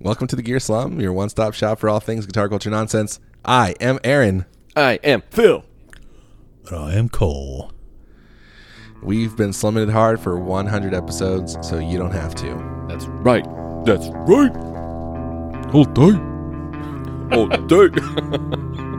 Welcome to the Gear Slum, your one stop shop for all things guitar culture nonsense. I am Aaron. I am Phil. But I am Cole. We've been slumming it hard for 100 episodes, so you don't have to. That's right. That's right. All day. All day.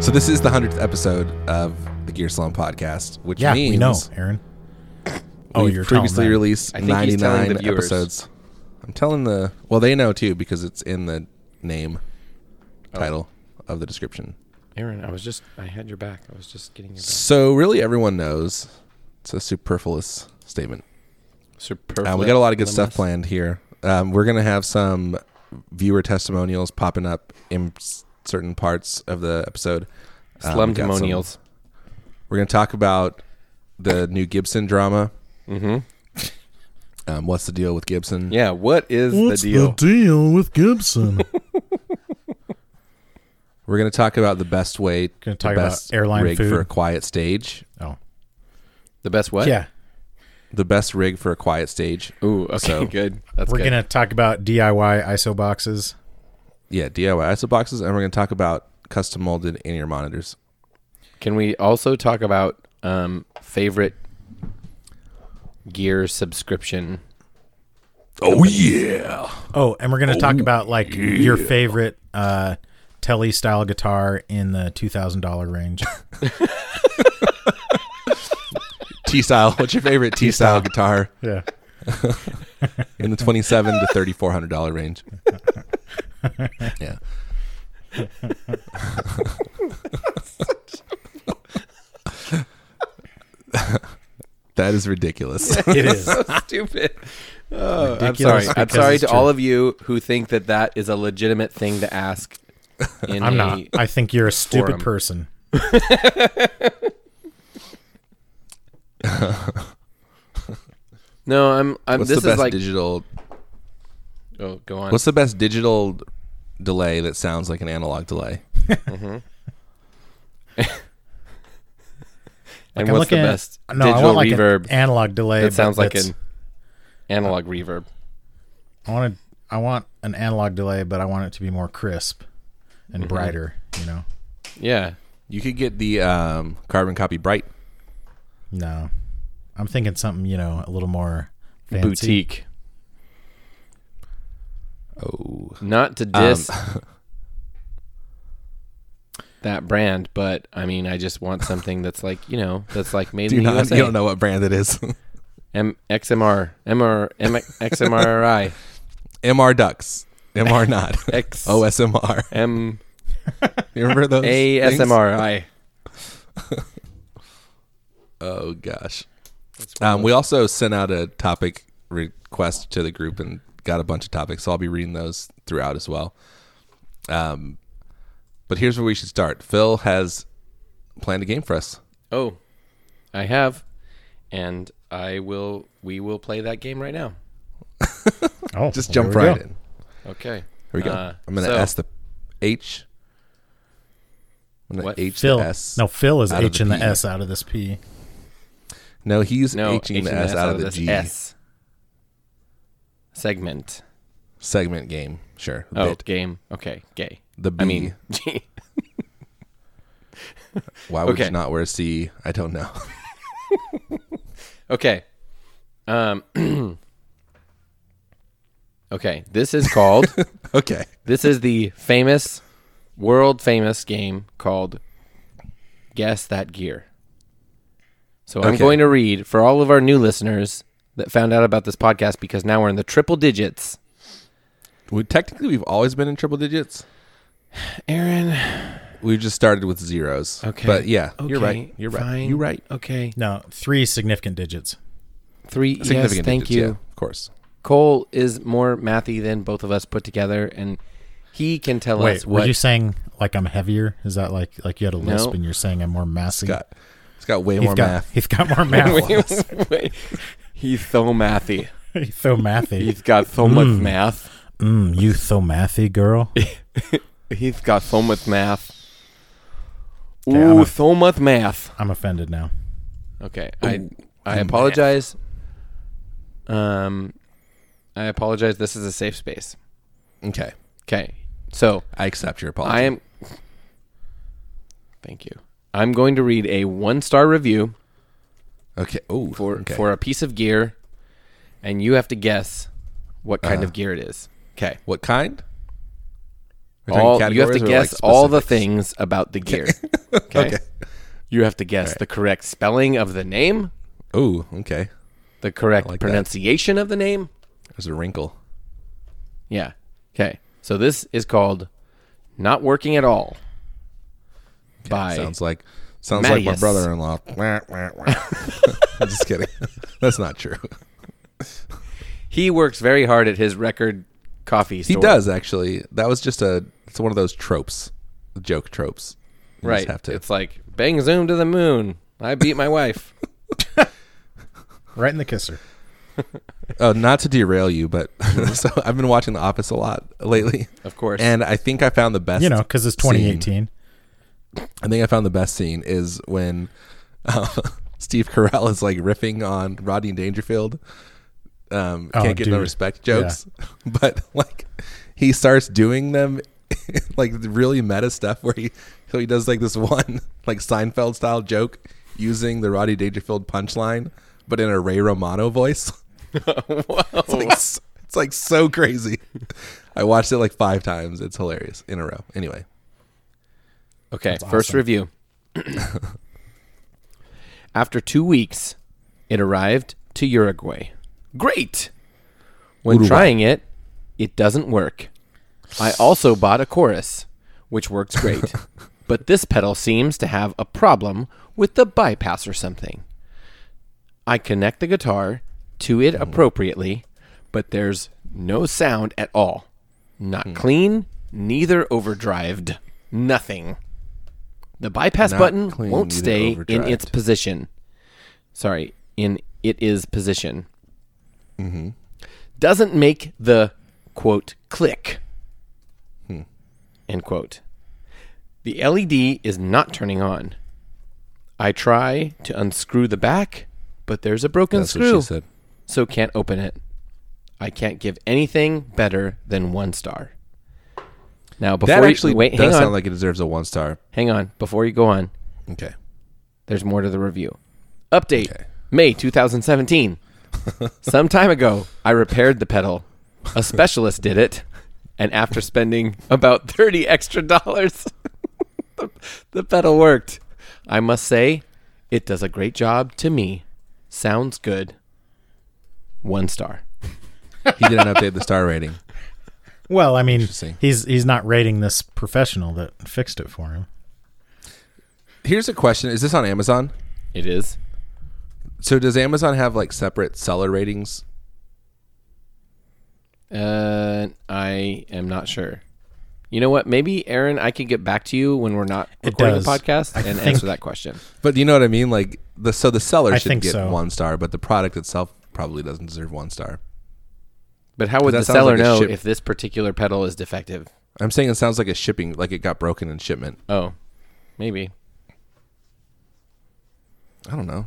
So, this is the 100th episode of the Gear Slum podcast, which Yeah, means we know, Aaron. Oh, we've you're telling previously them. released I think he's telling 99 the viewers. episodes. I'm telling the. Well, they know too because it's in the name, Oh. title of the description. Aaron, I was just, I had your back. I was just getting your back. So, really, everyone knows. It's a superfluous statement. Superfluous. Uh, we got a lot of good stuff planned here. Um, we're gonna have some viewer testimonials popping up in s- certain parts of the episode. Um, we got some- Slumdemonials. We're gonna talk about the new Gibson drama. Mm-hmm. Um, what's the deal with Gibson? Yeah, what is What's the deal? deal with Gibson? We're gonna talk about the best way. Gonna the talk about best airline rig for food. a quiet stage. oh, the best what? yeah. The best rig for a quiet stage. Ooh, okay, So- good. That's We're good. gonna talk about DIY ISO boxes. Yeah, DIY ISO boxes, and we're gonna talk about custom molded in ear monitors. Can we also talk about um, favorite gear subscription? Oh yeah. Oh, and we're gonna talk about like your favorite uh, Telly style guitar in the two thousand dollar range. T style. What's your favorite T style guitar? yeah. in the twenty-seven to thirty-four hundred dollar range. yeah, that is ridiculous. It is. so stupid. Oh, I'm Ridiculous sorry. I'm because sorry it's to true. all of you who think that that is a legitimate thing to ask. In I'm a- not. I think you're a Forum. stupid person. No, I'm. I'm. What's this the best is like. digital? oh, go on. What's the best digital delay that sounds like an analog delay? Mm-hmm. and I'm what's the looking at- best no, I digital want like reverb? an analog delay. that sounds but like that's- an analog reverb. I want to. I want an analog delay, but I want it to be more crisp and Mm-hmm. brighter. You know. Yeah. You could get the um, carbon copy bright. No, I'm thinking something you know a little more fancy. Boutique. Oh, Not to diss that brand, but I mean, I just want something that's like you know that's like made do in the not, USA. you don't know what brand it is. M- XMR, MR, M- XMRI, MR ducks. MR not. X- OSMR. M- You remember those? things? ASMRI. Oh gosh. Um, we also sent out a topic request to the group and got a bunch of topics, so I'll be reading those throughout as well. Um, but here's where we should start. Phil has planned a game for us. Oh, I have, and I will. We will play that game right now. Oh, Just well, jump there we right go. in. Okay. Here we go. Uh, I'm gonna so- S the H. I'm gonna What? H Phil. the S. No, Phil is out of H and the P. S out of this P. no, he's No, H Hing the S out of the this G S. Segment. segment game. Sure. Oh, Bit. game. Okay, gay. The B. I mean, G. Why would okay. you not wear a C? I don't know. okay. Um. okay, this is called. okay. this is the famous, world famous game called Guess That Gear. So I'm Okay. going to read for all of our new listeners that found out about this podcast because now we're in the triple digits. We technically we've always been in triple digits. Aaron, We just started with zeros. Okay. But yeah, you're okay, right. You're right. fine, You're right. Okay, No, three significant digits. three. Yes, thank digits, you. yeah, of course. Cole is more mathy than both of us put together, and he can tell Wait, us were what. you saying like I'm heavier? Is that like like you had a lisp No. and you're saying I'm more massy? Got it's got way he's more got math. he's got more math. Wait, He's so mathy. you so mathy. He's got so much math. Mm, you so mathy, girl. He's got so much math. Yeah, I'm Ooh, a- so much math. I'm offended now. Okay, Oh, I I apologize. Um, I apologize. This is a safe space. Okay. Okay, so I accept your apology. I am. Thank you. I'm going to read a one star review okay. Oh, for okay. for a piece of gear, and you have to guess what kind of gear it is. Okay. Uh-huh. what kind? We're talking All, you have to categories or, like, guess all the specifics? things about the gear. Okay. You have to guess the correct spelling of the name, Ooh, okay. the correct like that. pronunciation of the name. There's a wrinkle. Yeah. Okay. So this is called Not Working at All by Sounds like sounds like my Mattias. brother-in-law. Wah, wah, wah. I'm just kidding. That's not true. He works very hard at his record coffee He store. does actually. That was just a. It's one of those tropes, joke tropes. You Right. Just have to. It's like bang zoom to the moon. I beat my wife. Right in the kisser. Oh, not to derail you, but so I've been watching The Office a lot lately. Mm-hmm. Of course. And I think I found the best. You know, because it's scene. 2018. I think I found the best scene is when uh, Steve Carell is like riffing on Rodney Dangerfield. Um, Oh, can't get no dude. respect jokes, but like he starts doing them like really meta stuff where he so he does like this one like Seinfeld style joke using the Rodney Dangerfield punchline, but in a Ray Romano voice. It's like, s- it's like so crazy. I watched it like five times. It's hilarious in a row. Anyway, Okay, first review. After two weeks, it arrived to Uruguay. Great! When Uruguay. trying it, it doesn't work. I also bought a chorus, which works great. but this pedal seems to have a problem with the bypass or something. I connect the guitar to it appropriately, but there's no sound at all. Not Hmm. clean, neither overdrived, nothing. The bypass Not button clean, won't neither stay in its overdrived. position. Sorry, in it is position. Mm-hmm. Doesn't make the quote click. Hmm. End quote. The LED is not turning on. I try to unscrew the back, but there's a broken that's screw what she said. so can't open it. I can't give anything better than one star. Now before That you- actually wait, does hang on, sound like it deserves a one star. hang on. Before you go on, Okay. there's more to the review. Update Okay. May 2017. Some time ago, I repaired the pedal. A specialist did it, and after spending about 30 extra dollars, the, the pedal worked. I must say, it does a great job to me. Sounds good. One star. He didn't update the star rating. Well, I mean, Interesting. he's he's not rating this professional that fixed it for him. Here's a question Is this on Amazon? It is. So, does Amazon have like separate seller ratings? Uh, I am not sure. You know what? Maybe Aaron, I could get back to you when we're not It recording a does. podcast I and think- answer that question. But you know what I mean? Like, the so the seller I should think get so. one star, but the product itself probably doesn't deserve one star. But how would That the sounds seller like a know ship- if this particular pedal is defective? I'm saying it sounds like a shipping, like it got broken in shipment. Oh, maybe. I don't know.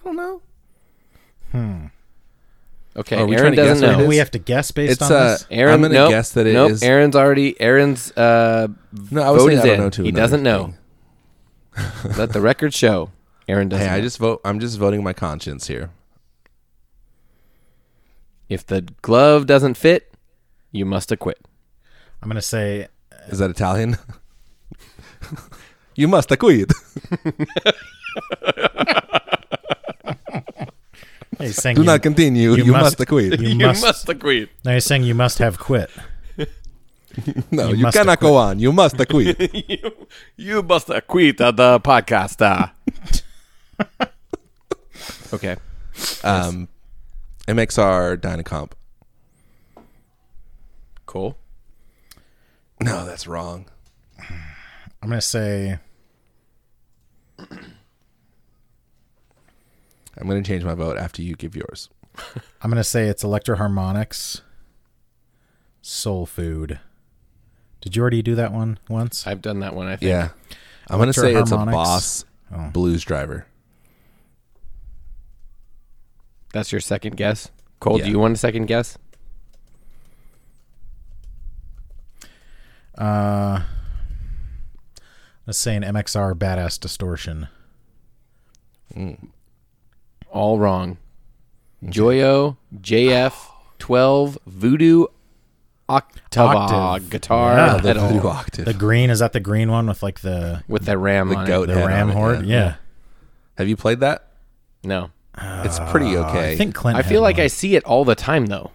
I don't know. Okay, Are we trying Aaron to guess doesn't what it know. is? We have to guess based It's on uh, this. Aaron, I'm gonna nope, guess that it is. nope. Aaron's already. Aaron's uh, No, I was vote saying is I don't in. know too. he another doesn't know. thing. Let the record show. Aaron doesn't. Hey, I know. just vote. I'm just voting my conscience here. if the glove doesn't fit, you must acquit. I'm gonna say Is that Italian? you must acquit. he's saying Do you, not continue. You, you must, must- acquit. you must. acquit. Now he's saying you must have quit. no, you, you must cannot go on. You must acquit. you, you must quit the podcast. okay. um, MXR Dynacomp. Cool. No, that's wrong. I'm gonna say I'm going to change my vote after you give yours. I'm gonna say it's Electro Harmonics. Soul Food. Did you already do that one once? I've done that one, I think. Yeah. I'm going to Electro say it's a Harmonics. boss Oh. blues driver. That's your second guess. Cole, Yeah. do you want a second guess? Uh, let's say an MXR Badass Distortion. Mm. All wrong. Joyo JF twelve Voodoo Octava Octave. guitar Yeah, the The pedal voodoo octave. The green is that the green one with like the with the ram The on goat it. the head on ram it, horde? yeah. Yeah. Have you played that? No, It's pretty okay. Uh, I think Clint. I had feel like one. I see it all the time though.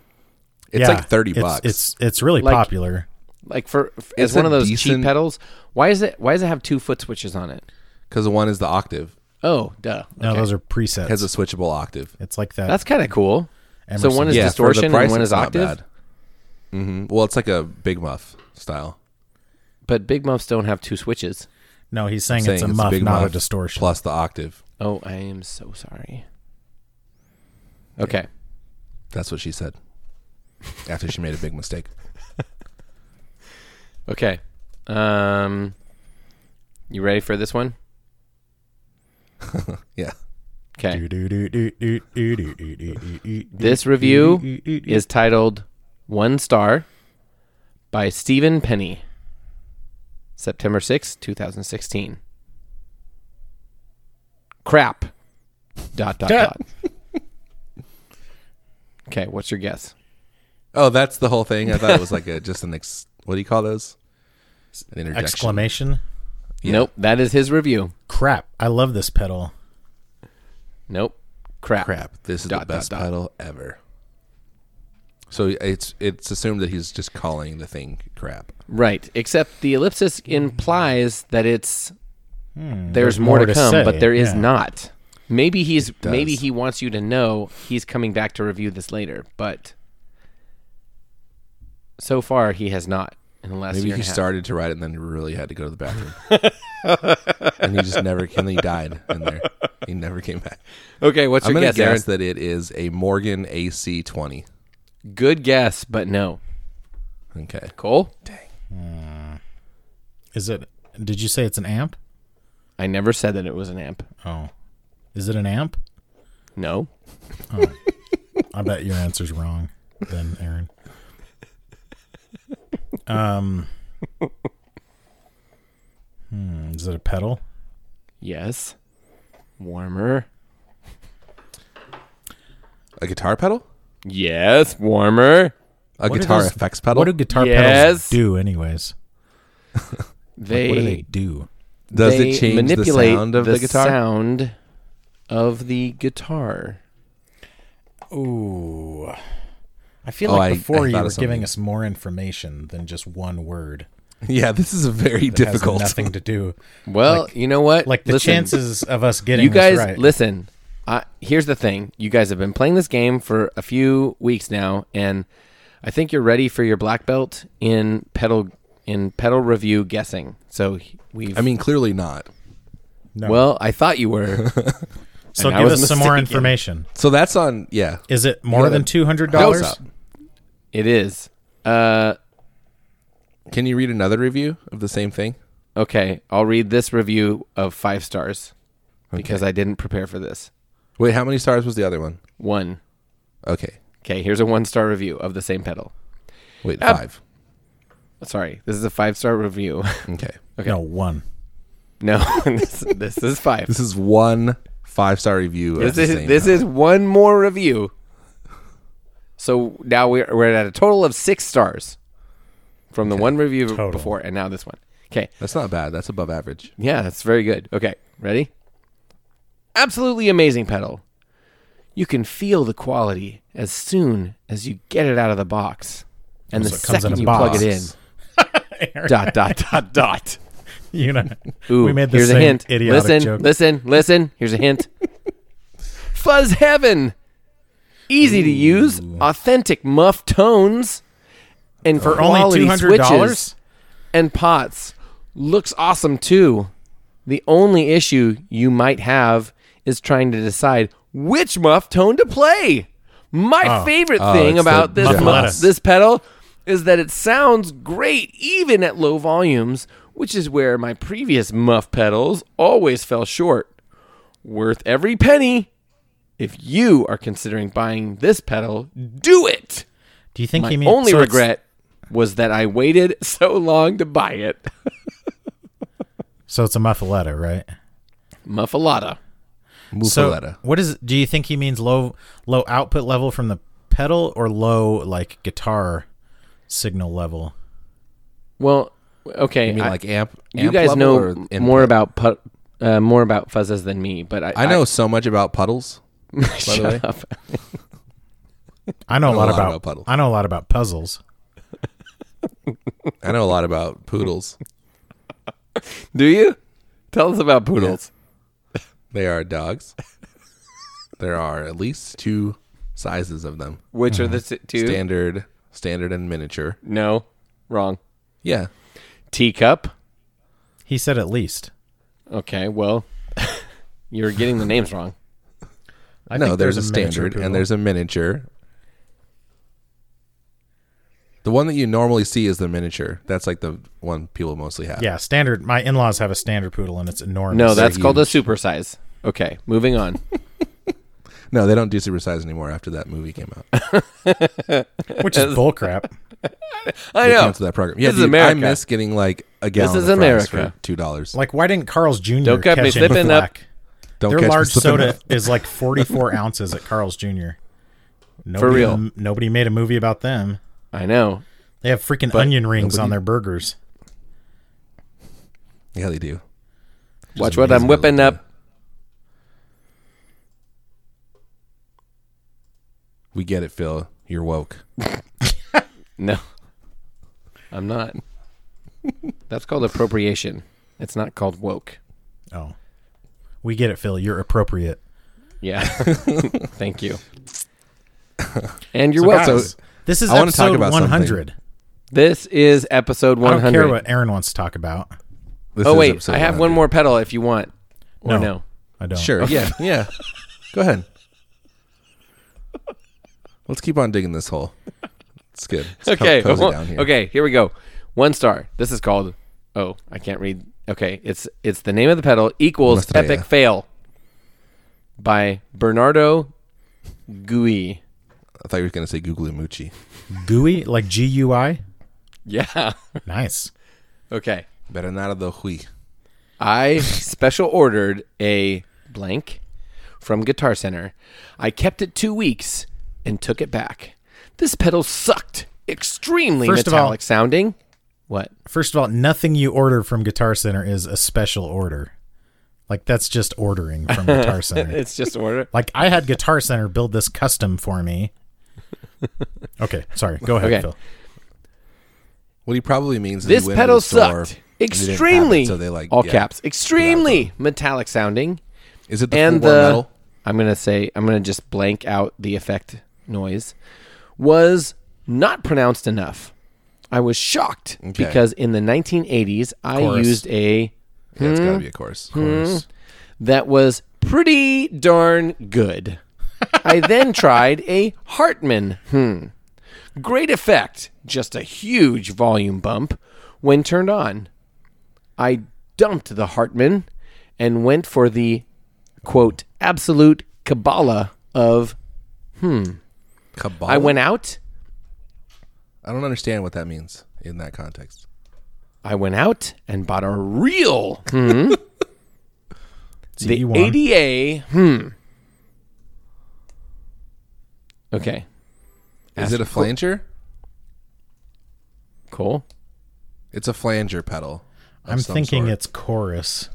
it's Yeah, like 30 it's- bucks. It's it's really Like- popular. Like for f- as It's one a of those cheap decent- pedals. Why is it? Why does it have two foot switches on it? Because the one is the octave. Oh, duh. No, Okay. those are It has presets. a switchable octave. It's like that. That's kind of cool. Emerson. So one is Yeah, for the distortion price, and one it's is not octave. bad. Mhm. Well, it's like a Big Muff style. But big muffs don't have two switches. no, he's saying, Saying it's a muff, Big not a Muff distortion. Plus the octave. Oh, I am so sorry. Okay. That's what she said after she made a big mistake. Okay. Um You ready for this one? Yeah. Okay. This This review is titled One Star by Stephen Penny. September sixth, two 2016. Crap. Dot dot dot. Okay, what's your guess? Oh, that's the whole thing. I thought it was like a just an ex. What do you call those? An interjection. exclamation. Yeah. Nope, that is his review. Crap! I love this pedal. Nope. Crap. Crap! This is Dot, the dot, best dot. pedal ever. So it's it's assumed that he's just calling the thing crap. Right, except the ellipsis implies that it's Hmm, there's, more, Hmm. more to to come, but say, there is yeah. not. Maybe he's does. maybe he wants you to know he's coming back to review this later, but so far he has not in the last Maybe year. he and a half. started to write it and then really had to go to the bathroom, and he just never. And then he died in there. He never came back. Okay, what's I'm your gonna guess, guess, that Aaron? it is a Morgan AC20. Good guess, but no. Okay. Cole, Is it? Did you say it's an amp? I never said that it was an amp. Oh, is it an amp? No. I bet your answer's wrong, then Aaron. Um, hmm, is it a pedal? Yes. Warmer. A guitar pedal? Yes, warmer. A What are guitar those- effects pedal? What do guitar Yes. pedals do, anyways? They What do they do? Does they it change manipulate the sound of the, guitar? Sound of the guitar. Ooh, I feel Oh, like I- I before you thought were of giving something. us more information than just one word. Yeah, this is a very That has difficult. nothing to do. Well, you know what? Like the Listen, chances of us getting You guys, this right. listen. I, here's the thing: you guys have been playing this game for a few weeks now, and I think you're ready for your black belt in pedal in pedal review guessing. So we've. I mean, clearly not. No. well, I thought you were. so and I give was us some more mistaken. information. So that's on. Yeah, Is it more gotta than two hundred How's dollars? up? it is. Uh, Can you read another review of the same thing? okay, I'll read this review of five stars because I didn't prepare for this. Wait, how many stars was the other one? One. Okay, Okay, here's a one star review of the same pedal. wait, Uh, five. Sorry, this is a five star review. Okay, No, one. no, this, this is five. this is one five star review. Of This the is same this is one more review. So now we're we're at a total of six stars from the one review Total. before, and now this one. Okay, That's not bad. That's above average. yeah, that's very good. Okay, ready? Absolutely amazing pedal. You can feel the quality as soon as you get it out of the box, and the Oh, So it comes in second a you plug it in. box. dot dot dot dot. You know, Ooh, we made the here's same a hint. idiotic listen, joke. listen, listen. Here's a hint. Fuzz Heaven. Easy to use, authentic muff tones, and For only quality two hundred switches dollars. and pots. Looks awesome too. The only issue you might have is trying to decide which muff tone to play. My Oh. favorite Oh, thing it's about the this muff muff, lettuce. this pedal is that it sounds great even at low volumes, which is where my previous muff pedals always fell short. Worth every penny. If you are considering buying this pedal, do it. Do you think My he means only so it's- regret was that I waited so long to buy it. So it's a muffaletta, right? Muffalata. Muffaletta. So what is? Do you think he means low low output level from the pedal or low like guitar signal level? Well, okay. I mean, I- like amp. you amp guys level know or m- input? more about put, uh, more about fuzzes than me, but I, I know so much about puddles. shut way. up. I know, a lot, about, puddles. I know a lot about puzzles. I know a lot about poodles. Do you? Tell us about poodles. They are dogs. There are at least two sizes of them: Mm-hmm. Which are the t- two? standard, standard, and miniature. No, wrong. Yeah, Teacup. He said at least. Okay, well, you're getting the names wrong. I no, think there's, a miniature standard poodle. and there's a miniature. The one that you normally see is the miniature. That's like the one people mostly have. yeah standard. My in laws have a standard poodle and it's enormous. No, that's called a supersize. Okay, moving on. No, they don't do supersize anymore after that movie came out. which is bull crap. I They know. canceled that program. Yeah, This is dude, America. I miss getting like a gallon. is of fries for America. Two dollars. Like why didn't Carl's Jr. Don't get me catch any slipping up. flack? Don't Their catch me large slipping soda up. is like 44 ounces at Carl's Jr. Nobody, real. m- nobody made a movie about them. I know. They have freaking onion rings on their burgers. Yeah, they do. Watch what I'm amazing what whipping they up. We get it, Phil. You're woke. No, I'm not. That's called appropriation. It's not called woke. Oh, we get it, Phil. You're appropriate. Yeah. Thank you. And you're So welcome. guys, this is I wanna episode talk about 100. This is episode I don't 100. care what Aaron wants to talk about. This oh is wait, episode I have 100. one more pedal if you want. Or no. No. I don't. Sure. Yeah. Yeah. Go ahead. Let's keep on digging this hole. It's good. It's Okay. co- cozy well, down here. Okay, here we go. One star. This is called Oh, I can't read. Okay, it's it's the name of the pedal equals Nuestra Epic idea. Fail by Bernardo Gui. I thought you were going to say googly moochie. GUI like G U I. Yeah. Nice. okay. Bernardo Hui. I special ordered a blank from Guitar Center. I kept it two weeks and took it back. This pedal sucked. Extremely First of all- metallic sounding. What? First of all, nothing you order from Guitar Center is a special order. Like that's just ordering from Guitar Center. It's just order. Like I had Guitar Center build this custom for me. Okay, sorry. Go ahead, Okay. Phil. What he probably means is This he went pedal to the store and they didn't sucked. have it, Extremely. so they like all yeah. caps. Extremely metallic sounding. Is it the and and the metal? I'm gonna say I'm gonna just blank out the effect noise was not pronounced enough. I was shocked Okay. because in the 1980s I Chorus. used a Yeah, it's got to be a chorus. Hmm? that was pretty darn good. I then tried a Hartman. Hmm. Great effect, just a huge volume bump when turned on. I dumped the Hartman and went for the quote absolute Kabbalah of hmm. Kabbalah. I went out, I don't understand what that means in that context. I went out and bought a real hmm, See, the you won. ADA. Hmm. Okay, Is it a flanger? cool. It's a flanger pedal. of I'm some thinking sort. it's chorus.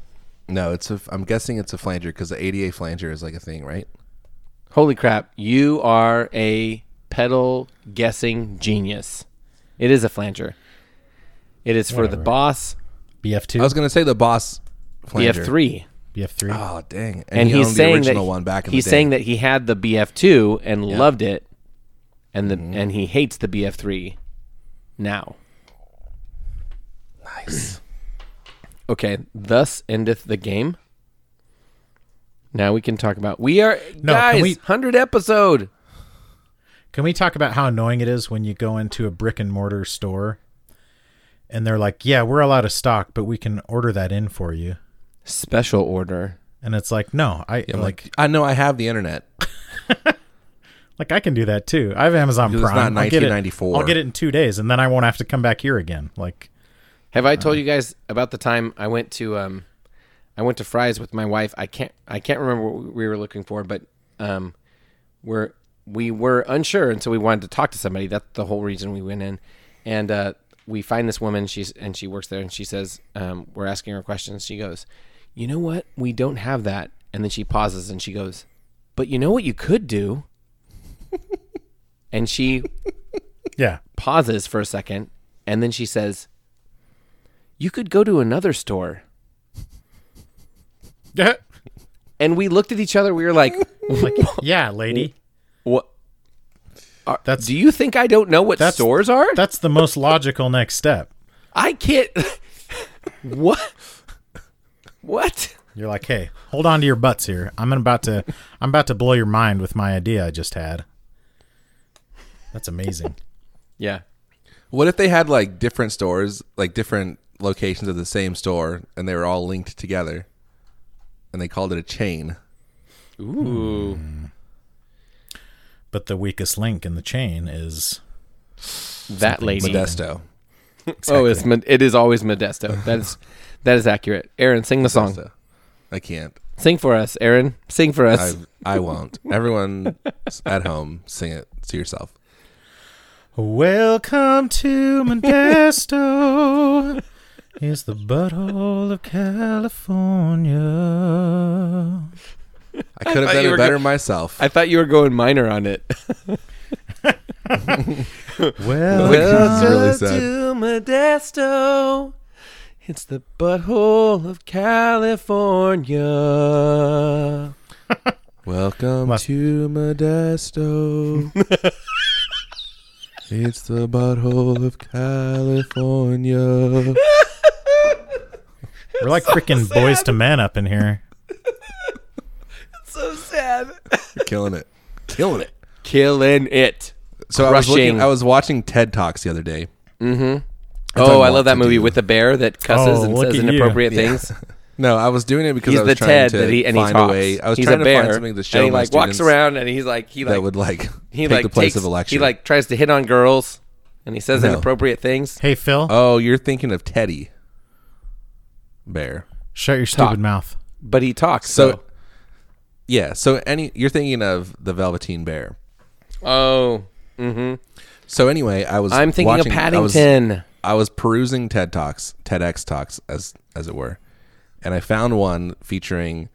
no. It's a. I'm guessing it's a flanger because the ADA flanger is like a thing, right? Holy crap, you are a pedal guessing genius. It is a flanger. It is for the boss BF2, I was gonna say the boss flanger. BF3. BF3. Oh dang! And, And he he's owned saying the that original one back in he's the day. saying that he had the BF2 and loved it and the Mm-hmm. and he hates the BF3 now. nice. Okay, thus endeth the game. Now we can talk about we are No, can guys we- hundred episode. Can we talk about how annoying it is when you go into a brick and mortar store and they're like, "Yeah, we're all out of stock, but we can order that in for you." Special order. And it's like, "No, I I'm like, like, I know I have the internet. like I can do that too. I have Amazon Prime. Because it's not I'll get it- 1994. I'll get it in 2 days and then I won't have to come back here again." Like, Have I told you guys about the time I went to um, I went to Fry's with my wife? I can't I can't remember what we were looking for, but um, we're we were unsure, and so we wanted to talk to somebody. That's the whole reason we went in, and uh, we find this woman. She's and she works there, and she says um, we're asking her questions. She goes, "You know what? We don't have that." And then she pauses and she goes, "But you know what you could do." and she yeah. pauses for a second and then she says, You could go to another store. Yeah. And we looked at each other. We were like, Like, yeah, lady. What? Are- That's- do you think I don't know what That's- stores are? That's the most logical next step. I can't. what? What? You're like, "Hey, hold on to your butts here. I'm about to I'm about to blow your mind with my idea I just had." That's amazing. Yeah. What if they had like different stores, like different locations of the same store, and they were all linked together, and they called it a chain? Ooh. Hmm. But the weakest link in the chain is That lady. Modesto. Oh, it's Mo- it is always Modesto. That is that is accurate. Aaron, sing the song. So, I can't. Sing for us, Aaron. Sing for us. I I won't. Everyone s- at home, sing it to yourself. Welcome to Modesto. Is the butthole of California. I could have thought done you it were better go- myself. I thought you were going minor on it. This is Welcome. really Welcome sad. to Modesto. It's the butthole of California. Welcome What? to Modesto. it's the butthole of California. We're like freaking boys to man up in here. So sad. Killing it. Killing it. Killing it. So I was, looking, Crushing. I was watching TED Talks the other day. Oh, I what love that to movie do. with the bear that cusses Oh, and look says at you. inappropriate things. No, I was doing it because He's I was the trying Ted to that he and he find talks. a way. I was he's trying to a bear, find something to show and he my like walks students around and he's like he like that would like he take like the place takes, of a lecture. He like tries to hit on girls and he says No. inappropriate things. Hey, Phil, oh, you're thinking of Teddy Bear. shut your Talk. stupid mouth. But he talks. So yeah, so any you're thinking of the Velveteen Bear. so. oh, So anyway, I was I'm thinking watching- of I was- Paddington. I was perusing TED Talks, TEDx Talks, as as it were, and I found one featuring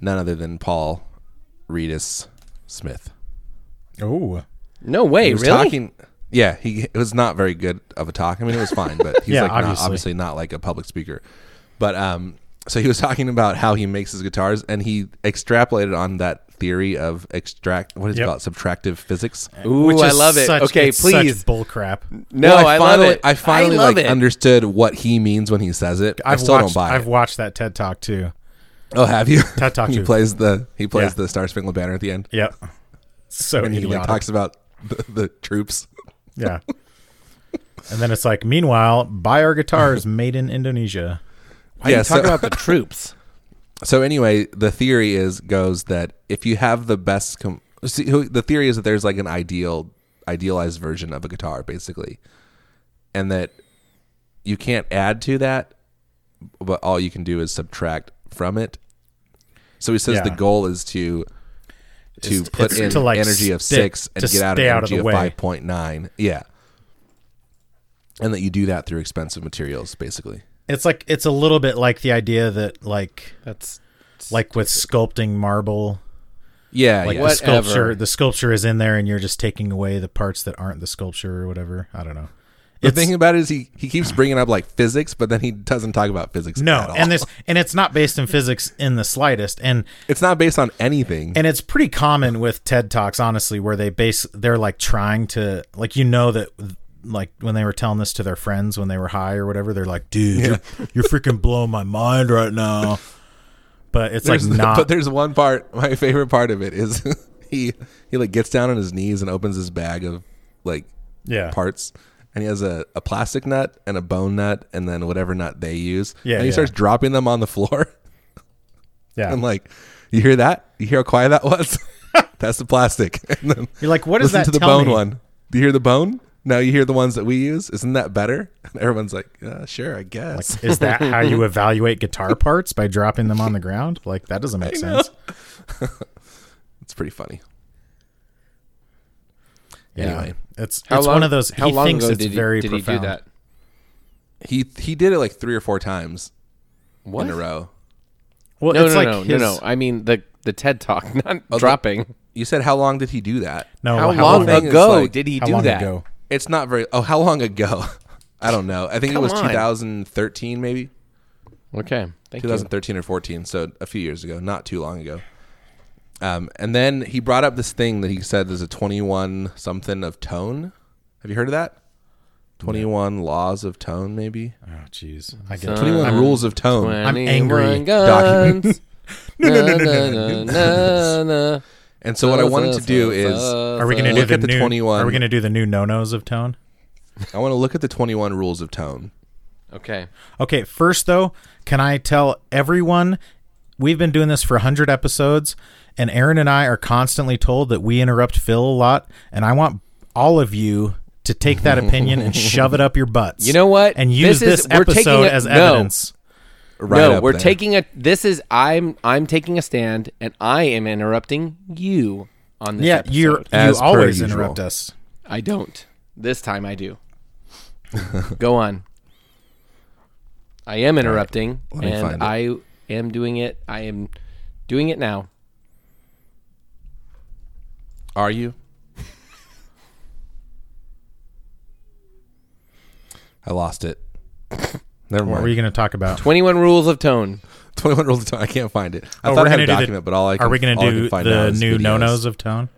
none other than Paul Reedus Smith. Oh. No way, He was really? talking. Yeah, he it was not very good of a talk. I mean, it was fine, but he's Yeah, like not, obviously. obviously not like a public speaker. But um, so he was talking about how he makes his guitars, and he extrapolated on that theory of extract. What is Yep. it called? Subtractive physics. Ooh, I love it. Such, okay, it's such please. bullcrap. no, Well, I, finally, love it. I finally love like it. understood what he means when he says it. i I've still don't watched. buy it. I've watched that TED Talk too. Oh, have you? TED Talk he too. plays the he plays Yeah. the Star Spangled Banner at the end, Yep. So and he idiotic. like, talks about the, the troops. Yeah. and then it's like, meanwhile, buy our guitars made in Indonesia. Why yeah, Yeah, you talking so- about the troops? So anyway, the theory is goes that if you have the best, com- see, who- the theory is that there's like an ideal idealized version of a guitar, basically, and that you can't add to that, but all you can do is subtract from it. So he says Yeah. the goal is to to It's- put it's in to, like, energy of stick- six and to get out of stay out of energy the of way. five point nine. Yeah, and that you do that through expensive materials, basically. It's like it's a little bit like the idea that like That's like with sculpting marble, Yeah, like yeah. the What- Whatever. sculpture the sculpture is in there and you're just taking away the parts that aren't the sculpture or whatever. I don't know. The It's- thing about it is he, he keeps bringing up like physics, but then he doesn't talk about physics. at No, all. and this and it's not based in physics in the slightest and it's not based on anything. and it's pretty common with TED Talks honestly where they base they're like trying to like you know that like when they were telling this to their friends when they were high or whatever they're like dude you're, you're freaking blowing my mind right now but it's There's like the- not. But there's one part. My favorite part of it is he he like gets down on his knees and opens his bag of like yeah, parts. And he has a, a plastic nut and a bone nut and then whatever nut they use. Yeah, And he yeah. starts dropping them on the floor. yeah. I'm like, you hear that? You hear how quiet that was? That's the plastic. And then You're like, what does listen that to the tell bone me? one. Do you hear the bone? No, you hear the ones that we use. Isn't that better? And everyone's like, uh, sure, I guess. Is that how you evaluate guitar parts by dropping them on the ground? Like that doesn't make sense. it's pretty funny. Yeah. Anyway. it's How it's long- one of those. How he long thinks ago it's did, he, very did he profound. do that? He he did it like three or four times What? in a row. Well, No, it's no, like no, his, no, no. I mean the the TED Talk, not dropping. Oh, You said how long did he do that? no, how, long long, ago ago like- did he how do long that? ago? It's not very. Oh, how long ago? I don't know. I think it Come was on. 2013, maybe Okay, thank you. 2013 or 14. So a few years ago, not too long ago. Um, and then he brought up this thing that he said is a 21 something of tone. Have you heard of that? 21 laws of tone, maybe. Oh, jeez, I get it. 21 rules of tone. I'm angry. Guns. no, no, no, no, And so what I wanted to do is Are we gonna Look do at the, the new? 21. Are we gonna do the new no nos of tone? I want to look at the 21 rules of tone. Okay. Okay, first though, can I tell everyone we've been doing this for 100 episodes and Aaron and I are constantly told that we interrupt Phil a lot and I want all of you to take that opinion and shove it up your butts. You know what? And This use this, is- we're taking episode a- as no. evidence. Right no, up we're there. taking a. This is I'm I'm taking a stand, and I am interrupting you on this. Yeah, episode. you're, you As per always usual. interrupt us. I don't. This time I do. Go on. I am interrupting, me and find I am doing it. I am doing it now. Are you? I lost it. Never What mind. were you going to talk about? Twenty one rules of tone. 21 rules of time. I can't find it. I Oh, thought we're I had a gonna do the- document, but all I can, Are we going all to I do can find now the is new videos. no nos of tone?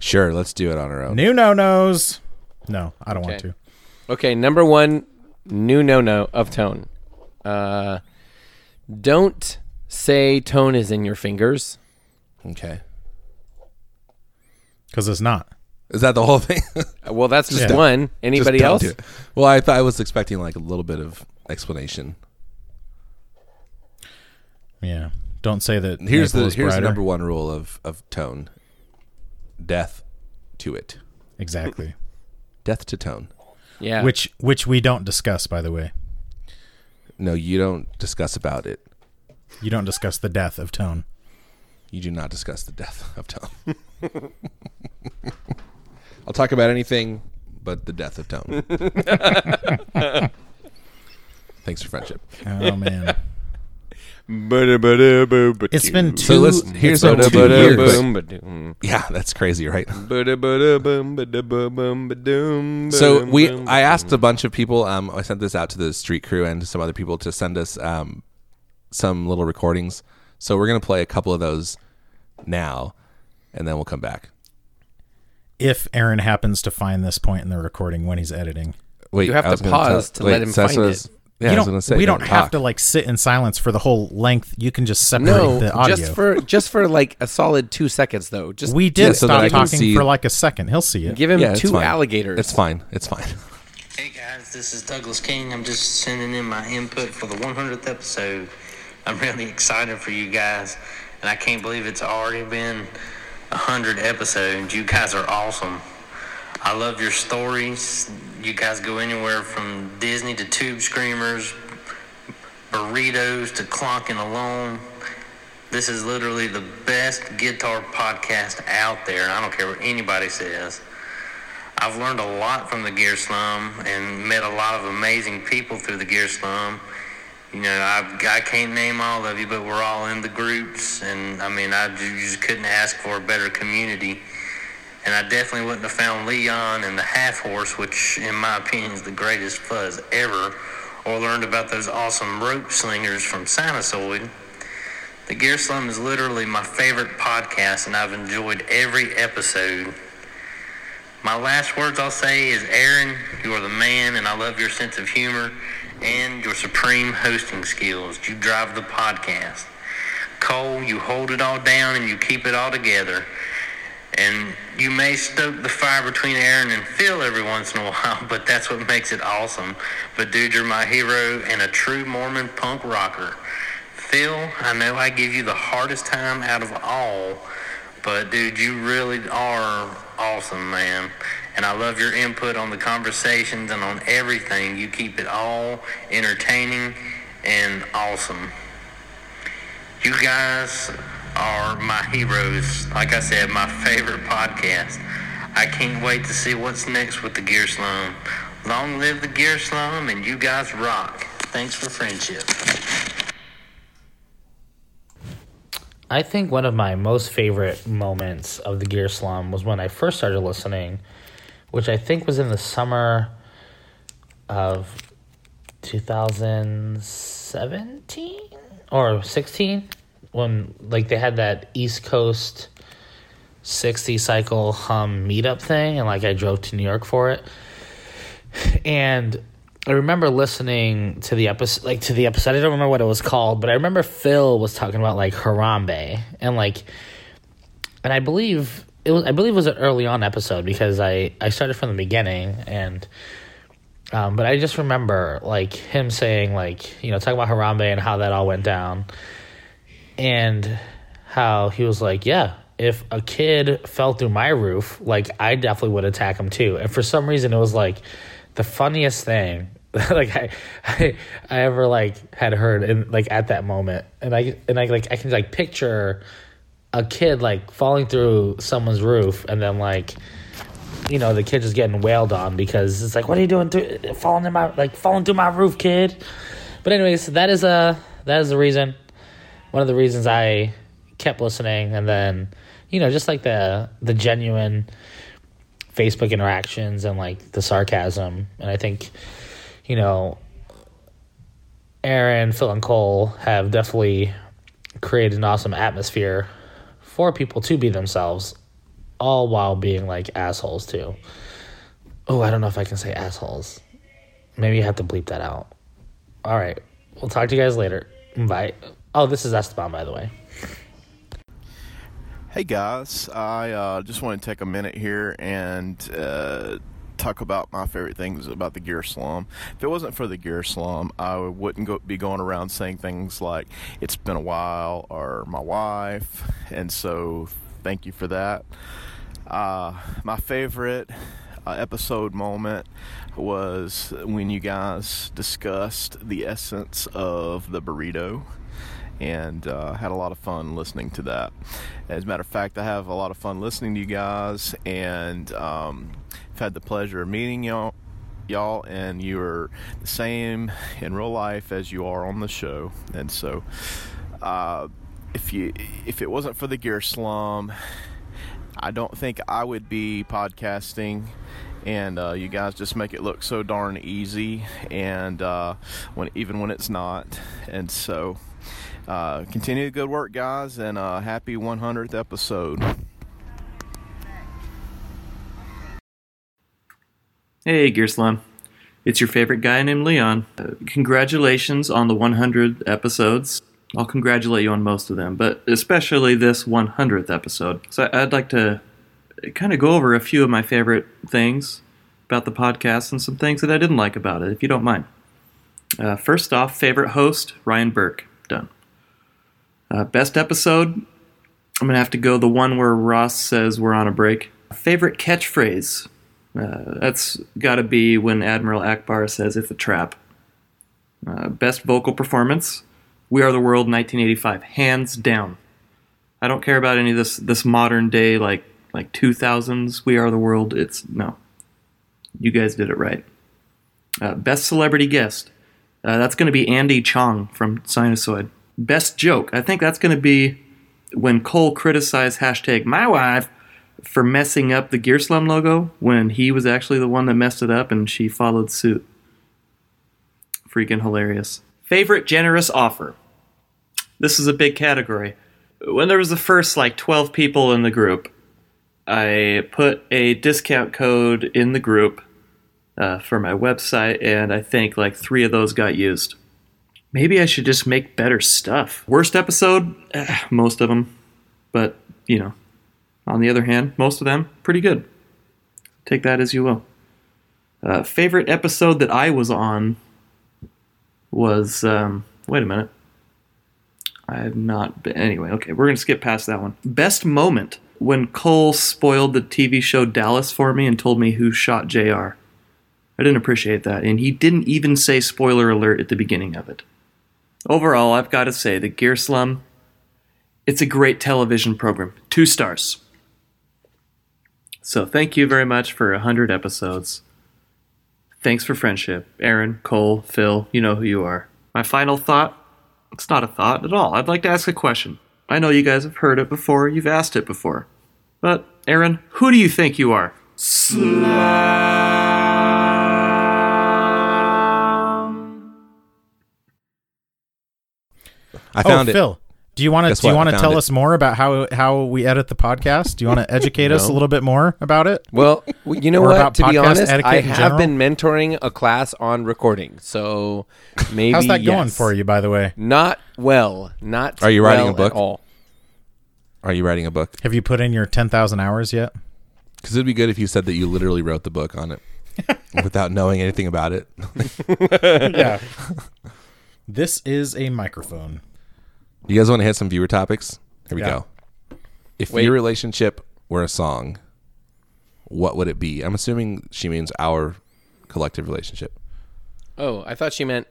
Sure, let's do it on our own. New no nos. No, I don't want Okay. to. Okay, number one, new no no of tone. Uh, don't say tone is in your fingers. Okay. Because it's not. Is that the whole thing? Uh, Well, that's just Yeah. one. Just Anybody don't else? do it. Well, I thought I was expecting like a little bit of explanation. Yeah. Don't say that. Here's maple the is here's the brighter. number one rule of of tone. Death to it. Exactly. Death to tone. Yeah. which which we don't discuss by the way No, you don't discuss about it. you don't discuss the death of tone You do not discuss the death of Tone. I'll talk about anything but the death of Tone. Thanks for friendship. oh man It's it's been two So let's- here's it's been our two two years. years. Yeah, that's crazy, right? So we, I asked a bunch of people. Um, I sent this out to the street crew and to some other people to send us um, some little recordings. So we're gonna play a couple of those now, and then we'll come back. if aaron happens to find this point in the recording when he's editing Wait, You have I to was gonna pause tell- to let him so that's find what I it. was- Yeah, I you was don't, gonna say, we don't, have talk. to like sit in silence for the whole length you can just separate no, the audio just for just for like a solid two seconds though. Just we did Yeah, so that stop I can talking see- for like a second he'll see it give him Yeah, it's two fine. alligators. It's fine. It's fine. Hey guys, this is Douglas King. I'm just sending in my input for the 100th episode. I'm really excited for you guys, and I can't believe it's already been 100 episodes. You guys are awesome. I love your stories. You guys go anywhere from Disney to Tube Screamers, burritos to clonking alone. This is literally the best guitar podcast out there, and I don't care what anybody says. I've learned a lot from the Gear Slum and met a lot of amazing people through the Gear Slum. You know, I, I can't name all of you, but we're all in the groups, and I mean, I ju- just couldn't ask for a better community. And I definitely wouldn't have found Leon and the Half Horse, which, in my opinion, is the greatest fuzz ever, or learned about those awesome rope slingers from Sinusoid. The Gear Slum is literally my favorite podcast, and I've enjoyed every episode. My last words I'll say is Aaron, you are the man, and I love your sense of humor and your supreme hosting skills. You drive the podcast. coal, you hold it all down and you keep it all together. And you may stoke the fire between Aaron and Phil every once in a while, but that's what makes it awesome. But dude, you're my hero and a true Mormon punk rocker. Phil, I know I give you the hardest time out of all, but dude, you really are awesome, man. And I love your input on the conversations and on everything. You keep it all entertaining and awesome. You guys are my heroes. Like I said, my favorite podcast. I can't wait to see what's next with the Gear Slum. Long live the Gear Slum, and you guys rock. Thanks for friendship. I think one of my most favorite moments of the Gear Slum was when I first started listening, which I think was in the summer of 2017 or 16 when like they had that East Coast 60 cycle hum meetup thing and like I drove to New York for it. And I remember listening to the episode, like to the episode. I don't remember what it was called, but I remember Phil was talking about like Harambe and like, and I believe it was. I believe it was an early on episode because I I started from the beginning and, um, but I just remember like him saying like you know talking about Harambe and how that all went down, and how he was like yeah. If a kid fell through my roof, like I definitely would attack him too. And for some reason, it was like the funniest thing like I, I I ever like had heard in like at that moment and I and I like I can like picture a kid like falling through someone's roof and then like you know the kid just getting wailed on because it's like what are you doing through falling in my like falling through my roof kid but anyways that is a that is the reason one of the reasons I kept listening and then you know just like the the genuine Facebook interactions and like the sarcasm. And I think, you know, Aaron, Phil, and Cole have definitely created an awesome atmosphere for people to be themselves, all while being like assholes too. Oh, I don't know if I can say assholes. Maybe you have to bleep that out. All right. We'll talk to you guys later. Bye. Oh, this is Esteban, by the way. Hey guys, I uh, just want to take a minute here and uh, talk about my favorite things about the Gear Slum. If it wasn't for the Gear Slum, I wouldn't go, be going around saying things like "It's been a while" or "My wife," and so thank you for that. Uh, my favorite uh, episode moment was when you guys discussed the essence of the burrito and uh, had a lot of fun listening to that. As a matter of fact, I have a lot of fun listening to you guys, and um, I've had the pleasure of meeting y'all. Y'all and you are the same in real life as you are on the show, and so uh, if you if it wasn't for the Gear Slum, I don't think I would be podcasting. And uh, you guys just make it look so darn easy, and uh, when even when it's not. And so, uh, continue the good work, guys, and uh, happy 100th episode. Hey, Gear Slum. It's your favorite guy named Leon. Uh, congratulations on the 100 episodes. I'll congratulate you on most of them, but especially this 100th episode. So I- I'd like to kind of go over a few of my favorite things about the podcast and some things that I didn't like about it, if you don't mind. Uh, first off, favorite host, Ryan Burke. Done. Uh, best episode, I'm going to have to go the one where Ross says we're on a break. Favorite catchphrase, uh, that's got to be when Admiral Akbar says it's a trap. Uh, best vocal performance, We Are the World 1985, hands down. I don't care about any of this this modern day like like 2000s We Are the World. It's no. You guys did it right. Uh, best celebrity guest. Uh, that's going to be Andy Chong from Sinusoid. Best joke. I think that's going to be when Cole criticized hashtag my wife for messing up the Gear Slum logo when he was actually the one that messed it up and she followed suit. Freaking hilarious. Favorite generous offer. This is a big category. When there was the first like 12 people in the group, I put a discount code in the group uh, for my website, and I think like three of those got used maybe I should just make better stuff. Worst episode, eh, most of them, but you know, on the other hand, most of them pretty good. Take that as you will. Uh, favorite episode that I was on was um, wait a minute. I have not. Been, anyway, okay, we're gonna skip past that one. Best moment when Cole spoiled the TV show Dallas for me and told me who shot Jr. I didn't appreciate that, and he didn't even say spoiler alert at the beginning of it. Overall, I've got to say the Gear Slum. It's a great television program. Two stars. So thank you very much for 100 episodes. Thanks for friendship. Aaron, Cole, Phil, you know who you are. My final thought it's not a thought at all. I'd like to ask a question. I know you guys have heard it before, you've asked it before. But, Aaron, who do you think you are? I found oh, it. Phil, do you want Guess to do what? you I want to found tell it. us more about how how we edit the podcast? Do you want to educate us a little bit more about it? Well, w- you know Or what? about To be podcast honest, etiquette I in have general? been mentoring a class on recording, so maybe How's that going yes. for you, by the way? Not well. Not. Are you writing well a book? At all. Are you writing a book? Have you put in your ten thousand hours yet? Because it'd be good if you said that you literally wrote the book on it without knowing anything about it. yeah. This is a microphone. You guys want to hit some viewer topics? Here we Yeah. go. If Wait. your relationship were a song, what would it be? I'm assuming she means our collective relationship, Oh, I thought she meant.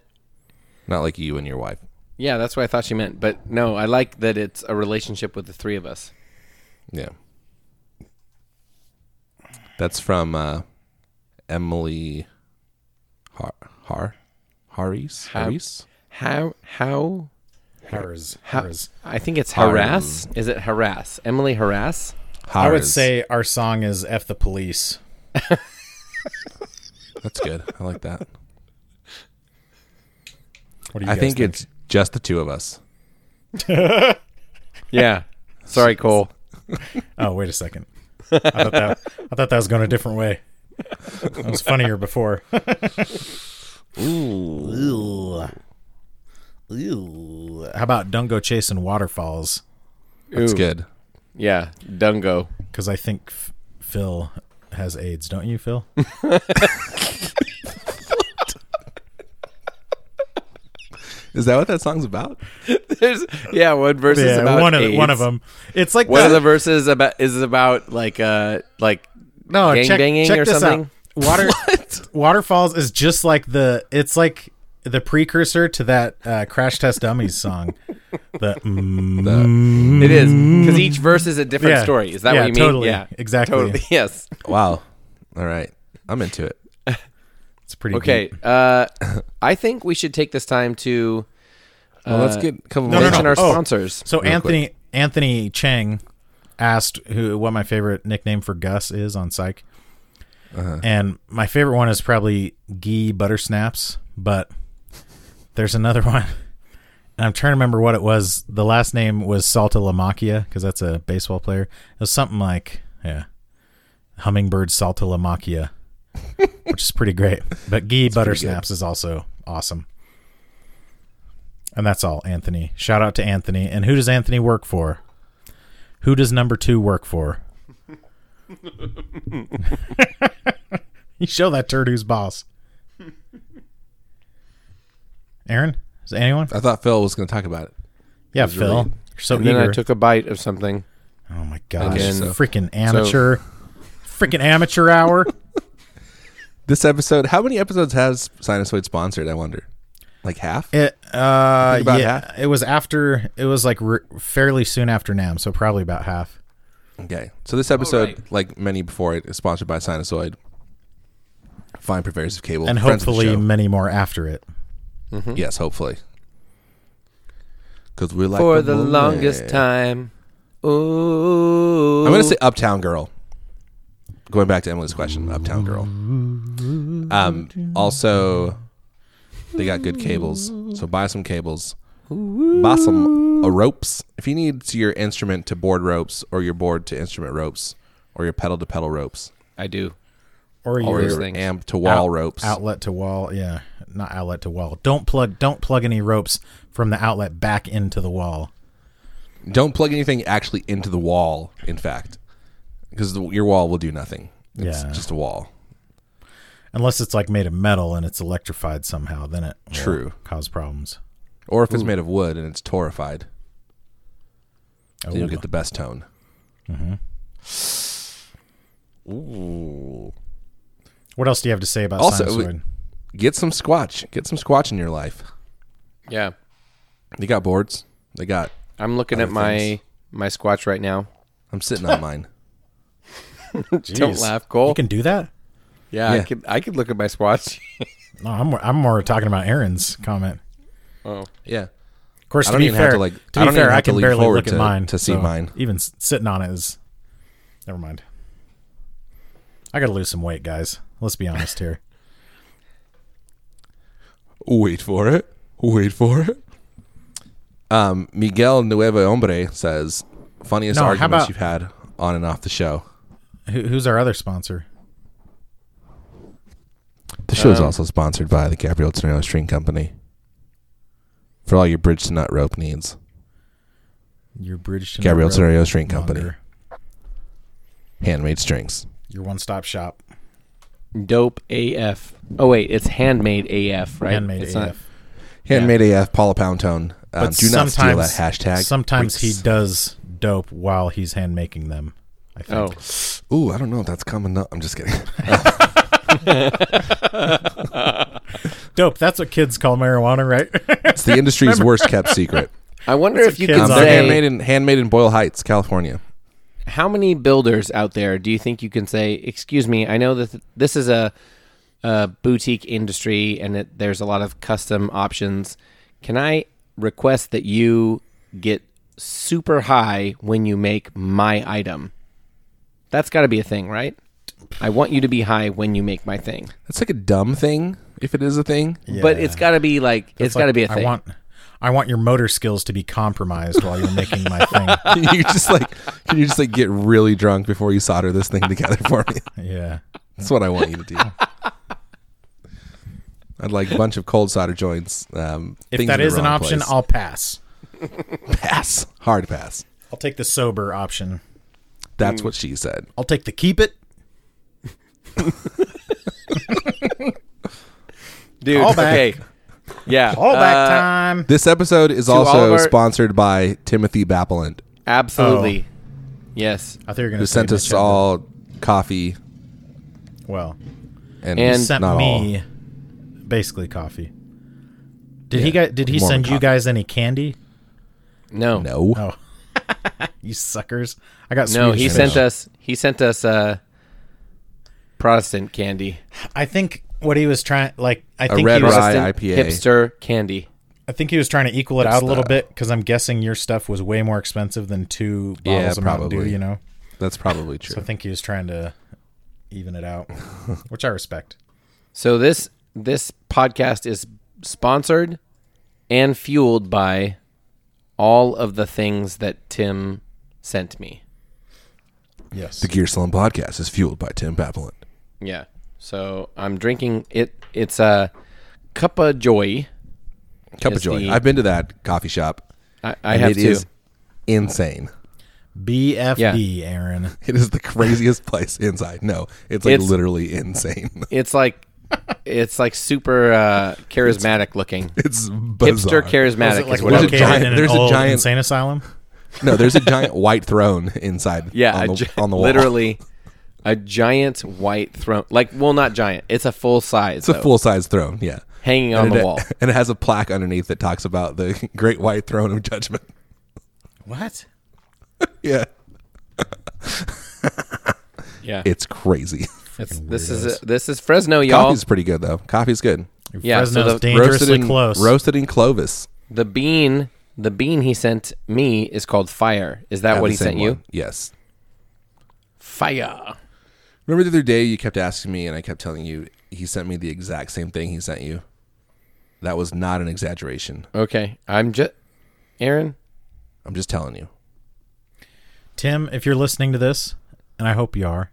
not like you and your wife. Yeah, that's what I thought she meant. But no, I like that it's a relationship with the three of us. Yeah. That's from uh, Emily Har Har Harris Harris. How? How? Hers. how Hers. I think it's harass. Is it harass? Emily harass? I would Harris. say our song is F the Police. that's good. I like that. What do you I guys think it's just the two of us. Yeah. Sorry, Cole. Oh, wait a second. I thought that I thought that was going a different way. That was funnier before. Ooh. Ooh. How about don't go chasing waterfalls? That's Ooh. good. Yeah, Dungo. Because I think F- Phil has AIDS, don't you, Phil? Is that what that song's about? There's yeah, one verse is about one of AIDS. one of them. It's like One that- of the verses about is about like uh like no gang check, banging check or this something. Out. Water waterfalls is just like the it's like the precursor to that uh, Crash Test Dummies song. The mm, It is because each verse is a different Yeah. story. Is that Yeah, what you mean? totally. Yeah, Exactly. Totally. Yes. Wow. All right. I'm into it. it's pretty Okay. Uh, I think we should take this time to uh, Well, let's get a couple No, no, more mention no. our Oh. sponsors. So Real Anthony Anthony Chang asked who what my favorite nickname for Gus is on Psych, Uh-huh. and my favorite one is probably Gee Buttersnaps, but there's another one. And I'm trying to remember what it was. The last name was Salta Lamacchia because that's a baseball player. It was something like yeah, Hummingbird Salta Lamacchia, which is pretty great. But Gee Buttersnaps is also awesome. And that's all, Anthony. Shout out to Anthony. And who does Anthony work for? Who does number two work for? you show that turd who's boss. Aaron? Is there anyone? I thought Phil was going to talk about it. Yeah, Phil. really- You're so And then I eager. took a bite of something. oh my gosh. Okay, so- freaking amateur. freaking amateur hour. This episode, how many episodes has Sinusoid sponsored? I wonder. Like half? It uh Think about yeah, half. it was after it was like re- fairly soon after Nam, so probably about half. Okay. So Oh, this episode, like many before it, is sponsored by Sinusoid. Fine purveyors of cable. And friends of the hopefully show. many more after it. Mm-hmm. yes, hopefully. Because we like For the the moon. longest time. Ooh. I'm going to say Uptown Girl. Going back to Emily's question, Uptown Girl. Um, also, they got good cables, so buy some cables. Buy some uh, ropes. If you need your instrument to board ropes, or your board to instrument ropes, or your pedal to pedal ropes, I do. Or or your your things. amp to wall out- ropes, outlet to wall yeah not outlet to wall. Don't plug don't plug any ropes from the outlet back into the wall. Don't plug anything actually into the wall. In fact, because your wall will do nothing. It's Yeah. just a wall. Unless it's like made of metal and it's electrified somehow, then it will True. cause problems. Or if it's made of wood and it's torrified, then Ooh. you'll get the best tone. Mm-hmm. Ooh. What else do you have to say about Also, sinusoid? Get some squatch. Get some squatch in your life. Yeah. They got boards. They got. I'm looking at my my squatch right now. I'm sitting on mine. Don't Jeez. laugh, Cole. You can do that? yeah, I Yeah. could I could look at my squatch. No, I'm more- I'm more talking about Aaron's comment. Yeah. Oh. Of course, I to don't be even fair, have to, like- to I be don't fair, even I have to can lean barely forward look to- at mine to see so mine. Even s- sitting on it is. Never mind. I got to lose some weight, guys. Let's be honest here. Wait for it. Wait for it. Um, Miguel Nuevo Hombre says, funniest No, how arguments about- you've had on and off the show. Who, who's our other sponsor? The show is Um, also sponsored by the Gabriel Tonello String Company for all your bridge to nut rope needs. Your bridge to Gabriel Nowhere Tonello String Company, longer. handmade strings. Your one-stop shop. Dope AF. Oh wait, it's handmade AF, right? Handmade it's AF. Not, Handmade AF, Paula Poundtone. Um, do not steal that hashtag. Sometimes Winks. he does dope while he's hand making them. I think. oh, Ooh, I don't know if that's coming up. I'm just kidding. Dope. That's what kids call marijuana, right? it's the industry's worst kept secret. I wonder That's if a you kid's Um, can It's they're a- handmade say in handmade in Boyle Heights, California. how many builders out there do you think you can say, "Excuse me, I know that th- this is a, a boutique industry and it, there's a lot of custom options. Can I request that you get super high when you make my item?" That's got to be a thing, right? I want you to be high when you make my thing, That's like a dumb thing, if it is a thing. but Yeah. it's got to be like it's got to Like, be a thing. I want, I want your motor skills to be compromised while you're making my thing. you just like can you just like get really drunk before you solder this thing together for me Yeah. that's what i want you to do i'd like a bunch of cold solder joints um If that is an option, place. I'll pass. pass hard pass I'll take the sober option. that's Hmm. what she said I'll take the keep it. Dude, Call back. okay. Yeah. All back uh, time. this episode is all also of our- sponsored by timothy Bapeland, Absolutely. Oh. Yes. I thought you were going who to sent us all coffee Well, and, And- sent not me basically coffee. Did he get? Did he Mormon send you coffee. guys any candy? No. all no Oh, you suckers! I got No, Swedish he fish. sent us he sent us uh Protestant candy. I think what he was trying, like, I think red he was, rye. Protestant IPA. hipster candy. I think he was trying to equal it out a little the- bit because I'm guessing your stuff was way more expensive than two bottles Yeah, of Mountain Dew. probably. You know, that's probably so true I think he was trying to even it out, which I respect. So this this podcast is sponsored and fueled by all of the things that Tim sent me. Yes, the gear slum podcast is fueled by tim Bapeland. Yeah. So I'm drinking it it's a cup of joy. cup of It's joy the- i've been to that coffee shop I, I and have it to is insane BFD, Aaron. It is the craziest place inside. No, it's like It's- literally insane. it's like it's like super uh charismatic looking. It's bizarre. Hipster charismatic. Is it like is what I would There's a call it. located giant- in an there's a old giant- insane asylum? No, there's a giant white throne inside. Yeah, on a the, gi- on the wall. literally a giant white throne. Like, well, not giant. It's a full size. it's a full size throne. Yeah, hanging on And the it- wall. and it has a plaque underneath that talks about the Great White Throne of Judgment. What? Yeah, Yeah, it's crazy. it's, this is a, this is Fresno, y'all. Coffee's pretty good though. Coffee's good. yeah, so Fresno's the- Roasted dangerously in close. roasted in Clovis. The bean, the bean he sent me is called Fire. Is that Have what the he same sent you? one. Yes. Fire. Remember the other day you kept asking me, and I kept telling you he sent me the exact same thing he sent you. That was not an exaggeration. Okay, I'm just Aaron. I'm just telling you. Tim, if you're listening to this, and I hope you are,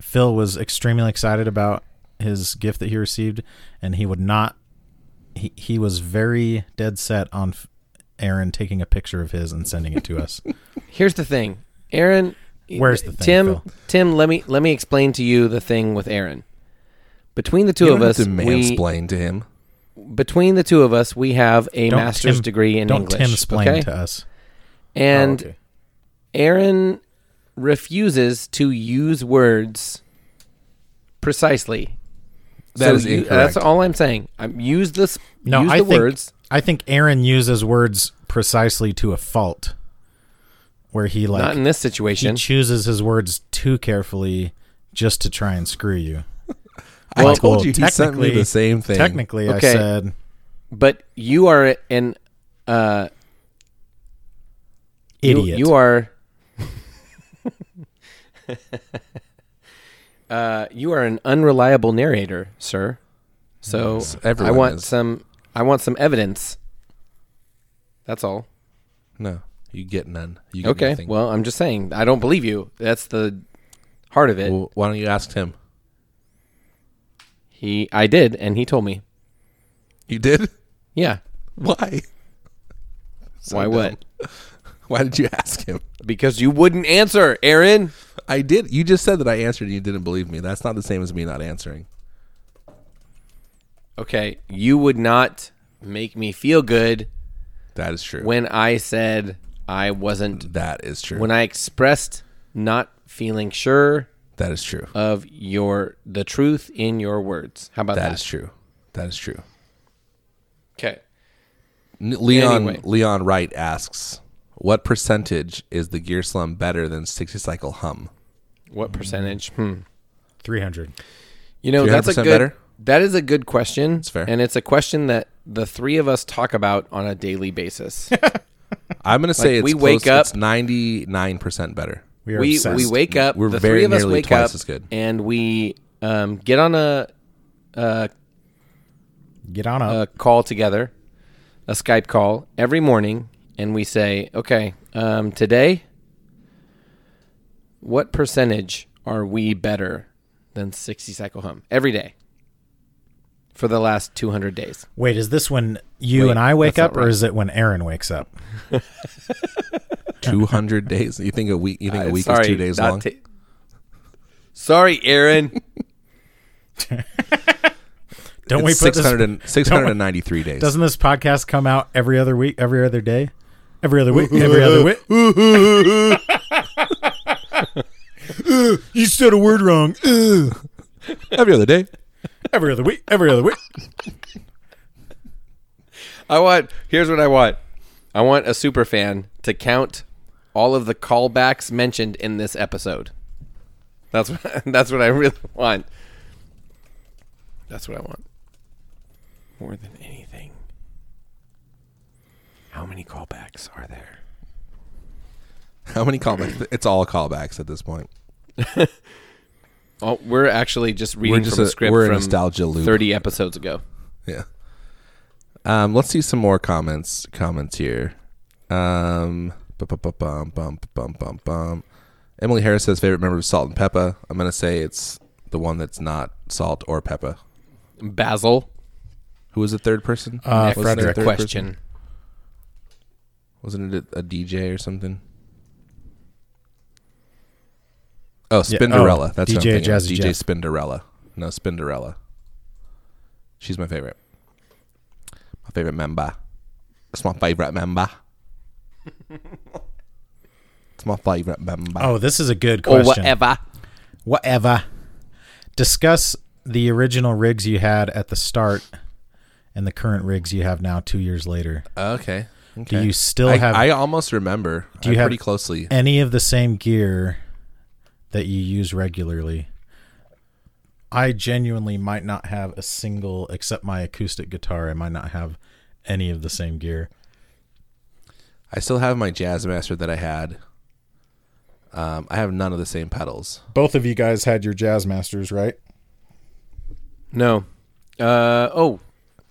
Phil was extremely excited about his gift that he received, and he would not he, he was very dead set on f- Aaron taking a picture of his and sending it to us. Here's the thing, Aaron. Where's the thing, Tim? Phil? Tim, let me let me explain to you the thing with Aaron. Between the two you of don't us, have to we mansplain to him. between the two of us, we have a Don't master's Tim- degree in don't English. Tim explain okay? to us. and Oh, okay. Aaron refuses to use words precisely. That is you- incorrect. That's all I'm saying. I'm use this. No, use I the think words. I think Aaron uses words precisely to a fault, where he like not in this he situation. chooses his words too carefully just to try and screw you. I Well, told you oh, he sent me technically- the same thing. Technically, I Okay. said but you are an uh, you- idiot. You, are. uh, you are an unreliable narrator, sir. So I everyone want is. some. I want some evidence. That's all. No, you get none. You get Okay. nothing. Well, I'm just saying I don't believe you. That's the heart of it. Well, why don't you ask him? he, I did, and he told me. You did? Yeah. Why? So Why? dumb. What? Why did you ask him? Because you wouldn't answer, Aaron. I did. You just said that I answered and you didn't believe me. That's not the same as me not answering. Okay, you would not make me feel good That is true. when I said I wasn't that is true. when I expressed not feeling sure that is true. of your the truth in your words. How about that? that is true. That is true. Okay. N- Leon Anyway. Leon Wright asks, "What percentage is the gear slum better than 60 cycle hum?" What percentage? Hmm. three hundred. You know, that's a 300% good better? that is a good question. It's fair. And it's a question that the three of us talk about on a daily basis. I'm going to say it's we close- wake up- it's 99% better. We are we obsessed. we wake up. We're the very three of us nearly wake twice up as good. and we um, get on a, a Get on up. a call together, a Skype call every morning, and we say, okay, um, today, what percentage are we better than 60 cycle hum every day for the last 200 days? Wait, is this when you Wait, and I wake that's not up, or right. is it when Aaron wakes up? 200 days. You think a week you think a Uh, week is 2 days not long? ta- sorry, Aaron. Don't we it's put this? 600 and, 693 days. Doesn't this podcast come out every other week, every other day, every other week, every other week? you said a word wrong. every other day. Every other week, every other week. I want. Here's what I want. I want a super fan to count all of the callbacks mentioned in this episode. That's what. That's what I really want. That's what I want. More than anything. How many callbacks are there? How many callbacks? It's all callbacks at this point. Oh, we're actually just reading just from a, a- script we're a from nostalgia loop. thirty episodes ago. Yeah. Um, let's see some more comments. Comments here. Um, bum, bum, bum, bum, bum, bum, bum, bum. Emily Harris says favorite member of Salt and Peppa. I'm gonna say it's the one that's not Salt or Peppa. Basil, Who was the third person? Uh, Wasn't there a Frederick. third question. person? Wasn't it a, a DJ or something? Oh, Spinderella. oh, that's what I'm DJ thinking of. DJ Jazzy Jeff. Spinderella. No, Spinderella. She's my favorite. My favorite member. It's my favorite member. it's my favorite member. Oh, this is a good or question. whatever. Whatever. Discuss the original rigs you had at the start and the current rigs you have now two years later. okay. Do you still I, have I almost remember. Do you have- pretty closely? any of the same gear that you use regularly? I genuinely might not have a single, except my acoustic guitar, I might not have any of the same gear. I still have my Jazzmaster that I had. Um, I have none of the same pedals. Both of you guys had your Jazz Masters, right? No. Uh oh.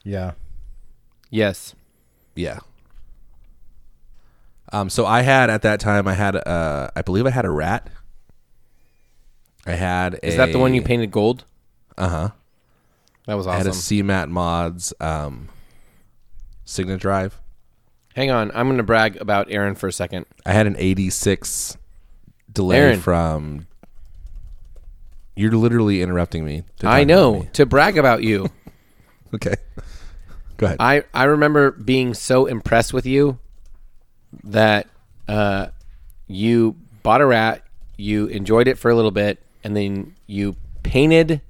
Yeah. Yes. Yeah. Um, so I had at that time I had uh I believe I had a rat. I had a Uh-huh. Is that the one you painted gold? Uh huh. That was I had awesome. a CMAT mods um Signa Drive. Hang on, I'm going to brag about Aaron for a second. I had an 86 delay Aaron. from. You're literally interrupting me. to talk I about know me. to brag about you. Okay. Go ahead. I I remember being so impressed with you that uh, you bought a rat, you enjoyed it for a little bit, and then you painted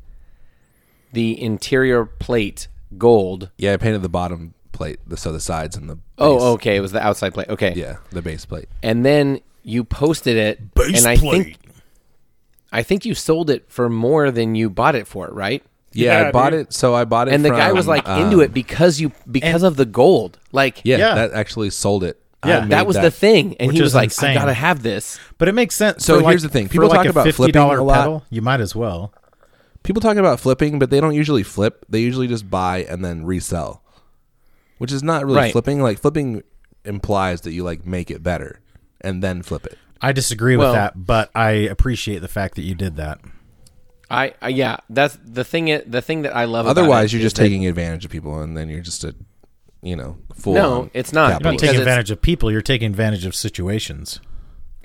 the interior plate gold. yeah, I painted the bottom plate, the, so the sides and the. Base. Oh, okay, it was the outside plate. Okay, Yeah, the base plate. and then you posted it, and I think I think you sold it for more than you bought it for, right? Yeah, I Yeah, bought dude. it. So I bought it. And the guy from, was like um, into it because you because of the gold, like Yeah, Yeah. that actually sold it. I Yeah. made that was the thing, and Which he was is like, "I insane. gotta have this." But it makes sense. So for, like- here's the thing. for People like talk a about $50 flipping a lot. pedal. You might as well. People talk about flipping, but they don't usually flip. They usually just buy and then resell, which is not really Right. flipping. Like flipping implies that you like make it better and then flip it. I disagree Well- with that, but I appreciate the fact that you did that. I, I yeah, that's the thing. i- The thing that I love. about Otherwise, it you're is just that- taking advantage of people, and then you're just a, you know, full. No, it's not. You're not Because taking it's- advantage of people. You're taking advantage of situations.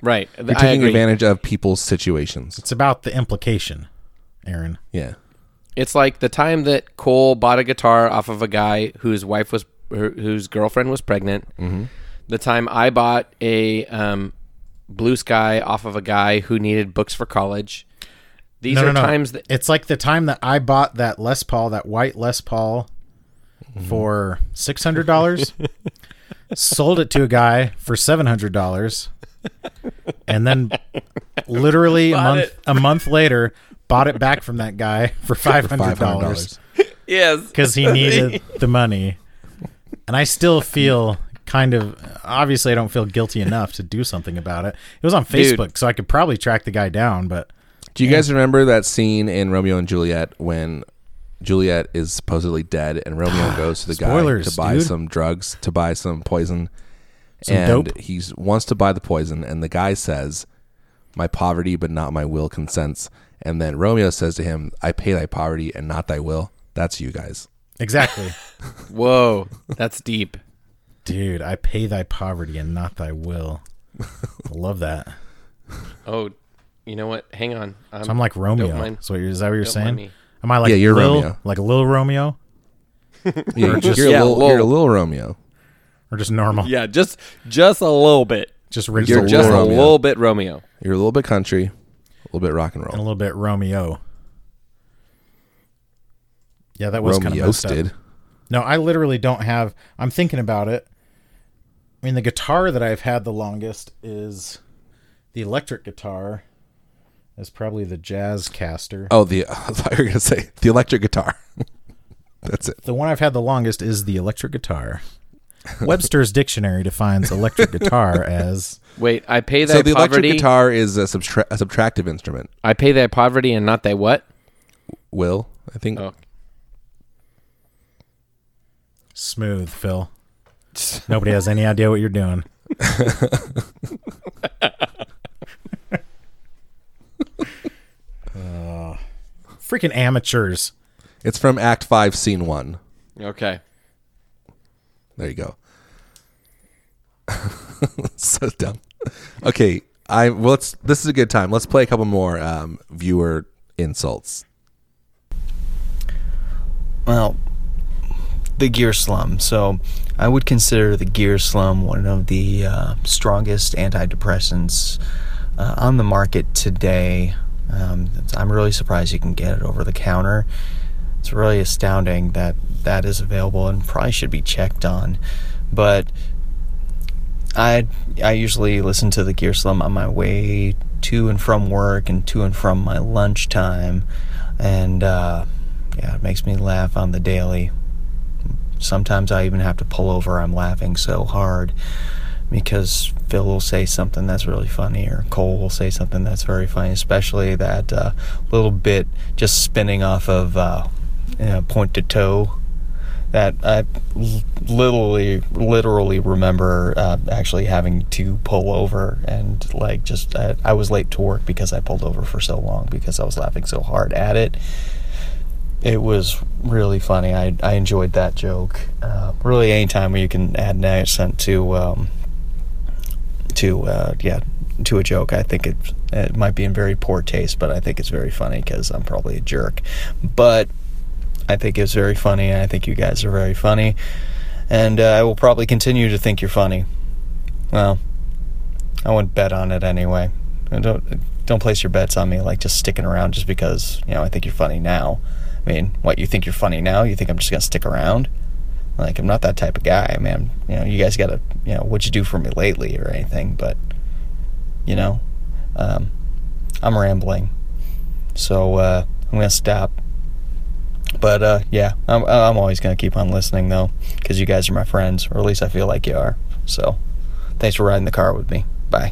right. You're I taking agree. advantage of people's situations. It's about the implication, Aaron. Yeah. It's like the time that Cole bought a guitar off of a guy whose wife was her, whose girlfriend was pregnant. Mm-hmm. The time I bought a um, blue sky off of a guy who needed books for college. These no, are no, no. times that it's like the time that I bought that Les Paul, that white Les Paul, Mm-hmm. for six hundred dollars, sold it to a guy for seven hundred dollars, and then literally a month a month later bought it back from that guy for five hundred dollars $500. yes, because he needed the money, and I still feel. Kind of obviously, I don't feel guilty enough to do something about it. It was on Dude. Facebook, so I could probably track the guy down. But Do you guys remember that scene in Romeo and Juliet when Juliet is supposedly dead and Romeo goes to the guy Ah, Spoilers, to buy dude. some drugs, to buy some poison, Some and dope. he wants to buy the poison, and the guy says, "My poverty, but not my will, consents." And then Romeo says to him, "I pay thy poverty and not thy will." That's you guys. exactly, whoa, that's deep. Dude, I pay thy poverty and not thy will. I love that. Oh, you know what? Hang on. I'm, So I'm like Romeo. Um, Don't mind- so you're, is that what you're don't saying? mind me. Am I like Yeah, you're Lil, Romeo. like Lil Romeo, Yeah, you're, a Yeah, little, lol. you're a little Romeo. or just normal? yeah, just just a little bit. just Rick You're Roll Just Little a Romeo. little bit Romeo. You're a little bit country, a little bit rock and and a roll. little bit Romeo. Yeah, that was kind of Romeo messed up. did. No, I literally don't have. I'm thinking about it. I mean, the guitar that I've had the longest is the electric guitar. Is probably the jazz caster. Oh, the I thought you were gonna say the electric guitar. That's it. The one I've had the longest is the electric guitar. Webster's dictionary defines electric guitar as Wait, I pay thy so the poverty. electric guitar is a, subtra- a subtractive instrument. I pay thy poverty and not thy what? Will I think? Oh. smooth, Phil. Nobody has any idea what you're doing. Uh, freaking amateurs. It's from Act Five, Scene One. Okay. There you go. so dumb. Okay, I well, let's. This is a good time. Let's play a couple more um, viewer insults. well, the gear slum. So I would consider the gear slum one of the uh, strongest antidepressants uh, on the market today. Um, it's- I'm really surprised you can get it over the counter. It's really astounding that that is available and probably should be checked on. But I I usually listen to the Gear Slum on my way to and from work and to and from my lunchtime, and uh, yeah, it makes me laugh on the daily. Sometimes I even have to pull over. I'm laughing so hard because Phil will say something that's really funny, or Cole will say something that's very funny, especially that uh, little bit just spinning off of uh, you know, point to toe that I l- literally, literally remember uh, actually having to pull over and like just I, I was late to work because I pulled over for so long because I was laughing so hard at it. It was really funny. I, I enjoyed that joke. Uh, really, any time where you can add an accent to um, to uh, yeah to a joke, I think it it might be in very poor taste, but I think it's very funny because I'm probably a jerk. But I think it's very funny, and I think you guys are very funny, and uh, I will probably continue to think you're funny. Well, I wouldn't bet on it anyway. And Don't don't place your bets on me like just sticking around just because you know I think you're funny now. I mean, what you think you're funny now? You think I'm just gonna stick around? Like I'm not that type of guy, man. You know, you guys gotta you know what you do for me lately or anything, but you know, um, I'm rambling, so uh, I'm gonna stop. But uh, yeah, I'm I'm always gonna keep on listening though, because you guys are my friends, or at least I feel like you are. So, thanks for riding the car with me. Bye.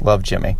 Love Jimmy.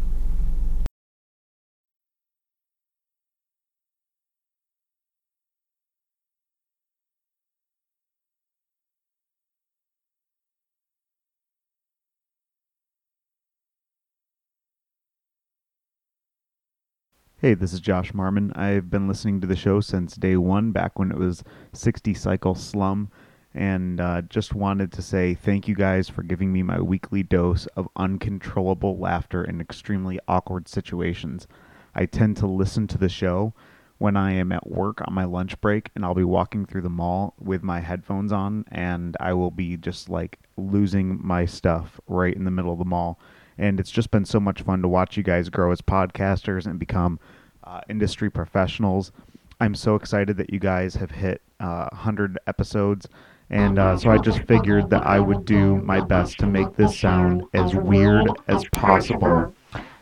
Hey, this is Josh Marmon. I've been listening to the show since day one, back when it was 60 Cycle Slum, and uh, just wanted to say thank you guys for giving me my weekly dose of uncontrollable laughter in extremely awkward situations. I tend to listen to the show when I am at work on my lunch break, and I'll be walking through the mall with my headphones on, and I will be just like losing my stuff right in the middle of the mall. And it's just been so much fun to watch you guys grow as podcasters and become uh, industry professionals. I'm so excited that you guys have hit uh, 100 episodes. And uh, so I just figured that I would do my best to make this sound as weird as possible.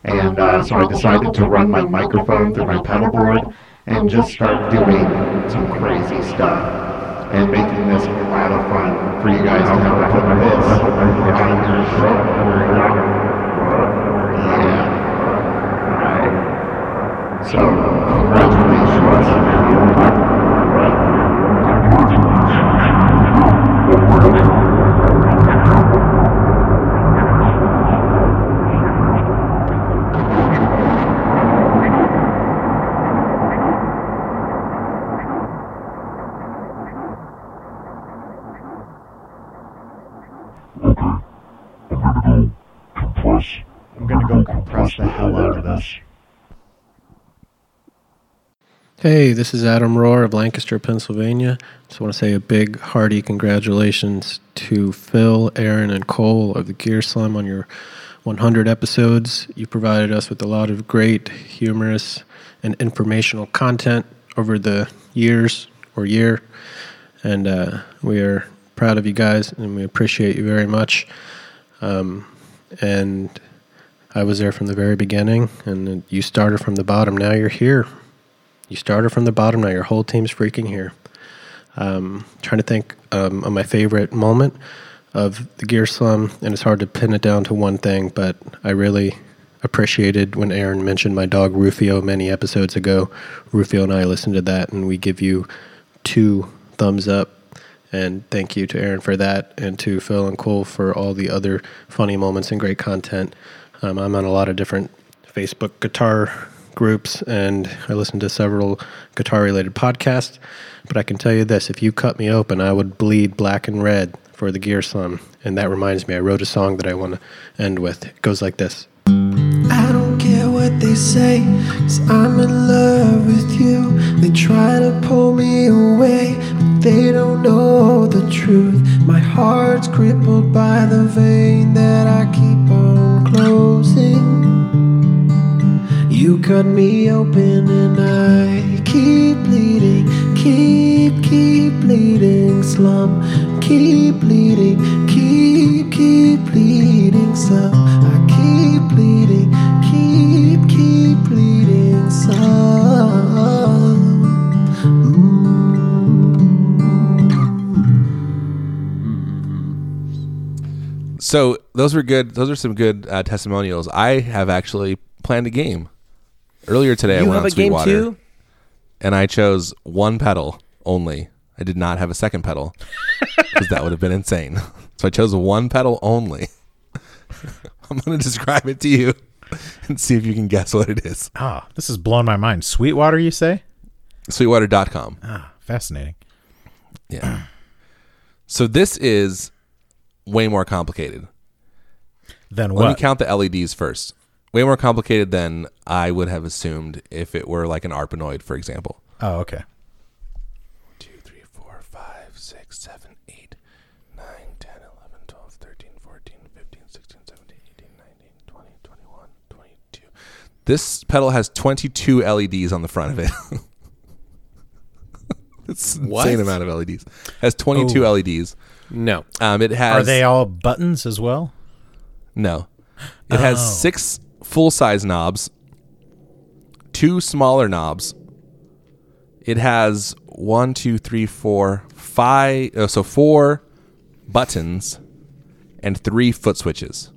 And uh, so I decided to run my microphone through my pedal board and just start doing some crazy stuff and making this a lot of fun for you guys to have fun with this on your show. Yeah. Right. So, I'm gonna go compress the hell out of this. Hey, this is Adam Rohr of Lancaster, Pennsylvania. Just want to say a big, hearty congratulations to Phil, Aaron, and Cole of the Gear Slum on your 100 episodes. You provided us with a lot of great, humorous, and informational content over the years or year. And uh, we are proud of you guys and we appreciate you very much. Um, and I was there from the very beginning, and you started from the bottom. Now you're here. You started from the bottom. Now your whole team's freaking here. Um, trying to think um, of my favorite moment of the Gear Slum, and it's hard to pin it down to one thing, but I really appreciated when Aaron mentioned my dog Rufio many episodes ago. Rufio and I listened to that, and we give you two thumbs up. And thank you to Aaron for that, and to Phil and Cole for all the other funny moments and great content. Um, I'm on a lot of different Facebook guitar groups, and I listen to several guitar-related podcasts. But I can tell you this: if you cut me open, I would bleed black and red for the Gear Slum. And that reminds me, I wrote a song that I want to end with. It goes like this. I don't care what they say, cause I'm in love with you. They try to pull me away, but they don't know the truth. My heart's crippled by the vein that I keep on closing. You cut me open and I keep bleeding, keep, keep bleeding, slum. Keep bleeding, keep, keep bleeding, slum. I keep bleeding, keep, keep bleeding, slum. So those were good. Those are some good uh, testimonials. I have actually planned a game. Earlier today, I You went have on a game Sweetwater too? and I chose one pedal only. I did not have a second pedal because that would have been insane. So I chose one pedal only. I'm going to describe it to you and see if you can guess what it is. Ah, this has blown my mind. Sweetwater, you say? Sweetwater.com. Ah, fascinating. Yeah. So this is way more complicated. Then Let me what? count the LEDs first. Way more complicated than I would have assumed if it were like an arpanoid, for example. oh, okay. Two, three, four, five, six, seven, eight, nine, ten, eleven, twelve, thirteen, fourteen, fifteen, sixteen, seventeen, eighteen, nineteen, twenty, twenty-one, twenty-two. This pedal has 22 LEDs on the front of it. it's an What? insane amount of LEDs. Has 22 LEDs. No. Um, it has. Oh. Are they all buttons as well? No. It has Oh. six full size knobs, two smaller knobs. It has one, two, three, four, five. Oh, so four buttons and three foot switches.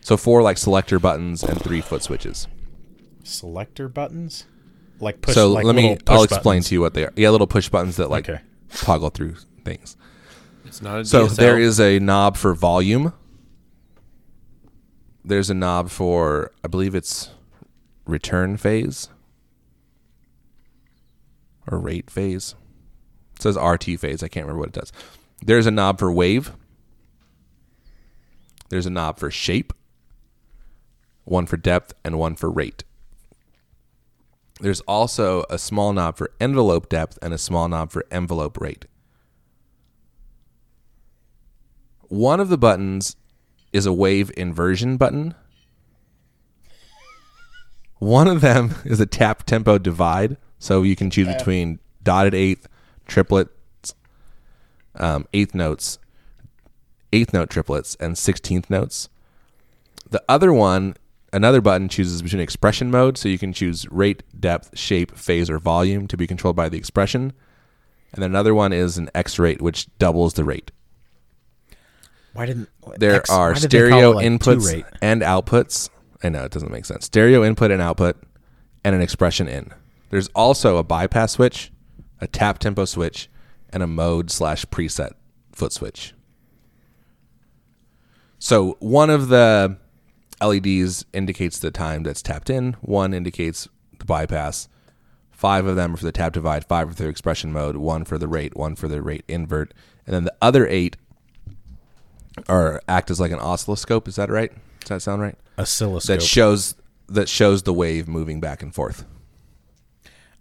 So four like selector buttons and three foot switches. Selector buttons? Like push. so like let me. little push I'll explain buttons. to you what they are. Yeah, little push buttons that like Okay. toggle through things. It's not a So DSL. there is a knob for volume. There's a knob for I believe it's return phase or rate phase. It says RT phase. I can't remember what it does. There's a knob for wave. There's a knob for shape. One for depth and one for rate. There's also a small knob for envelope depth and a small knob for envelope rate. one of the buttons is a wave inversion button. One of them is a tap tempo divide, so you can choose between dotted eighth, triplets, um, eighth notes, eighth note triplets, and sixteenth notes. The other one, another button chooses between expression mode, so you can choose rate, depth, shape, phase, or volume to be controlled by the expression. And then another one is an X rate, which doubles the rate Why didn't there X- why are did they call stereo it, like, inputs two-rate? and outputs. I know it doesn't make sense. Stereo input and output, and an expression in. There's also a bypass switch, a tap tempo switch, and a mode slash preset foot switch. So one of the LEDs indicates the time that's tapped in. One indicates the bypass. Five of them are for the tap divide. Five are for the expression mode. One for the rate. One for the rate invert. And then the other eight or act as like an oscilloscope. Is that right? Does that sound right? Oscilloscope. That shows that shows the wave moving back and forth.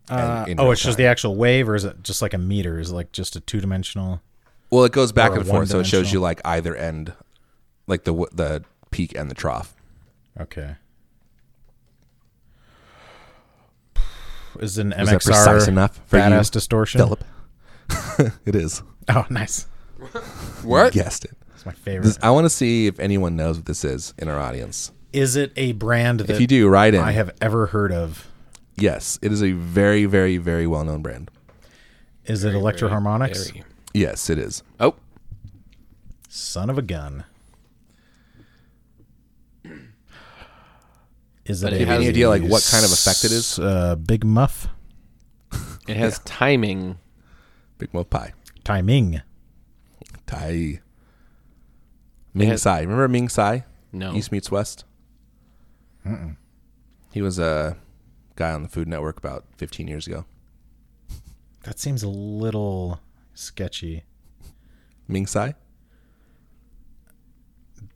Uh, in oh, real it's just time. the actual wave, or is it just like a meter? Is it like just a two dimensional? Well, it goes back Or and forth, so it shows one-dimensional. you like either end, like the w- the peak and the trough. Okay. Is it an Was MXR that precise enough for you, badass distortion? Philip. it is. Oh, nice. What? Guessed it. That's my favorite. This, I want to see if anyone knows what this is in our audience. is it a brand that If you do, write in. I have ever heard of? Yes, it is a very, very, very well known brand. Is it Electro Harmonics? Very. Yes, it is. Oh, Son of a gun. Is it But Do you it a have has- any idea like what kind of effect it s- is? Uh, Big Muff it has timing. Big Mo Pie. timing. Tai. Ming has- Tsai. Remember Ming Tsai? No. East meets West. He was a guy on the Food Network about 15 years ago. That seems a little sketchy. Ming Tsai?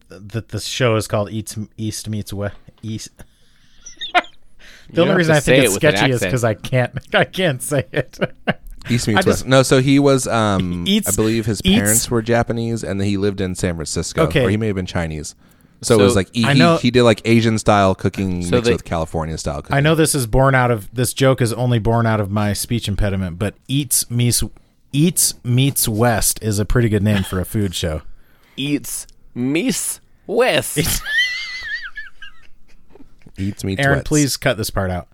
that the show is called Eats, East Meets West. East. You The only have reason to I think say it's it with an sketchy is accent. because I can't I can't say it. East meets I just- West. No, so he was, um, Eats- I believe his Eats- parents were Japanese and he lived in San Francisco. Okay. Or he may have been Chinese. So, it So- was like he, I know- he did like Asian style cooking So mixed they- with California style cooking. I know this is born out of this joke is only born out of my speech impediment, but Eats Meets Eats Meets West is a pretty good name for a food show. It's Miss West. Eats meets Aaron, West. please cut this part out.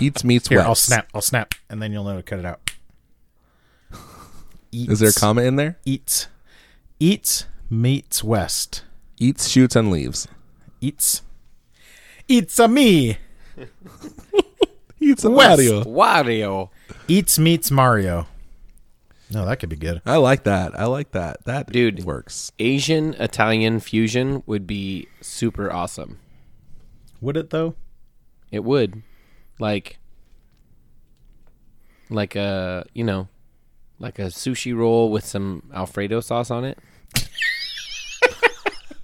Eats meets Here, West. I'll snap. I'll snap, and then you'll know to cut it out. Eats, Is there a comma in there? Eats Eats Meets West. Eats, shoots, and leaves. Eats Eats a me. Eats a Wario. Eats meets Mario. No, that could be good. I like that. I like that. That Dude. works. Asian Italian fusion would be super awesome. Would it though? It would. Like like a you know, like a sushi roll with some Alfredo sauce on it.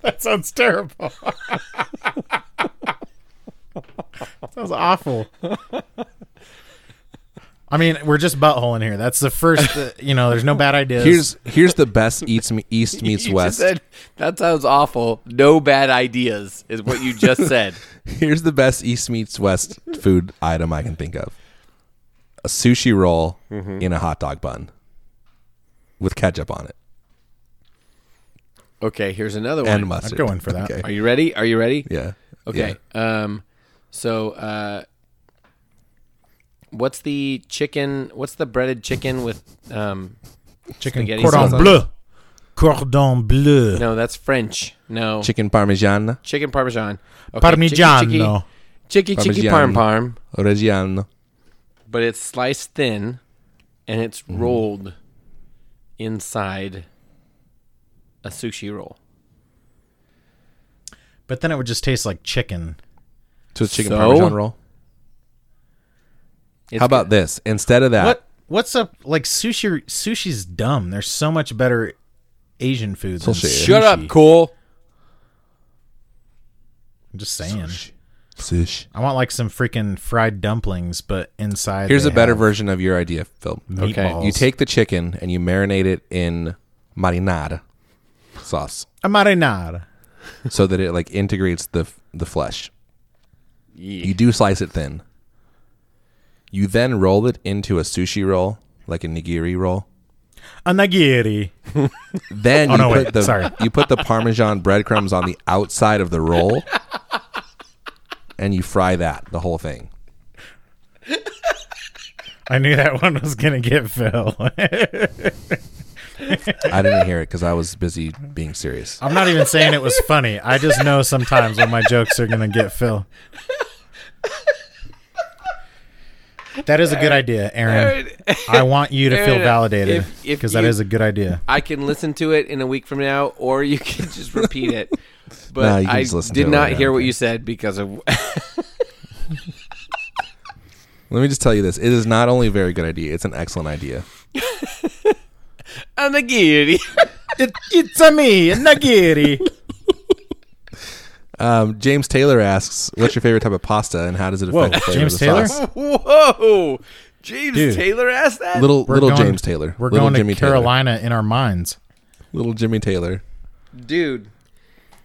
That sounds terrible. sounds awful. I mean, we're just buttholing here. That's the first, uh, you know, there's no bad ideas. Here's here's the best East me- East meets You just West. said, that sounds awful. No bad ideas is what you just said. Here's the best East meets West food item I can think of: a sushi roll in a hot dog bun with ketchup on it Okay, here's another one. and mustard. going for that. Are you ready? Are you ready? Yeah. Okay. Um so uh what's the chicken what's the breaded chicken with um Chicken spaghetti sauce cordon on bleu. Cordon bleu. No, that's French. No. Yeah. Chicken parmigiana, chicken parmesan. Okay, Parmigiano. Chicky chicky, chicky parm Parmigiano. parm, reggiano. but it's sliced thin and it's Mm. rolled inside a sushi roll. But then it would just taste like chicken. So it's chicken So? parmesan roll. It's How about this? Instead of that, What what's up like sushi sushi's dumb. There's so much better Asian food than Sushi. sushi. Shut up, cool. I'm just saying. Sush. I want like some freaking fried dumplings, but inside Here's they a better have version of your idea, Phil. meatballs. You take the chicken and you marinate it in marinara sauce a marinara. so that it like integrates the the flesh. You do slice it thin. You then roll it into a sushi roll, like a nigiri roll. A nigiri. Then Oh, you no, put wait. the Sorry. you put the parmesan breadcrumbs on the outside of the roll, and you fry that the whole thing. I knew that one was gonna get Phil. I didn't hear it because I was busy being serious. I'm not even saying it was funny. I just know sometimes when my jokes are gonna get Phil. That is a good idea, Aaron. I want you to feel Aaron, validated if- if because that you- is a good idea. I can listen to it in a week from now, or you can just repeat it. But No, you can I just listen did to it not later, hear what okay. you said because of. Let me just tell you this: it is not only a very good idea; it's an excellent idea. I'm a giddy. It, it's a me, a nigiri. Um, James Taylor asks, "What's your favorite type of pasta, and how does it Whoa, affect the flavor James of the Taylor? sauce?" Whoa! James Dude. Taylor asked that? Little We're little going- James Taylor. We're little going Jimmy to Carolina in our minds. Taylor. Little Jimmy Taylor. Dude.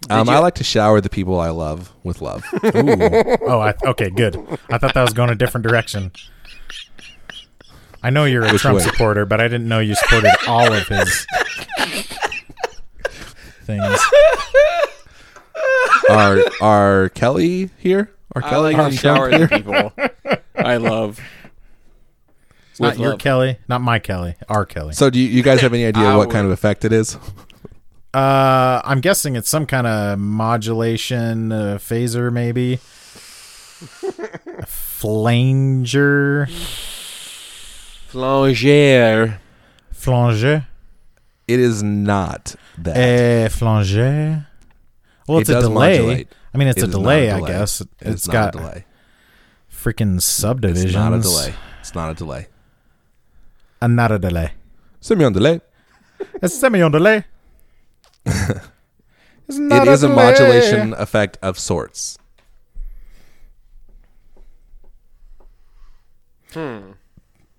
Um, you- I like to shower the people I love with love. Oh, I, okay, good. I thought that was going a different direction. I know you're a Trump way? supporter, but I didn't know you supported all of his things. are are Kelly here? Are I Kelly like to and shower Trump the here? people I love. It's not your love. Kelly, not my Kelly, our Kelly. So do you, you guys have any idea what kind of effect it is? Uh, I'm guessing it's some kind of modulation uh, phaser, maybe. Flanger, Flangere. flanger, It is not that. eh, flanger. Well, It it's a does delay. modulate. I mean, it's It a is not delay, I guess. It is it's not got a delay. freaking subdivisions. It's not a delay. It's not a delay. And not a delay. Simeon delay. It's semi on delay. it's it is a modulation effect of sorts. Hmm. Um,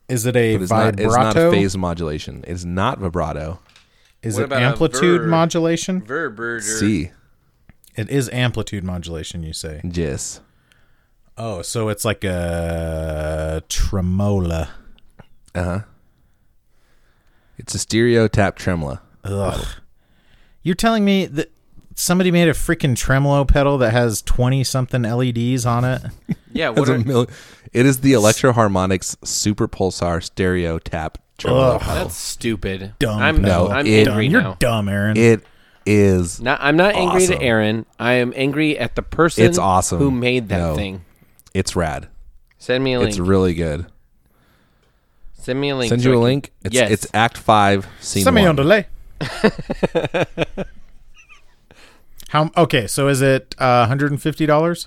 Is it a But it's not, vibrato? it's not a phase modulation. It's not vibrato. Is What it about a amplitude verb? modulation? Verberger. See, It is amplitude modulation, you say. yes. Oh, so it's like a tremola. Uh huh. It's a stereo tap tremola. Ugh. You're telling me that somebody made a freaking tremolo pedal that has 20 something LEDs on it? Yeah, It has what a are, mil- it is the Electro Harmonics Super Pulsar Stereo Tap Tremola. pedal. that's stupid. Dumb I'm, pedal. I'm No, it- Dumb. angry You're now. dumb, Aaron. It is. Not, I'm not angry Awesome. to Aaron. I am angry at the person It's awesome. who made that No. thing. It's rad. Send me a link. It's really good. Send me a link. Send so you I a can- link. It's yes. it's Act Five, Scene Semi on One. delay. How okay? So is it uh, $150?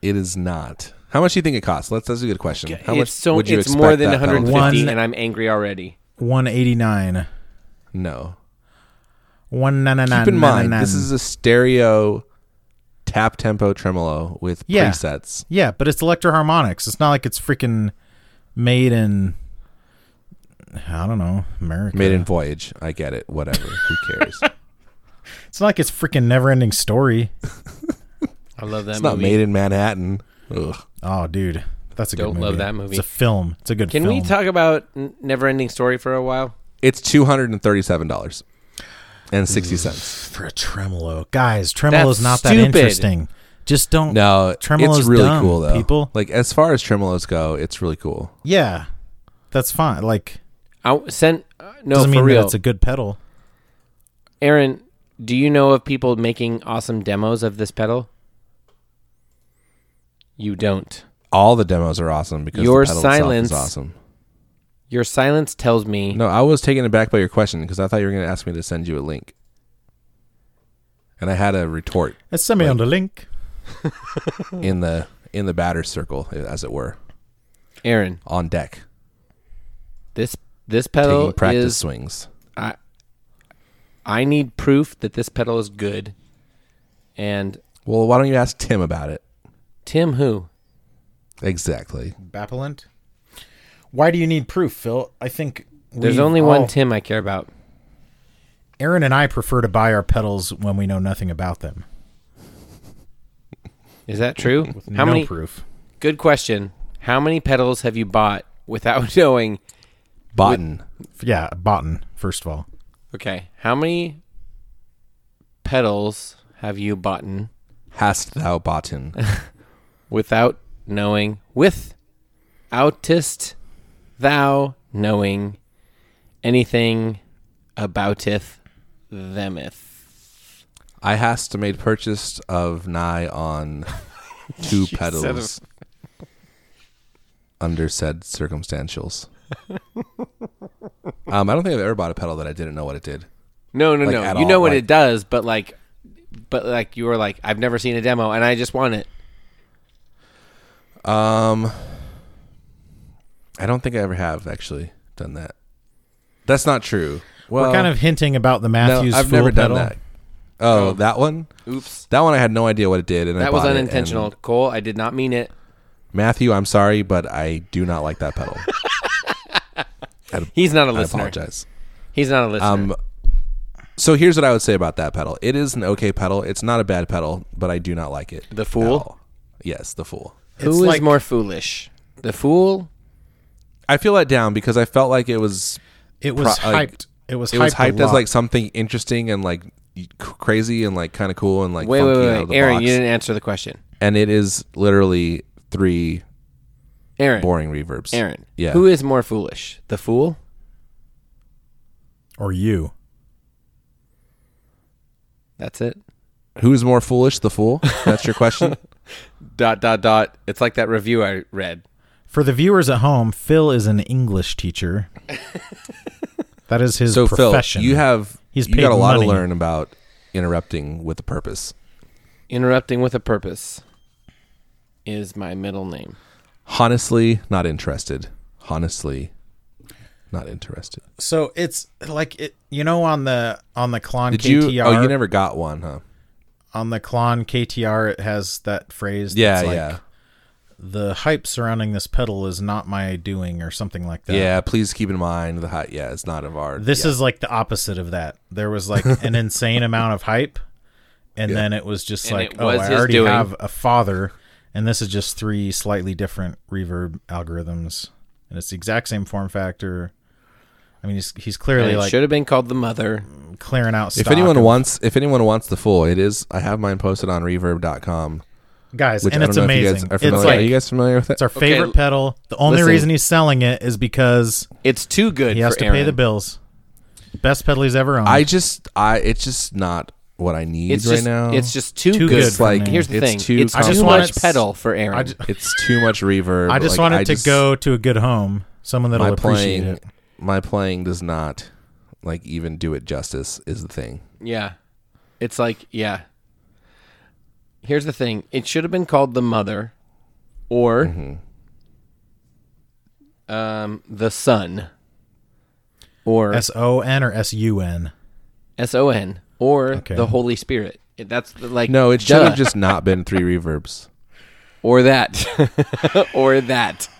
It is not. How much do you think it costs? Let's. That's a good question. How much it's so, would you it's expect more than that 150, penalty? and I'm angry already. 189. No. One nine nine nine. Keep in mind, nine, this nine. is a stereo tap tempo tremolo with Yeah. presets. Yeah, but it's electro harmonics. It's not like it's freaking made in I don't know, America. Made in Voyage. I get it. Whatever. Who cares? It's not like it's freaking never ending story. I love that it's movie. not made in Manhattan. Ugh. Oh, dude. That's a Don't good movie. love that movie. It's a film. It's a good Can film. we talk about N- Neverending Story for a while? It's two hundred and thirty-seven dollars and sixty cents. for a tremolo? Guys, tremolo's That's not stupid. that interesting. Just don't No, Tremolo's it's really dumb, cool though. people. like as far as tremolos go, it's really cool. Yeah. That's fine. Like I sent uh, no doesn't for mean real. that it's a good pedal. Aaron, do you know of people making awesome demos of this pedal? You don't. All the demos are awesome because Your the pedal itself silence- is awesome. Your silence tells me No, I was taken aback by your question because I thought you were going to ask me to send you a link, and I had a retort Let's send me on the link. in the in the batter circle, as it were, Aaron, on deck, this this taking pedal practice is swings. I I need proof that this pedal is good. And Well, why don't you ask Tim about it? Tim who? Exactly. Bappelent. Why do you need proof, Phil? I think There's we've only one all- Tim I care about. Aaron and I prefer to buy our pedals when we know nothing about them. Is that true? How no many proof? Good question. How many pedals have you bought without knowing? Botan. Yeah, Botan, first of all. Okay. How many pedals have you bought Hast thou botan? without knowing with outist thou knowing anything abouteth themith I hast made purchase of nigh on two pedals under said circumstantials. um, I don't think I've ever bought a pedal that I didn't know what it did. no no Like, no at you know all, what like- it does but like but like you were like i've never seen a demo and i just want it Um, I don't think I ever have actually done that. That's not true. Well, We're kind of hinting about the Matthews. no, I've Fool never done pedal. that. Oh, that one. oops That one I had no idea what it did, and I that was bought it, and unintentional cole i did not mean it Matthew, I'm sorry, but I do not like that pedal. he's not a I listener apologize. he's not a listener Um, so here's what I would say about that pedal. It is an okay pedal. It's not a bad pedal, but I do not like it. The at Fool? all. Yes, the fool. Who it's is like- more foolish the fool I feel let down because I felt like it was It was Pro- like, hyped. It was it hyped, was hyped a as lot. like something interesting and like c- crazy and like kind of cool and like wait wait funky wait, out of the aaron box. you didn't answer the question And it is literally three aaron boring reverbs. aaron Yeah. who is more foolish the fool or you. that's it Who's more foolish, the fool? That's your question. dot dot dot. It's like that review I read. For the viewers at home, Phil is an English teacher. that is his so profession. Phil, you have He's you paid got a lot money. to learn about interrupting with a purpose. Interrupting with a purpose is my middle name. honestly not interested honestly not interested so it's like it, you know on the on the Klon did KTR you oh you never got one huh on the Klon KTR it has that phrase. yeah that's like, yeah The hype surrounding this pedal is not my doing, or something like that. yeah please keep in mind the hot yeah it's not of our This yeah. is like the opposite of that. There was like an insane amount of hype, and then it was just And like, it oh, was I his already doing. have a father, and this is just three slightly different reverb algorithms, and it's the exact same form factor. I mean, he's he's And clearly it like should have been called the mother. clearing out. if stock anyone of- wants if anyone wants the full it is i have mine posted on reverb.com guys, which and I it's don't know if you amazing. guys are It's familiar like are you guys familiar with it it's our favorite l- pedal. The only listen. reason he's selling it is because It's too good. he has for to pay Aaron. the bills. Best pedal he's ever owned. i just i it's just not what i need It's right just now it's just too, Too good. good for Like, me. here's the it's thing. too it's I just too want much it- pedal for Aaron. I just, it's too much reverb I just Like, wanted I to just- go to a good home, someone that'll my appreciate playing it. my playing does not like even do it justice is the thing yeah. It's like yeah. Here's the thing. It should have been called the mother or Mm-hmm. um, the sun, or S O N or S U N? S O N, or Okay. the Holy Spirit. That's the, like No, it should duh. have just not been three reverbs. or that, or that.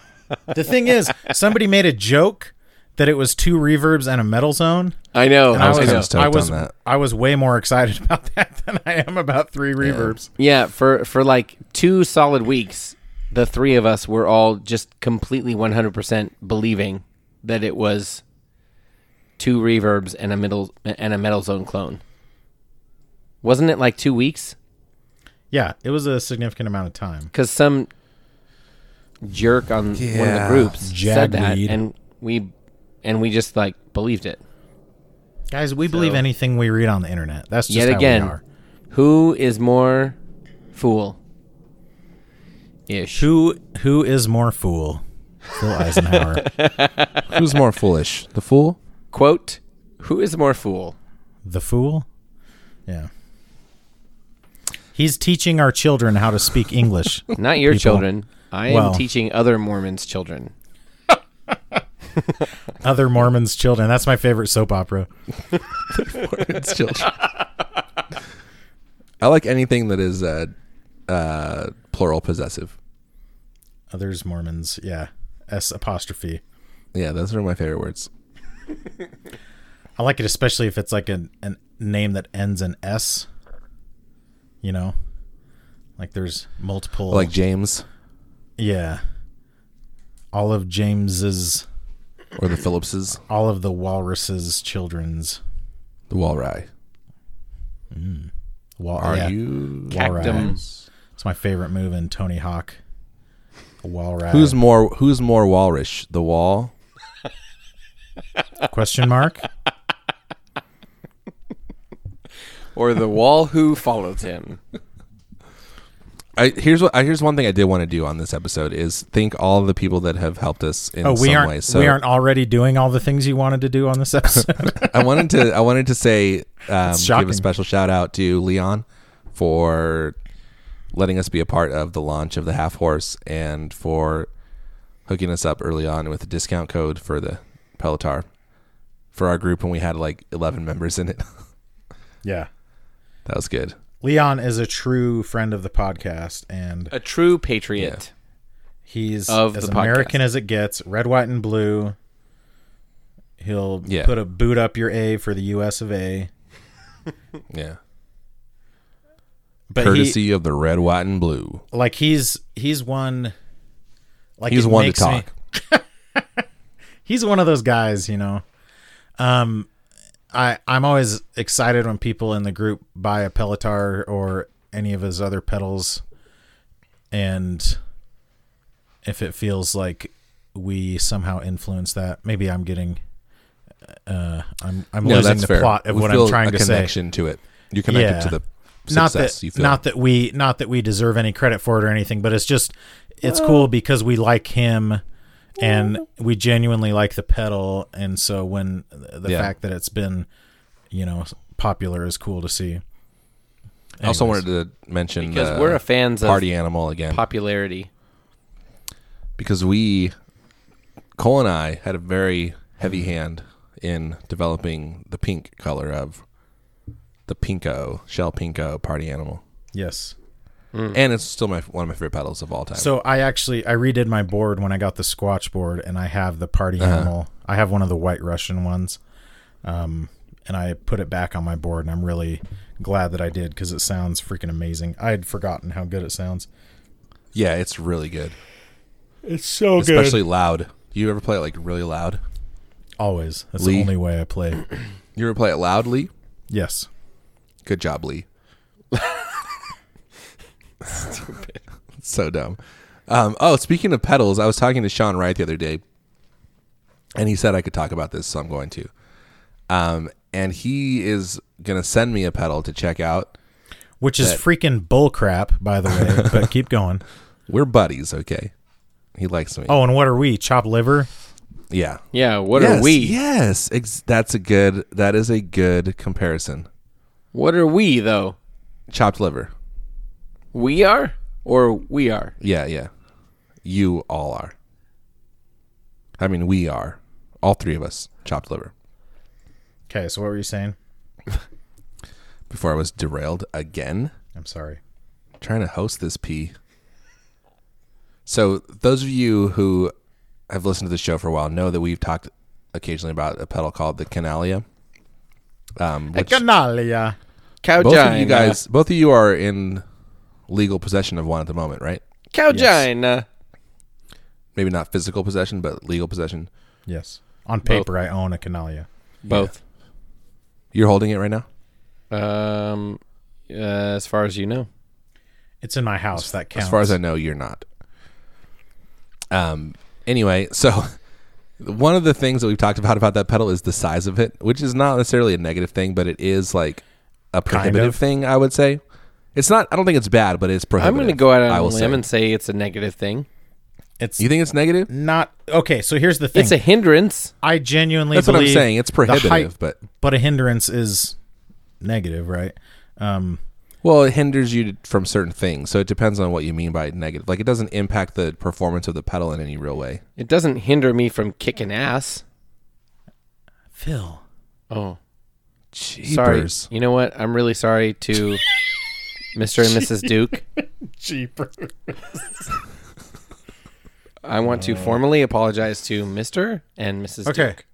The thing is, somebody made a joke that it was two reverbs and a metal zone. I know. And I was I kinda know. stoked on I was, that. I was way more excited about that than I am about three reverbs. Yeah, for for like two solid weeks, the three of us were all just completely 100% believing that it was two reverbs and a middle and a metal zone clone. Wasn't it like 2 weeks? Yeah, it was a significant amount of time. Cuz some jerk on one of the Yeah. groups said that Jagweed. and we and we just like believed it. Guys, we believe anything we read on the internet. That's just Yet how again, we are. who is more fool? Ish. Who who is more fool? Phil Eisenhower. Who's more foolish, the fool Quote, who is more fool? the fool? Yeah. He's teaching our children how to speak English. Not your people. children. I am Well- teaching other Mormons' children. Other Mormons' children. That's my favorite soap opera. or its children? I like anything that is uh, uh, plural possessive. Others Mormons. Yeah. S apostrophe. Yeah, those are my favorite words. I like it especially if it's like an, an name that ends in S. You know? Like there's multiple Like James Yeah. All of James's or the Phillipses, all of the walrus's children's Mm. the Walry. wal- Are yeah, you? walrus. Cactum. It's my favorite move in Tony Hawk. A walrus. Who's more? Who's more walrus? The wall? question mark? Or the wall who follows him. I, here's what I, here's one thing I did want to do on this episode is think all the people that have helped us in Oh, we some aren't way. So we aren't already doing all the things you wanted to do on this episode. I wanted to I wanted to say um, give shocking. a special shout out to Leon for letting us be a part of the launch of the half horse and for hooking us up early on with a discount code for the Pelotar for our group when we had like 11 members in it. yeah. that was good. Leon is a true friend of the podcast and A true patriot. he's Of as the American podcast. as it gets, red, white, and blue. He'll Yeah. put a boot up your A for the US of A. Yeah. But he, Courtesy of the red, white, and blue. like he's he's one like He's it one to makes me- talk. he's one of those guys you know um i i'm always excited when people in the group buy a pelotar or any of his other pedals and if it feels like we somehow influence that maybe i'm getting uh i'm i'm No, losing that's the fair. plot of We what feel i'm trying a to say connection to it. You're connected Yeah. to the success not that you feel. not that we not that we deserve any credit for it or anything, but it's just it's cool because we like him and we genuinely like the pedal, and so when the Yeah. fact that it's been you know popular is cool to see. I also Anyways. wanted to mention Because the we're a fans of party animal again. popularity. because we Cole and I had a very Mm. heavy hand in developing the pink color of the pinko shell pinko party animal, yes. and it's still my one of my favorite pedals of all time. So I actually I redid my board when I got the Squatch board, and I have the party Uh-huh. animal. I have one of the White Russian ones, um, and I put it back on my board, and I'm really glad that I did because it sounds freaking amazing. I had forgotten how good it sounds. yeah, it's really good, It's so especially loud. You ever play it like really loud? Always. That's the Lee. only way I play. You ever play it loudly? Yes. Good job, Lee. Stupid. so dumb. Um, oh, speaking of pedals, I was talking to Sean Wright the other day, and he said I could talk about this, so I'm going to. Um, and he is going to send me a pedal to check out. Which is freaking bull crap, by the way. but keep going. We're buddies, okay? He likes me. Oh, and what are we? Chop liver? yeah. Yeah, what yes, are we? Yes, ex- that's a good. That is a good comparison. What are we though? Chopped liver. We are or we are. Yeah, yeah. You all are. I mean, we are. All three of us, chopped liver. Okay, so what were you saying? Before I was derailed again. I'm sorry. trying to host this pee. So those of you who have listened to the show for a while know that we've talked occasionally about a pedal called the Canalia. Um, which Canalia. both of you guys, both of you are in legal possession of one at the moment, right? Cowgina. Maybe not physical possession, but legal possession. Yes. On paper, I own a Canalia. Both. You're holding it right now. Um, uh, as far as you know, It's in my house. That counts. As far as I know, you're not. Um. Anyway, so one of the things that we've talked about about that pedal is the size of it, which is not necessarily a negative thing, but it is like a prohibitive of. thing. I would say it's not. I don't think it's bad, but it's prohibitive. I'm going to go out I on a will limb say. and say it's a negative thing. it's You think it's negative? not okay. So here's the thing. It's a hindrance. I genuinely That's what I'm believe saying. It's the height- prohibitive, but but a hindrance is negative, right? Um, well, it hinders you from certain things. So it depends on what you mean by negative. Like it doesn't impact the performance of the pedal in any real way. It doesn't hinder me from kicking ass. Phil, Oh, sorry. Jeepers. You know what? I'm really sorry to Mr. and Mrs. Duke. cheaper. I want to formally apologize to Mr. and Mrs. Okay. Duke.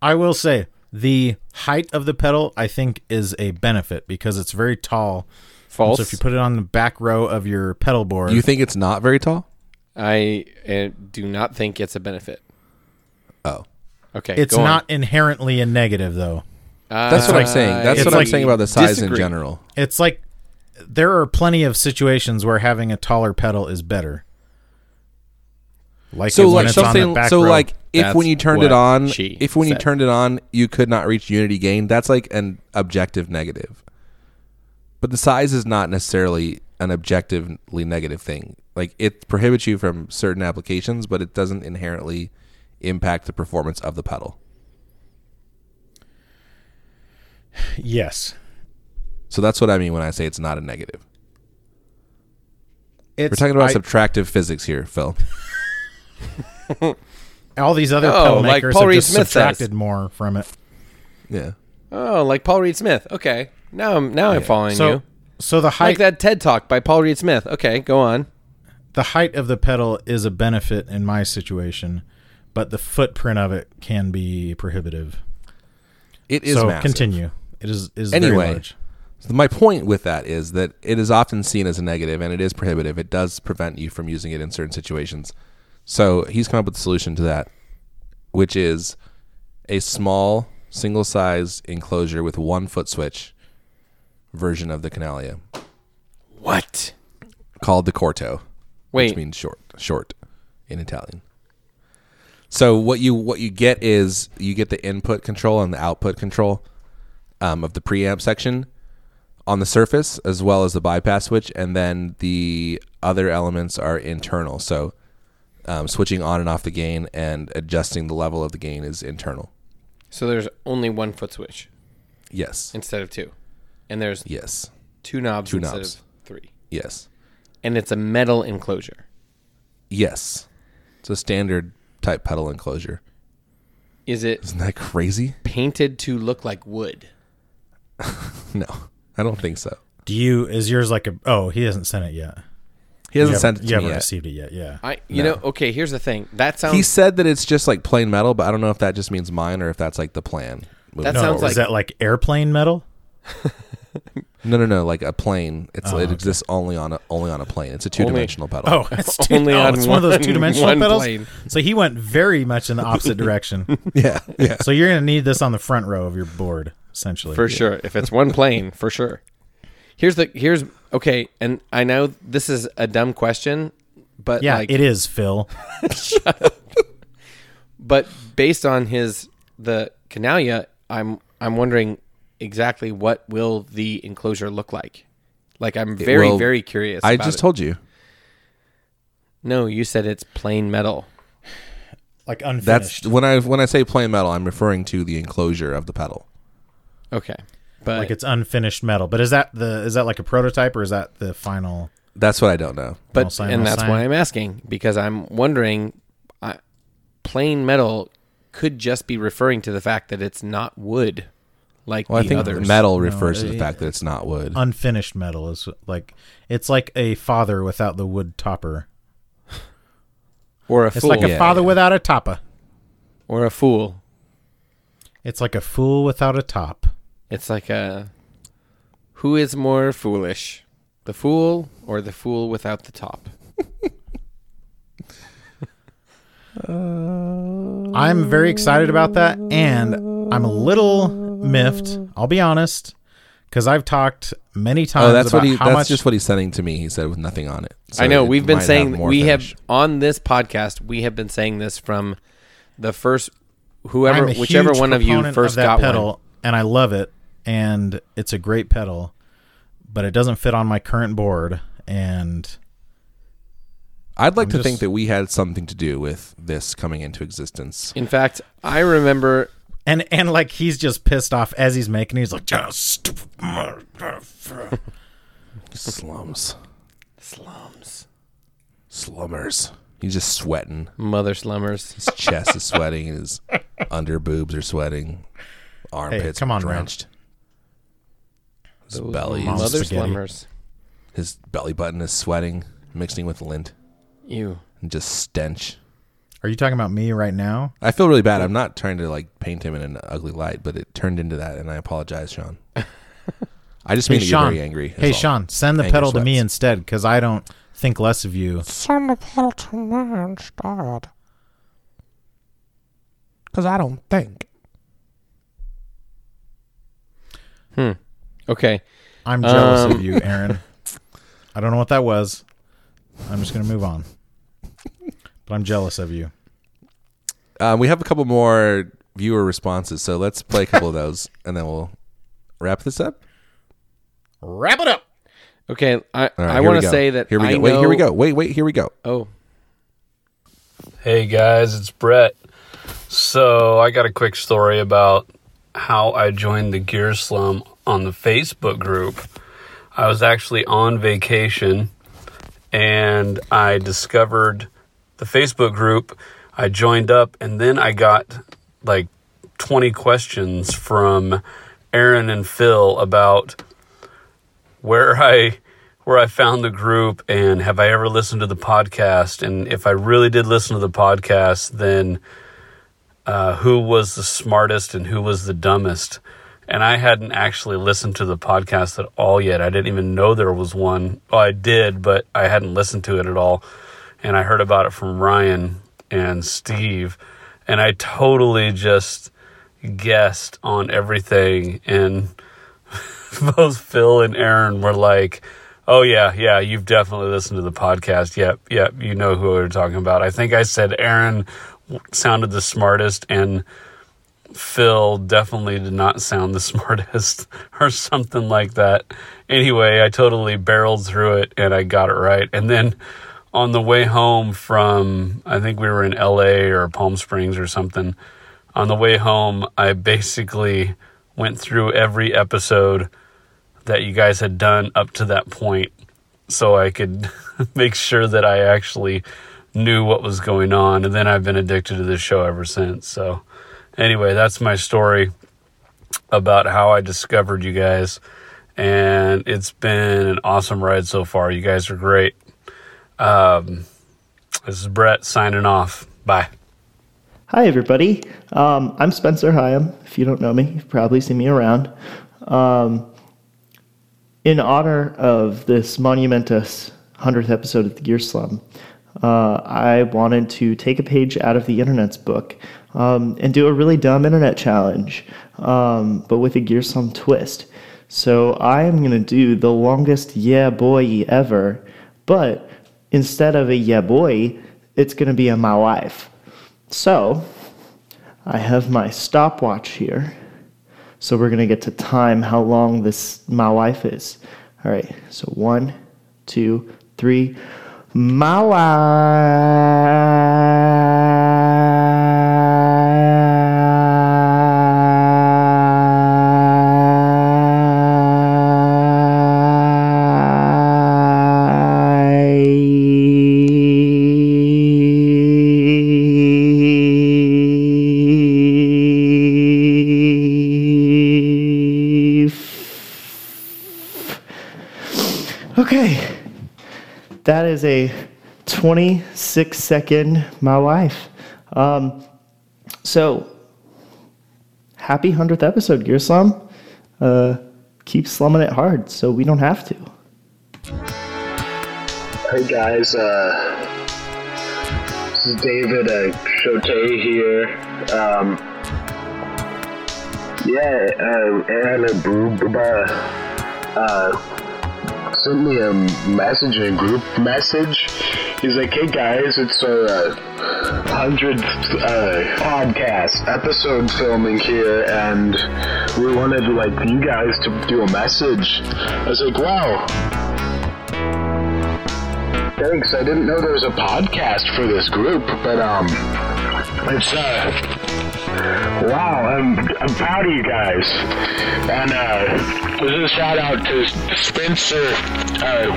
I will say the height of the pedal, I think, is a benefit because it's very tall. False. So if you put it on the back row of your pedal board, You think it's not very tall? I uh, do not think it's a benefit. Oh. Okay. it's go on. not inherently a negative, though. Uh, That's what I'm I saying. That's what I'm saying about the size in disagree. general. It's like there are plenty of situations where having a taller pedal is better. Like So when like it's on the something. back So row. like if That's when you turned what it on, she if when said. you turned it on, you could not reach unity gain. That's like an objective negative. But the size is not necessarily an objectively negative thing. Like it prohibits you from certain applications, but it doesn't inherently impact the performance of the pedal. yes, So that's what I mean when I say it's not a negative. it's, We're talking about I- subtractive physics here, Phil. all these other Oh, pedal like makers Paul have Reed just Smith says. subtracted more from it. Yeah. Oh, like Paul Reed Smith. Okay. Now I'm now I'm following So, you. so the height Like that TED Talk by Paul Reed Smith. Okay, go on. the height of the pedal is a benefit in my situation, but the footprint of it can be prohibitive. It is so massive. continue. It is is Anyway. very large. So my point with that is that it is often seen as a negative and it is prohibitive. It does prevent you from using it in certain situations. So he's come up with a solution to that, which is a small single size enclosure with one foot switch version of the Canalia What? called the Corto, Wait. which means short, short in Italian. So what you what you get is you get the input control and the output control um, of the preamp section on the surface as well as the bypass switch, and then the other elements are internal. So um, switching on and off the gain and adjusting the level of the gain is internal. so there's only one foot switch Yes. instead of two. And there's Yes. two knobs Two instead knobs. of three. Yes. And it's a metal enclosure. Yes. It's a standard type pedal enclosure. Is it Isn't that crazy? painted to look like wood? No, I don't think so. Do you is yours like a oh he hasn't sent it yet. He hasn't you sent it haven't- you to me haven't yet. received it yet. Yeah. I you know, okay, here's the thing. That sounds He said that it's just like plain metal, but I don't know if that just means mine or if that's like the plan. moving That no, sounds is forward. like- that like airplane metal? no, no, no. Like a plane. It's it exists only on a, only on a plane. It's a two dimensional pedal. Oh, it's two, Only only on it's one, of one- those two dimensional one pedals. plane. So he went very much in the opposite direction. yeah, yeah. So you're gonna need this on the front row of your board, essentially. for sure. If it's one plane, for sure. Here's the here's okay, and I know this is a dumb question, but yeah, like, it is Phil. but based on his the canalia i'm i'm wondering exactly what will the enclosure look like like i'm very will- very curious I about just it. told you no you said it's plain metal Like unfinished. that's when I when I say plain metal, I'm referring to the enclosure of the pedal. okay but like it's unfinished metal. But is that the is that like a prototype or is that the final? That's what I don't know. But and that's why I'm asking because I'm wondering, I, plain metal could just be referring to the fact that it's not wood, like Well, I the think others. metal refers to it- the fact that it's not wood. Unfinished metal is like it's like a father without the wood topper. or a It's fool, like a Yeah, father without a topper. or a fool. It's like a fool without a top. It's like a who is more foolish, the fool or the fool without the top? I'm very excited about that, and I'm a little miffed. I'll be honest, because I've talked many times. Oh, that's about what he. How That's much, just what he's sending to me. He said with nothing on it. So I know it we've been might saying more we finish. have on this podcast we have been saying this from the first whoever I'm a whichever huge one of you proponent first that got pedal, one. and I love it, and it's a great pedal, but it doesn't fit on my current board, and I'd like I'm to think just- that we had something to do with this coming into existence. In fact, I remember and and like he's just pissed off as he's making. it. He's like, just Slums, slums, slummers. He's just sweating. mother slummers. His chest is sweating. His under boobs are sweating. Armpits come are on, man. drenched. His Those belly, Mom mother spaghetti. slummers. his belly button is sweating, mixing with lint You. and just stench. are you talking about me right now? I feel really bad. I'm not trying to like paint him in an ugly light, but it turned into that, and I apologize, Sean. I just mean hey that Sean, you're very angry. is hey all. Sean, send the Anger pedal to me sweats. instead, because I don't think less of you. Send the pedal to me instead. Because I don't think. Hmm. Okay. I'm jealous Um, of you, Aaron. I don't know what that was. I'm just gonna move on. But I'm jealous of you. Um, we have a couple more viewer responses, so let's play a couple of those, and then we'll wrap this up. Wrap it up. Okay. I, All right, I here want we to go. say that here we I go. Wait, here we know- go. Wait, wait, here we go. Oh, Hey guys, it's Brett. So I got a quick story about how I joined the Gear Slum on the Facebook group. I was actually on vacation and I discovered the Facebook group. I joined up and then I got like 20 questions from Aaron and Phil about where I where I found the group and have I ever listened to the podcast and if I really did listen to the podcast then uh, who was the smartest and who was the dumbest and I hadn't actually listened to the podcast at all yet I didn't even know there was one well, I did but I hadn't listened to it at all and I heard about it from Ryan and Steve and I totally just guessed on everything and both Phil and Aaron were like, "Oh yeah, yeah, you've definitely listened to the podcast. Yep, yep, you know who we're talking about." I think I said Aaron w- sounded the smartest, and Phil definitely did not sound the smartest, or something like that. Anyway, I totally barreled through it, and I got it right. And then on the way home from, I think we were in L.A. or Palm Springs or something. On the way home, I basically went through every episode that you guys had done up to that point so I could make sure that I actually knew what was going on. And then I've been addicted to this show ever since. So, anyway, that's my story about how I discovered you guys. And it's been an awesome ride so far. You guys are great. Um, this is Brett signing off. Bye. Hi, everybody. Um, I'm Spencer Hyam. If you don't know me, you've probably seen me around. Um, in honor of this monumentous 100th episode of the Gear Slum, uh, I wanted to take a page out of the internet's book um, and do a really dumb internet challenge, um, but with a Gear Slum twist. So I am going to do the longest yeah boy ever, but instead of a yeah boy, it's going to be a my wife. So, I have my stopwatch here. So, we're going to get to time how long this my wife is. All right. So, one, two, three. My wife. That is a 26 second my wife. Um, so happy 100th episode, Gear Slum. Uh, keep slumming it hard so we don't have to. Hey guys, uh, this is David uh, Chote here. Um, yeah, um, Aaron Abuba uh, sent me a message, a group message. He's like, hey guys, it's our uh, 100th uh, podcast episode filming here, and we wanted like you guys to do a message. I was like, wow, Thanks. I didn't know there was a podcast for this group, but um, it's uh, wow. I'm I'm proud of you guys. And uh, this is a shout out to Spencer uh,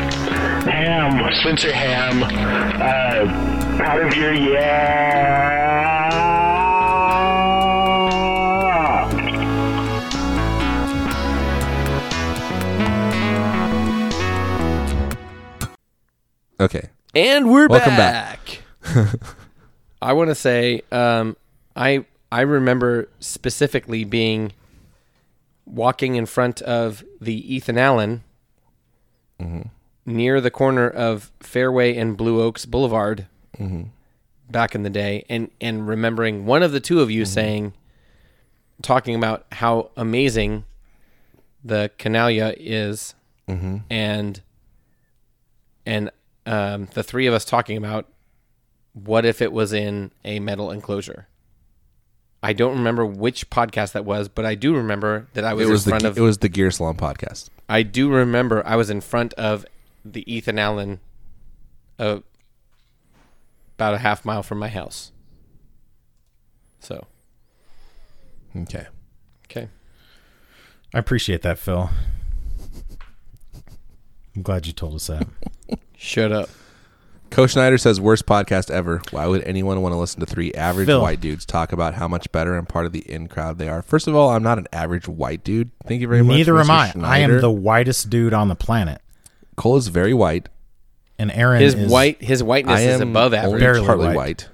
Ham, Spencer Ham. Uh, proud of your yeah. Okay. And we're Welcome back. I want to say um, I I remember specifically being walking in front of the Ethan Allen Mm-hmm. near the corner of Fairway and Blue Oaks Boulevard Mhm. back in the day, and and remembering one of the two of you Mm-hmm. saying, talking about how amazing the Canalia is, Mhm. and and um, the three of us talking about what if it was in a metal enclosure. I don't remember which podcast that was, but I do remember that I was, it was in front the of it was the Gear Slum podcast. I do remember I was in front of the Ethan Allen uh, about a half mile from my house. So, Okay. okay. I appreciate that, Phil. I'm glad you told us that. Shut up. Coach Schneider says worst podcast ever. Why would anyone want to listen to three average Phil. white dudes talk about how much better and part of the in crowd they are? First of all, I'm not an average white dude. Thank you very much. Neither Mr. am I. I am Schneider. the whitest dude on the planet. Cole is very white. And Aaron His is white his whiteness I is am above only average. Barely partly white. white.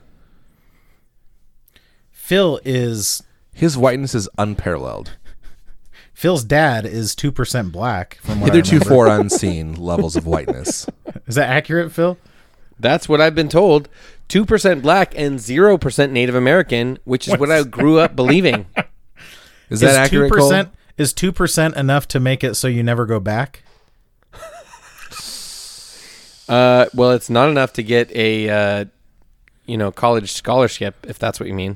Phil is His whiteness is unparalleled. Phil's dad is two percent black from what I Hitherto remember. for unseen levels of whiteness. Is that accurate, Phil? That's what I've been told. 2% black and 0% Native American, which is what I grew up believing. Is that accurate, Cole? 2%, Is two percent enough to make it so you never go back? Uh, well, it's not enough to get a uh, you know, college scholarship if that's what you mean.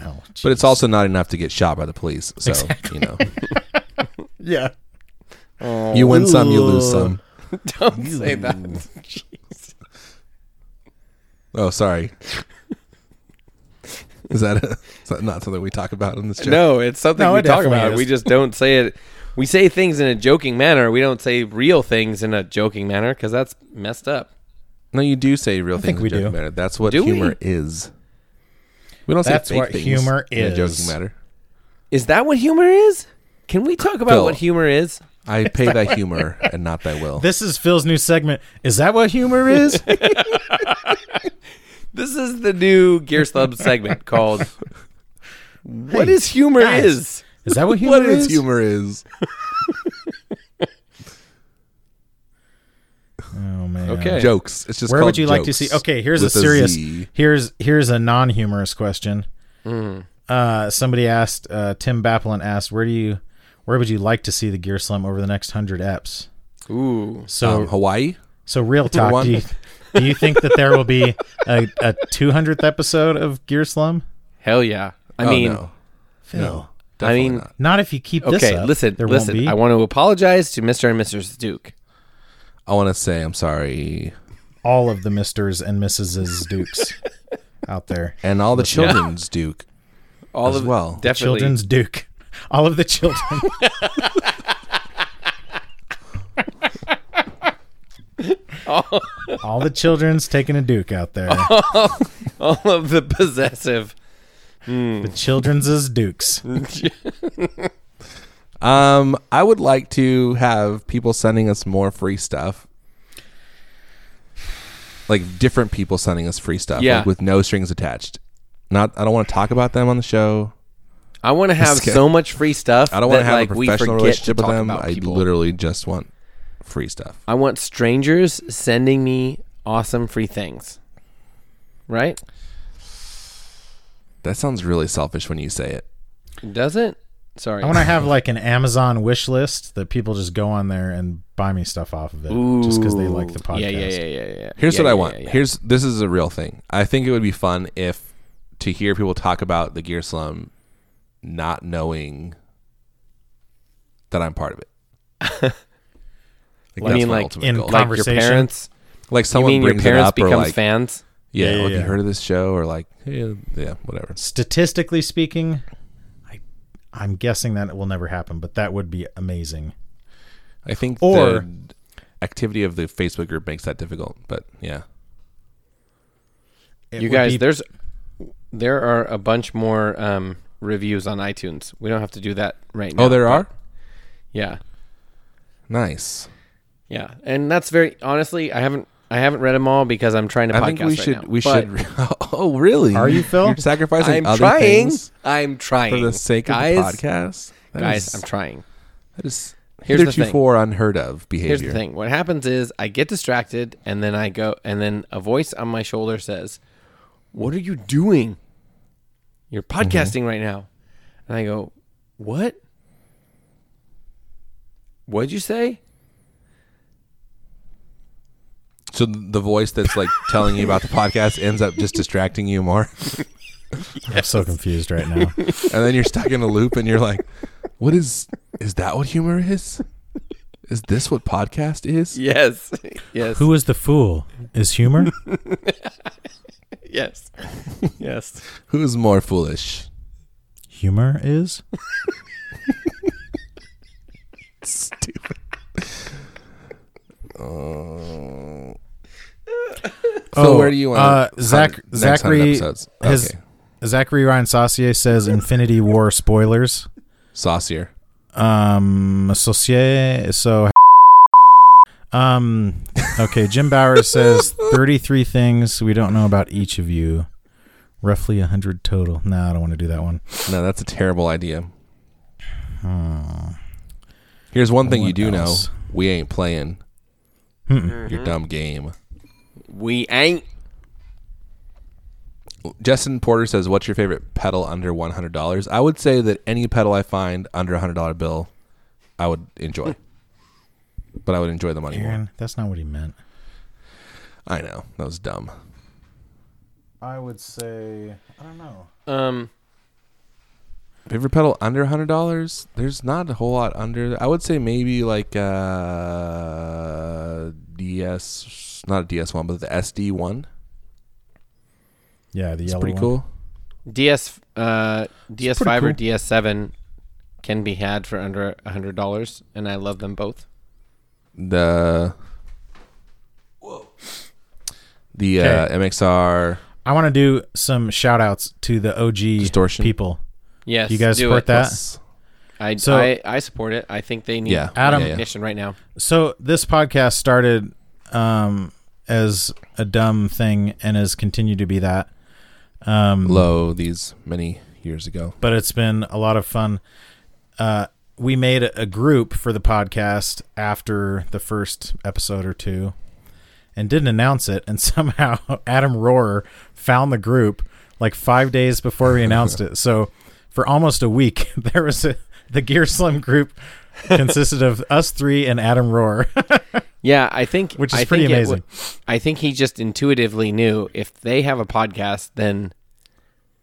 Oh, But it's also not enough to get shot by the police. So, Exactly. you know, Yeah. you win some, you lose some. Oh, Don't say that. Jeez. Oh, sorry. Is that, is that not something we talk about in this show? No, it's something No, we it talk definitely about. is. We just don't say it. We say things in a joking manner. We don't say real things in a joking manner because that's messed up. No, you do say real things think in we a joking do. matter. That's what Do we? humor is. We don't That's say fake what things humor in a joking is. matter. Is that what humor is? Can we talk about Phil, what humor is? I pay thy humor and not thy will. This is Phil's new segment. Is that what humor is? This is the new Gear Slub segment called "What Is Hey, Humor guys, Is." Is that what humor what is? is humor is? Oh man. Okay. Jokes. It's just Where called would you like to jokes see? Okay, here's a with a serious. Z. here's here's a non-humorous question. Mm. Uh, somebody asked. Uh, Tim Bapelin asked, "Where do you, where would you like to see the Gear Slum over the next hundred eps?" Ooh. So Um, Hawaii. So real For talk. one. Do you, do you think that there will be a, a 200th episode of Gear Slum? Hell yeah! I Oh, mean, no. Phil. I mean, not. Not if you keep this Okay, up, listen, there won't listen. be. I want to apologize to Mister and Mrs. Duke. I want to say I'm sorry, All of the Misters and Mrs. Dukes out there. and all the Listen. children's Duke. All as of- well. def- Definitely. Children's Duke. All of the children. all, All the children's taking a Duke out Oh, there. all of the possessive. Hmm. The children's is Dukes. Um, I would like to have people sending us more free stuff. like different people sending us free stuff, Yeah. like with no strings attached. Not, I don't want to talk about them on the show. I want to have Just kidding. so much free stuff. I don't want to that, have like, a we professional forget relationship to with talk them. about I people. literally just want free stuff. I want strangers sending me awesome free things. Right? That sounds really selfish when you say it. Does it? Sorry. I want to have like an Amazon wish list that people just go on there and buy me stuff off of it just because they like the Ooh. podcast. Yeah, yeah, yeah, yeah, yeah. Here's Yeah, what I yeah, want. yeah, yeah. Here's this is a real thing. I think it would be fun if to hear people talk about the Gear Slum, not knowing that I'm part of it. Like, I mean, like, in conversation? Like, Like your parents- like You someone mean your brings parents it up or becomes like, fans? Yeah, Yeah, well, yeah, have you yeah. heard of this show or like yeah, yeah whatever. Statistically speaking, I, I'm guessing that it will never happen, but that would be amazing. I think Or- the activity of the Facebook group makes that difficult. But yeah, It you would guys, be- there's there are a bunch more um, reviews on iTunes. We don't have to do that right now. Oh, there but- are? Yeah, nice. yeah, and that's very honestly, I haven't I haven't read them all because I'm trying to. I think podcast we right should now, we but- should. oh, really? Are you, Phil? You're sacrificing I'm other trying. things I'm trying. for the sake of Guys- the podcast. guys, I'm trying. That is Here's the thing. heretofore unheard of behavior. Here's the thing. What happens is I get distracted and then I go and then a voice on my shoulder says, "What are you doing? You're Mm-hmm. podcasting right now." And I go, "What? What'd you say?" So the voice that's like telling you about the podcast ends up just distracting you more. I'm so confused right now. and then you're stuck in a loop and you're like, what is is that what humor is? Is this what podcast is? Yes. Yes. Who is the fool? Is humor? yes. yes. Who is more foolish? humor is? Stupid. Oh. so Oh, where do you want uh, to Zach, Zachary episodes? his, okay. Zachary Ryan Saucier says Infinity War spoilers. Saucier. Um, Saucier. So, um, okay. Jim Bauer says thirty-three things we don't know about each of you. Roughly hundred total. No, I don't want to do that one. No, that's a terrible idea. Here's one thing you What do else? Hmm. know. We ain't playing Mm-mm. your dumb game. We ain't Justin Porter says, "What's your favorite pedal under one hundred dollars?" I would say that any pedal I find under a hundred dollar bill, I would enjoy. but I would enjoy the money more. Aaron, that's not what he meant. I know that was dumb. I would say I don't know. Um Favorite pedal under a hundred dollars? There's not a whole lot under. I would say maybe like uh DS, not a DS one, but the SD one. Yeah, the It's yellow pretty one. cool. DS uh, DS5 or pretty DS7 can be had for under a hundred dollars, and I love them both. The the uh, Okay. MXR. I want to do some shout outs to the OG people. Yes, Do you guys do support it. that? Let's- I, So- I I support it. I think they need Yeah. Adam- Yeah, yeah. recognition right now. So this podcast started um, as a dumb thing and has continued to be that. Um, Low oh, these many years ago. but it's been a lot of fun. Uh, we made a a group for the podcast after the first episode or two and didn't announce it. And somehow Adam Rohrer found the group like five days before we announced it. So for almost a week, there was a, the Gear Slim group consisted of us three and Adam Rohrer. Yeah, I think Which is I pretty think it amazing. wa- I think he just intuitively knew if they have a podcast, then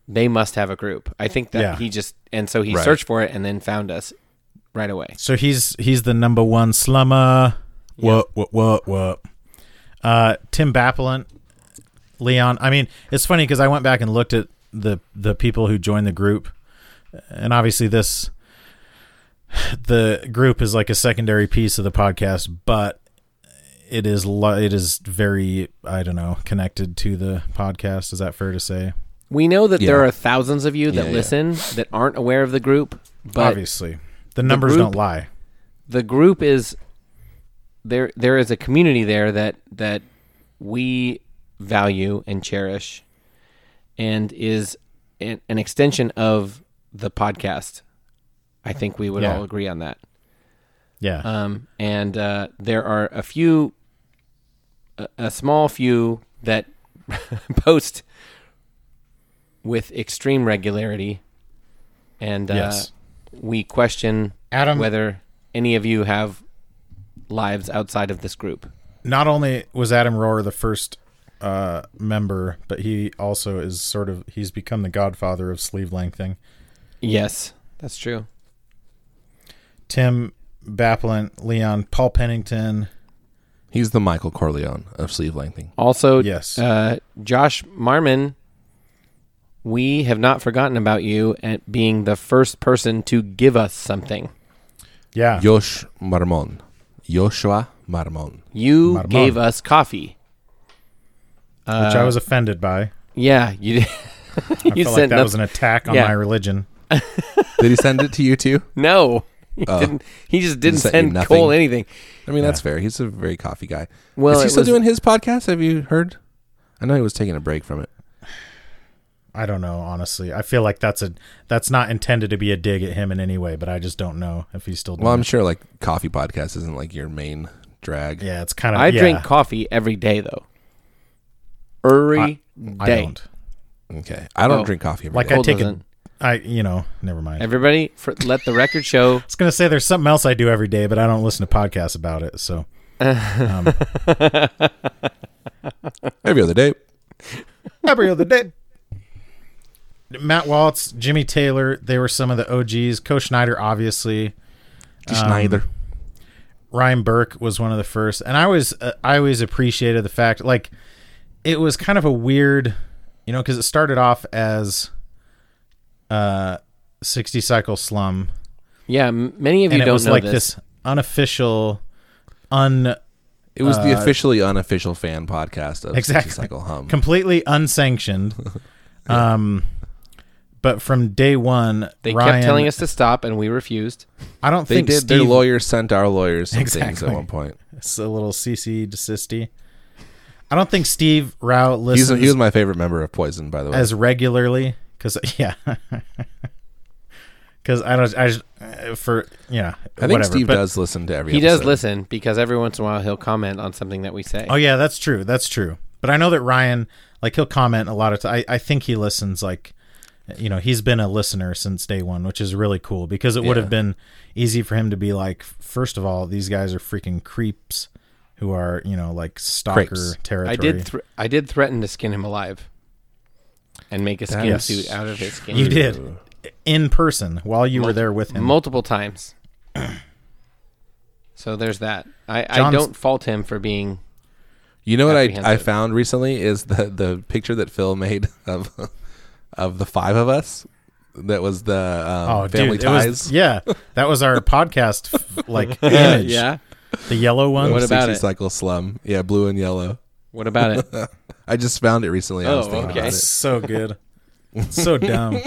they must have a group. I think that Yeah. he just and so he Right. searched for it and then found us right away. So he's he's the number one slummer. What what what what? Uh, Tim Bappelant, Leon. I mean, it's funny because I went back and looked at the the people who joined the group, and obviously this the group is like a secondary piece of the podcast, but it is li- it is very I don't know connected to the podcast. Is that fair to say? We know that Yeah. there are thousands of you that Yeah, yeah. listen that aren't aware of the group, but Obviously. The numbers don't lie. The group is there. There is a community there that that we value, and cherish, and is an, an extension of the podcast. I think we would Yeah. all agree on that. Yeah. Um, and uh, there are a few, a, a small few that post with extreme regularity, and uh, Yes. we question Adam- whether any of you have lives outside of this group. not only was Adam Rohrer the first uh, member, but he also is sort of he's become the godfather of sleeve lengthing. Yes, that's true. Tim Baplin, Leon, Paul Pennington. He's the Michael Corleone of sleeve lengthing. Also, yes, uh, Josh Marmon, we have not forgotten about you at being the first person to give us something. Yeah. Yosh Marmon. Joshua Marmon. You Marmon. gave us coffee, Uh, Which I was offended by. Yeah, you. did. I felt like sent that noth- was an attack on Yeah. my religion. Did he send it to you too? No, he Oh. didn't. He just didn't sent you send nothing? Cole anything. I mean, that's fair. He's a very coffee guy. Well, is he it still was- doing his podcast? Have you heard? I know he was taking a break from it. I don't know, honestly. I feel like that's a that's not intended to be a dig at him in any way, but I just don't know if he's still. Doing Well, I'm it. sure like coffee podcast isn't like your main drag. Yeah, it's kind of. I yeah. drink coffee every day though. Every I- I day. don't. Okay, I don't Oh. drink coffee every day. like I Cole take a, doesn't. I you know never mind. Everybody, for, let the record show. I was gonna say there's something else I do every day, but I don't listen to podcasts about it. So um, every other day. every other day. Matt Waltz, Jimmy Taylor, they were some of the OGs. Coach Schneider, obviously. Um, Coach Schneider. Ryan Burke was one of the first, and I was uh, I always appreciated the fact like it was kind of a weird, you know, because it started off as uh, sixty cycle slum, Yeah, m- many of you and it don't was know like this. this. unofficial, un. It was the uh, officially unofficial fan podcast of exactly exactly. Cycle Hum. completely unsanctioned. Um, but from day one, They Ryan- kept telling us to stop, and we refused. I don't they think did. Their Steve- lawyers sent our lawyers some things Exactly. at one point. It's a little CC desisty. I don't think Steve Rao He's, listens he was my favorite member of Poison, by the way. as regularly because yeah, because I don't I just uh, for yeah. I think whatever, Steve but- does listen to every. He does episode. listen because every once in a while he'll comment on something that we say. Oh yeah, that's true. That's true. But I know that Ryan, like, he'll comment a lot of. T- I I think he listens. Like, you know, he's been a listener since day one, which is really cool because it would Yeah. have been easy for him to be like, first of all, these guys are freaking creeps who are you know like stalker Crepes. territory. I did. Thr- I did threaten to skin him alive, and make a skin That's suit out of his skin. You did in person while you were there with him. multiple times. so there's that. I, I John's- don't fault him for being. You know what I, I Apprehensive. found recently is the the picture that Phil made of of the five of us. That was the um, oh, family dude, it was- ties. yeah, that was our podcast f- like Yeah, image. yeah. the yellow one. Of What about 60 it? Cycle slum. Yeah, blue and yellow. What about it? I just found it recently. I was Oh, thinking okay. about It's it. so good. It's so dumb.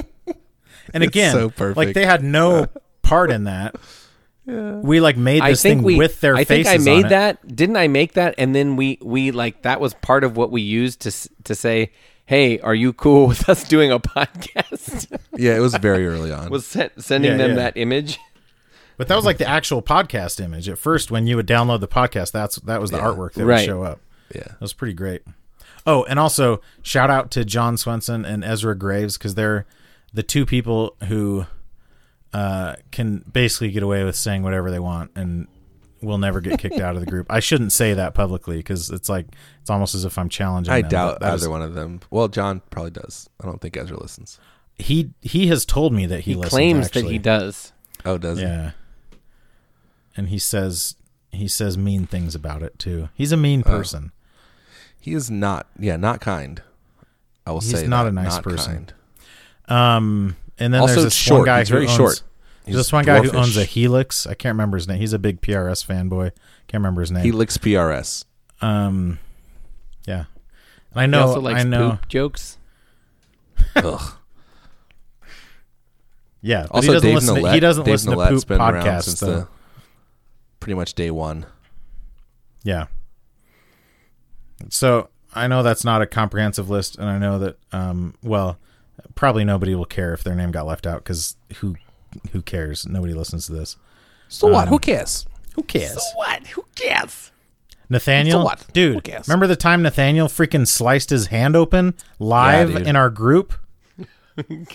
And It's again, so perfect. Uh. like they had no part in that. We like made I this think thing we. with their I think faces I made on it. that. Didn't I make that? And then we we like that was part of what we used to s- to say, "Hey, are you cool with us doing a podcast?" Yeah, it was very early on. was sent, sending Yeah, them yeah. that image. But that was like the actual podcast image. At first, when you would download the podcast, that's that was the artwork that Right. would show up. yeah. That was pretty great. Oh, and also shout out to John Swenson and Ezra Graves because they're the two people who uh, can basically get away with saying whatever they want and will never get kicked out of the group. I shouldn't say that publicly because it's like it's almost as if I'm challenging. I them, doubt but that either is- one of them. Well, John probably does. I don't think Ezra listens. He he has told me that he, He listens, claims that actually. he does. Oh, does he? Yeah, and he says he says mean things about it too. He's a Uh, mean person. Oh. He is not. Yeah, not kind. I will He's say not that, a nice person. kind. Um, and then Also there's this short. one guy He's who very owns, short. He's There's this one guy who dwarfish. owns a Helix. I can't remember his name. He's a big PRS fanboy. Can't remember his name. He licks PRS. um, yeah. And I he know. also likes I know. poop jokes. Ugh. Yeah. But Also, he doesn't Dave listen. Nellette. to, he doesn't Dave listen to Nellette's poop been around podcasts since though. the pretty much day one. Yeah. So I know that's not a comprehensive list, and I know that um, well, probably nobody will care if their name got left out because who who cares? Nobody listens to this. So what? Um, Who cares? Who cares? So what? Who cares? Nathaniel, So what? Who dude, cares? remember the time Nathaniel freaking sliced his hand open live Yeah, dude. in our group,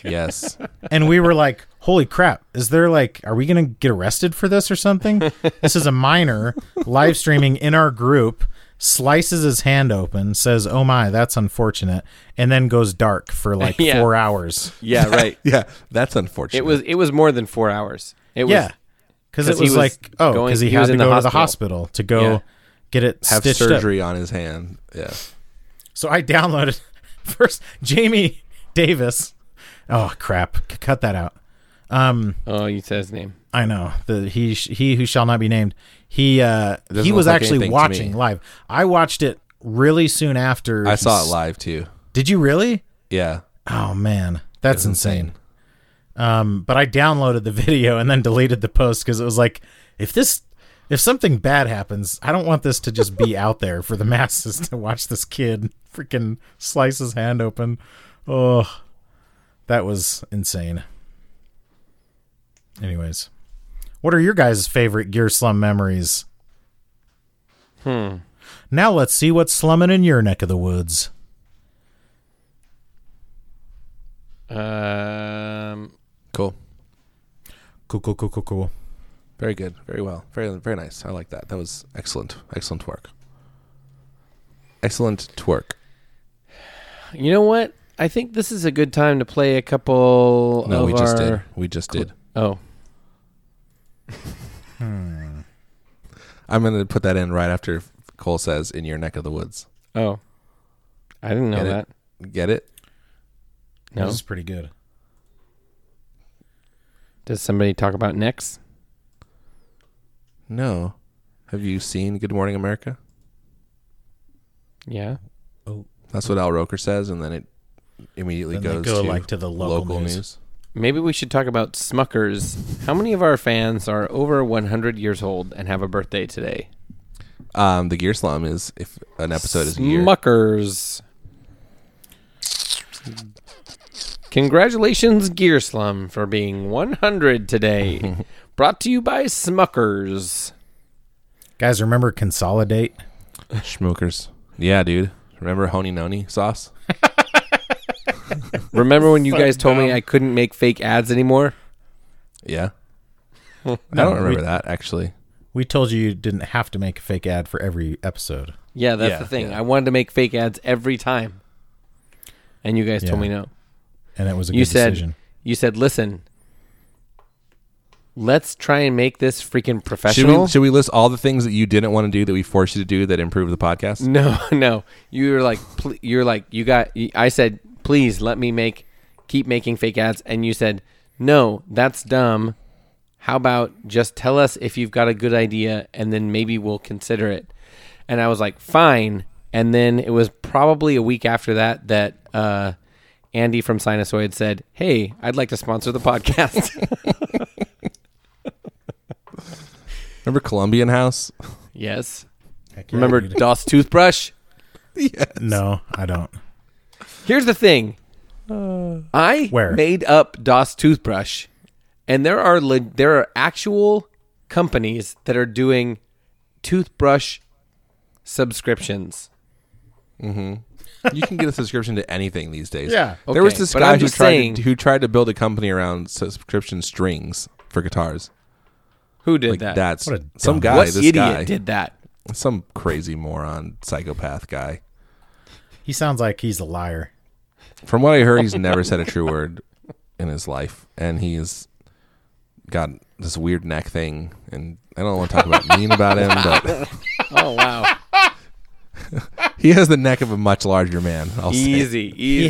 Yes. and we were like, "Holy crap! Is there like, are we gonna get arrested for this or something?" this is a minor live streaming in our group, slices his hand open, says, "Oh my, that's unfortunate," and then goes dark for like Yeah. four hours. Yeah, right. yeah, that's unfortunate. It was it was more than four hours. It was yeah, because it was, he like, oh, going- because he, had was to in go to the hospital to go Yeah. get it Have stitched up. surgery on his hand. Yeah. So I downloaded first Jamie Davis. Oh crap! C- cut that out. Um. Oh, you said his name. I know the he sh- he who shall not be named. He uh doesn't he was look like actually anything to watching me. live. I watched it really soon after. I he saw it s- live too. Did you really? Yeah. Oh man, that's insane. Um, but I downloaded the video and then deleted the post because it was like, if this, if something bad happens, I don't want this to just be out there for the masses to watch this kid freaking slice his hand open. Oh, that was insane. Anyways, what are your guys' favorite Gear Slum memories? Hmm. Now let's see what's slumming in your neck of the woods. oh. Um, cool. Cool, cool, cool, cool, cool. Very good. Very well. Very very nice. I like that. That was excellent. Excellent work. Excellent twerk. You know what? I think this is a good time to play a couple. No, of we just our- did. We just did. Oh, Hmm. I'm gonna put that in right after Cole says in your neck of the woods. oh, I didn't know Get that. It? Get it? No. This is pretty good. Does somebody talk about necks? No. Have you seen Good Morning America? Yeah. That's what Al Roker says, and then it immediately Then they goes go, to like, to the local news. Maybe we should talk about Smuckers. How many of our fans are over 100 years old and have a birthday today? Um, the Gear Slum is if an episode is a year. Smuckers. Congratulations, Gear Slum, for being 100 today. Brought to you by Smuckers. Guys, remember consolidate? Schmookers. Yeah, dude. Remember Honey Noni sauce? Remember when you So guys told me dumb. I couldn't make fake ads anymore? Yeah. I No, don't remember we- that actually. We told you you didn't have to make a fake ad for every episode. Yeah, that's Yeah, the thing. yeah. I wanted to make fake ads every time, and you guys told Yeah. me no. And it was a you good said decision. you said listen, let's try and make this freaking Should we, professional. should we list all the things that you didn't want to do that we forced you to do that improve the podcast? no, no. You were like pl- you're like you got. I said please let me make keep making fake ads, and you said no, that's dumb. How about just tell us if you've got a good idea, and then maybe we'll consider it. and I was like, fine. And then it was probably a week after that that uh, Andy from Sinusoid said, "Hey, I'd like to sponsor the podcast." Remember Colombian House? yes. yeah, Remember dude. DOS toothbrush? No, I don't. Here's the thing. I Where? made up DOS toothbrush, and there are le- there are actual companies that are doing toothbrush subscriptions. Mm-hmm. You can get a subscription to anything these days. Yeah. there was Okay, this but guy I'm who just tried saying- to, who tried to build a company around subscription strings for guitars. Who did Like that? That's What a some dumb- guy. What this idiot guy did that? Some crazy moron, psychopath guy. He sounds like he's a liar. From what I heard, he's never said a true word in his life, and he's got this weird neck thing. And I don't want to talk about mean about him, but Oh wow. he has the neck of a much larger man. I'll say. He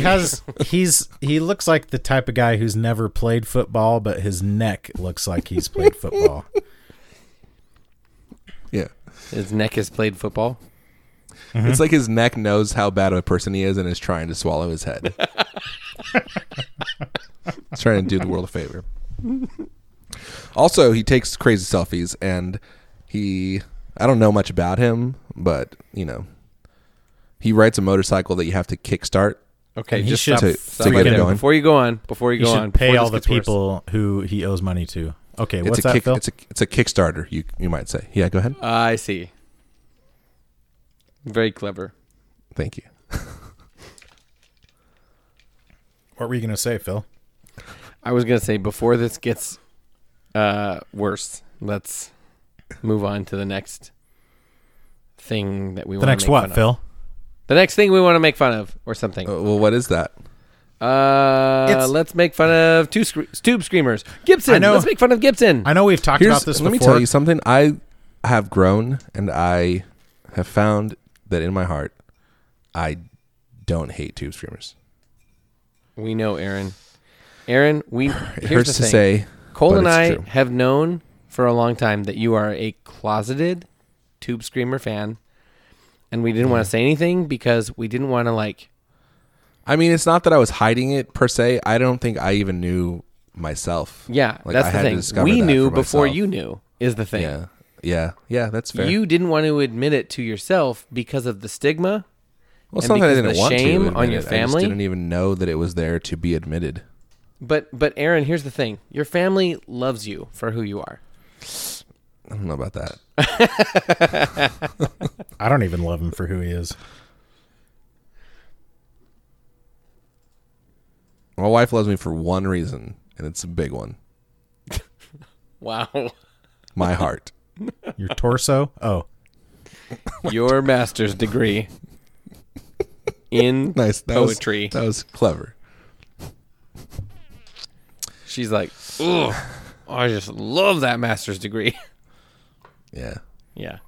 has he's he looks like the type of guy who's never played football, but his neck looks like he's played football. Yeah. His neck has played football. It's like his neck knows how bad of a person he is and is trying to swallow his head. It's trying to do the world a favor. Also, he takes crazy selfies and he I don't know much about him, but you know, He rides a motorcycle that you have to kickstart. Okay, to- just stop, to, stop to get freaking- it going. Before you go on, before you He go should on, pay before all the this gets worse. people who he owes money to. Okay, what's it's a that, kick, Phil? It's a it's a Kickstarter. You you might say. Yeah, go ahead. I see. Very clever. Thank you. What were you going to say, Phil? I was gonna say before this gets uh, worse, let's move on to the next thing that we The want. next what, Phil? The next thing we want to make fun of, or something. well, what is that? Uh, let's make fun of two scre- tube screamers. Gibson. I know- Let's make fun of Gibson. I know we've talked Here's- about this Let me before. tell you something. I have grown and I have found that in my heart, I don't hate tube screamers. We know Aaron. Aaron, we it hurts to say, Cole but and it's I true. have known for a long time that you are a closeted Tube Screamer fan, and we didn't want to say anything because we didn't want to like. I mean, it's not that I was hiding it per se. I don't think I even knew myself. Yeah, Like, that's I had to the thing. discover We that knew for before myself. you knew is the thing. Yeah, yeah, yeah. That's fair. You didn't want to admit it to yourself because of the stigma. well, and sometimes I because didn't of the want shame to admit on your it. I just family. didn't even know that it was there to be admitted. But but Aaron, here's the thing: your family loves you for who you are. I don't know about that. I don't even love him for who he is. My wife loves me for one reason, and it's a big one: Wow, my heart. Your torso? Oh. your master's degree in nice that was- poetry. that was clever. She's like, "Ugh, I just love that master's degree." Yeah. Yeah.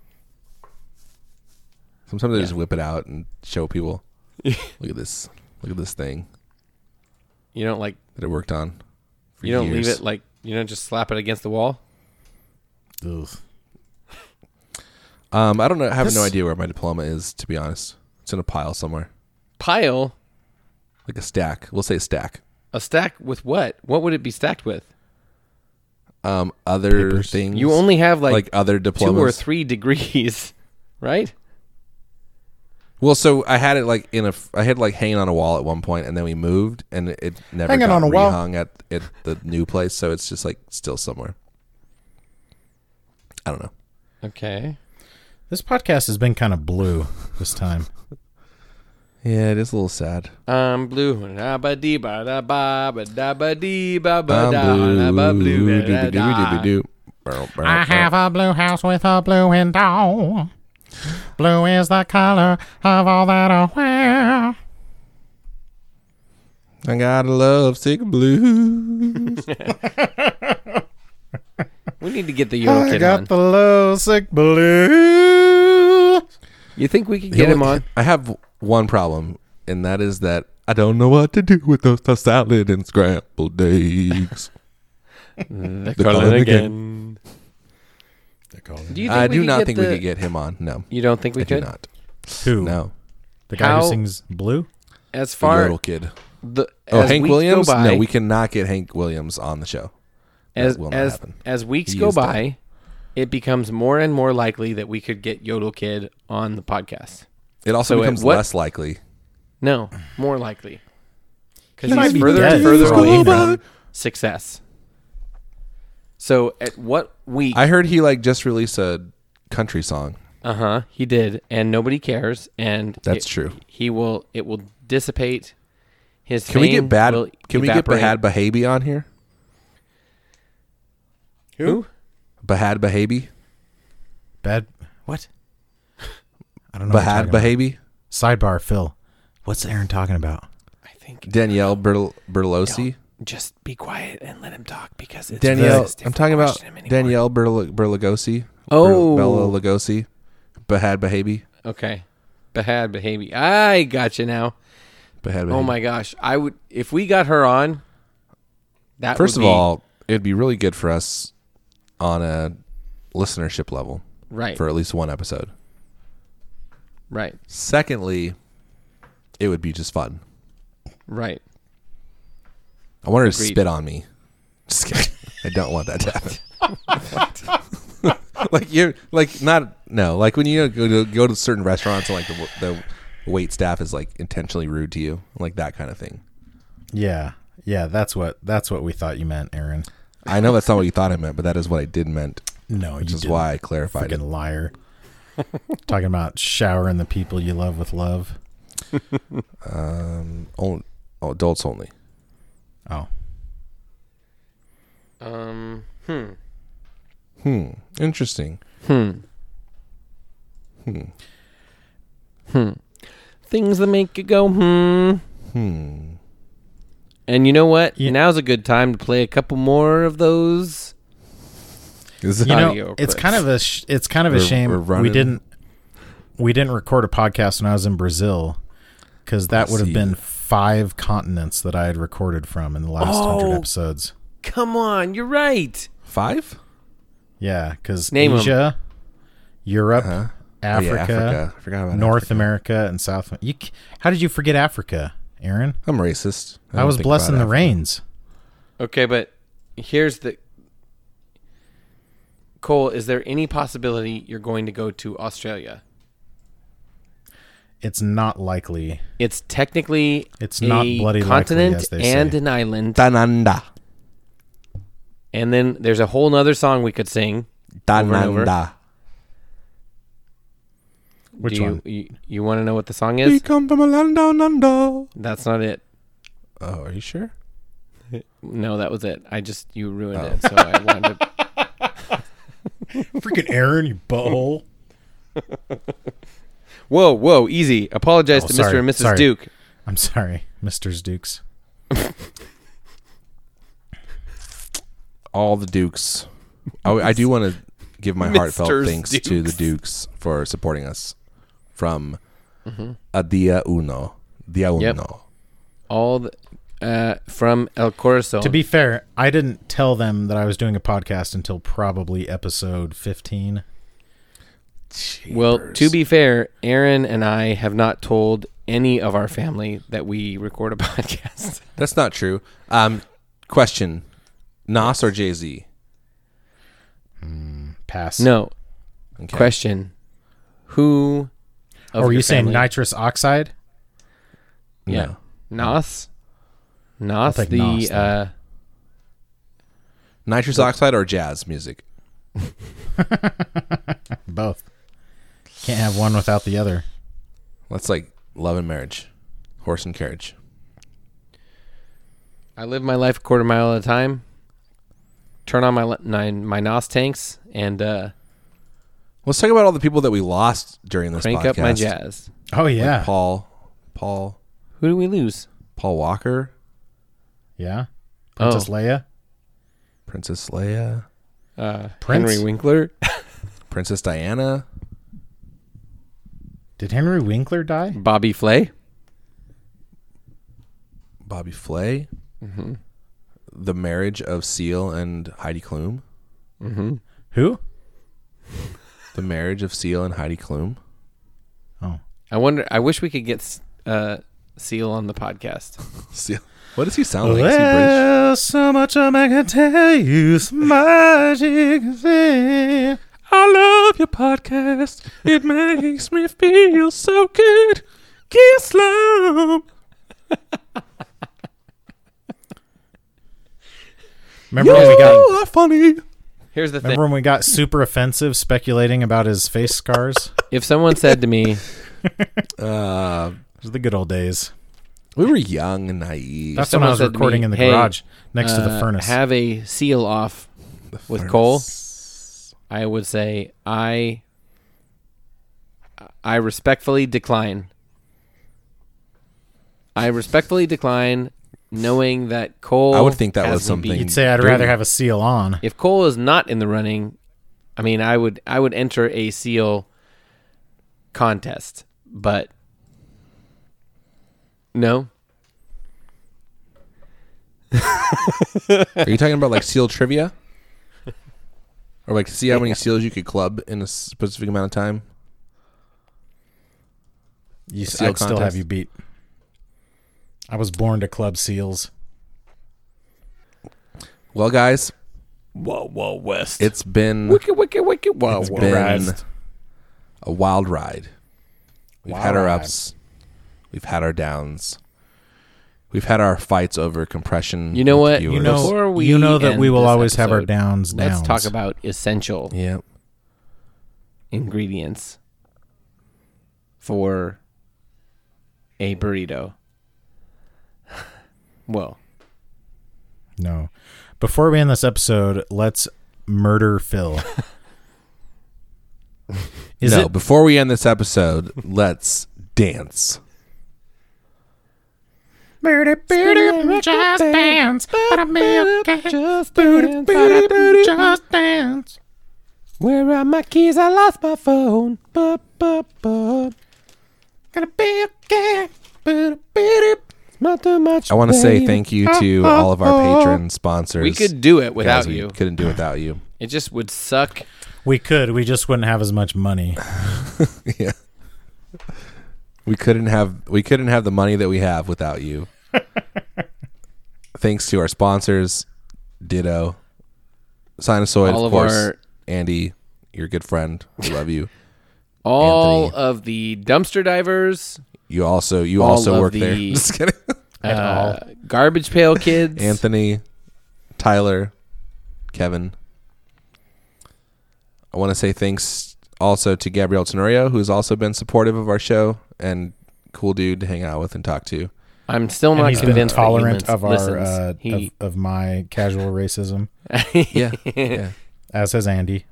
Sometimes I just whip it out and show people. Look at this. Look at this thing You don't like. that I worked on. for You don't years. leave it like. You don't just slap it against the wall. Um, I don't know. I have no This- idea where my diploma is. To be honest, it's in a pile somewhere, Pile like a stack. We'll say stack. a stack with what? What would it be stacked with? Um, other things. You only have like, other diplomas. two or three degrees, right? Well, so I had it like in a. f- I had like hanging on a wall at one point, and then we moved, and it never Hanging got on a wall. rehung at at the new place. So it's just like still somewhere. I don't know. Okay. This podcast has been kind of blue this time. Yeah, it is a little sad. I'm blue. Da ba dee ba da ba ba da ba dee ba ba da da ba I'm blue blue. da da da. doo-ba-doo-ba-doo. I have a blue house with a blue window. Blue is the color of all that I wear. I got a love sick blues. We need to get the Euro I Kid got on. the low sick blue. You think we could The get only- him on? I have one problem, and that is that I don't know what to do with those the salad and scrambled eggs. They're calling again. They're calling. Do you think I we do could not get think the- we could get him on. No, You don't think we I do could? not. Who? No, The guy How- who sings blue? As the far little kid. the Oh, as Hank weeks go Williams? by- no, we cannot get Hank Williams on the show. That as will not as happen. as weeks He go is dead. by, it becomes more and more likely that we could get Yodel Kid on the podcast. it also so at becomes what- less likely. No, more likely because He might he's be further and dead. further Go away by. from success. So at what week? I heard he like just released a country song. Uh huh. He did, and nobody cares, and That's it- true. He will. It will dissipate. His Can we fame get bad? will Can we get evaporate. Bahad Bahabi on here? Who? Bahad Bahabi. Bad. What? I don't know. what you're Bahad talking about. Bahabi. Sidebar, Phil. What's Aaron talking about? Danielle Berl- Berlosi. Just be quiet and let him talk because it's Danielle. racist if I'm we talking about question him anymore. Danielle Berl- Berlagosi. Oh. Bella Lugosi. Bahad Bahabi. Okay. Bahad Bahabi. I got you now. Bahad Bahabi. Oh my gosh. I would if we got her on that First would of be- all, it'd be really good for us on a listenership level. Right. For at least one episode. right, Secondly, it would be just fun. right. I want her to Agreed. spit on me. Just kidding. I don't want that to happen. like you're like not no like when you go to go to certain restaurants and like the the wait staff is like intentionally rude to you, like that kind of thing. Yeah, yeah, that's what that's what we thought you meant, Aaron. I know that's not what you thought I meant, but that is what I did meant. No, which you is didn't. why I clarified Freaking liar. Talking about showering the people you love with love. it. um, only, oh, adults only. Oh, Um, hmm. hmm, interesting. Hmm. Hmm. Hmm. Things that make you go, hmm. Hmm. And you know what? Now's a good time to play a couple more of those. Is you know, it's kind of a sh- it's kind of a We're- shame we're we running. didn't we didn't record a podcast when I was in Brazil because that would have see. been five continents that I had recorded from in the last hundred Oh. episodes. Come on, you're right. Five? Yeah, because Name 'em. Asia, Europe, Oh, yeah, Africa, Africa. I forgot about North America, and South. You, c- how did you forget Africa, Aaron? I'm racist. I, was blessing the rains. Okay, but here's the Cole, is there any possibility you're going to go to Australia? It's not likely. It's technically It's not a bloody continent likely, as they and say. an island. And then there's a whole nother song we could sing. over and over. Dananda. Do Which you, one? You, you want to know what the song We is? come from a land down under. That's not it. Oh, are you sure? No, that was it. I just you ruined Oh. it, so I wound up. Freaking Aaron, you butthole. whoa, whoa, easy. Apologize Oh, to sorry, Mr. and Mrs. sorry. Duke. I'm sorry, Mr. Dukes. All the Dukes. I, I do want to give my heartfelt Mr. thanks to the Dukes. Dukes for supporting us from Mhm. a dia uno, dia uno. Yep. All the, uh, from El Corazon. To be fair, I didn't tell them that I was doing a podcast until probably episode 15. well, to be fair, Aaron and I have not told any of our family that we record a podcast. That's not true. Um, question: Nas or Jay Z? Pass. No. Question: Who? Of Or were your you saying family- nitrous oxide? Yeah. Nas. I'll Nas take the Nas then. uh, Nitrous oxide or jazz music? Both. Can't have one without the other. That's like love and marriage, horse and carriage. I live my life a quarter mile at a time. Turn on my le- nine my Nos tanks and uh, Let's talk about all the people that we lost during this. Crank up my podcast. jazz. Oh, yeah. Like Paul, Paul. Who do we lose? Paul Walker, Yeah. Princess Oh. Leia. Princess Leia, uh, Prince? Henry Winkler. Princess Diana. Did Henry Winkler die? Bobby Flay. Bobby Flay, Mm-hmm. Mhm. the marriage of Seal and Heidi Klum. Mm-hmm. Mhm. Who? The marriage of Seal and Heidi Klum. I wonder. I wish we could get S- uh, Seal on the podcast. Seal. What does he sound like? Is he British? There's so much I can tell you, it's magic thing. I love your podcast. It makes me feel so good. Kiss slum. Remember when we got are funny. Here's the thing. Remember when we got super offensive speculating about his face scars? If someone said to me, uh, Those are the good old days. We were young and naive. That's if when someone I was said to recording me, in the "Hey, garage next to the uh, furnace. Have a seal off with Cole. I would say I I respectfully decline. I respectfully decline knowing that Cole I would think that "Oh, has was me something beat. You'd say I'd rather have a seal on. If Cole is not in the running, I mean I would I would enter a seal contest, but no. Are you talking about like seal trivia? Or like see how many seals you could club in a specific amount of time? You, seal I'd still have contest? you beat. I was born to club seals. Well, guys, Whoa, whoa, West. it's been Wicked, wicked, wicked, whoa, it's whoa. been Rest. a wild ride. We've Wild had our ride. ups, We've had our downs. We've had our fights over compression. You know with what? viewers. Before we you know that end we will this always have our episode, downs, Let's downs. talk about essential ingredients for a burrito. Well, No. Before we end this episode, let's murder Phil. Is no, it- before we end this episode, let's dance. Booty, booty, just dance. But be okay. Just booty, booty, booty, just dance. Where are my keys? I lost my phone. Bup, bup, bup. Gonna be okay. Booty, booty, not too much. I want to say thank you to all of our patron sponsors. We could do it without Guys, we you. Couldn't do it without you. It just would suck. we could, we just wouldn't have as much money. yeah. We couldn't have we couldn't have the money that we have without you. Thanks to our sponsors, Ditto, Sinusoid, All of of course. our- Andy, your good friend. We love you. All of the dumpster divers. You also you all also of work there. the, Just kidding. At all. Garbage pail kids. Anthony, Tyler, Kevin. I want to say thanks also to Gabrielle Tenorio, who's also been supportive of our show and cool dude to hang out with and talk to. I'm still And not he's been convinced that he tolerant lins- of our listens. uh, He- of, of my casual racism. Yeah, yeah. As has Andy.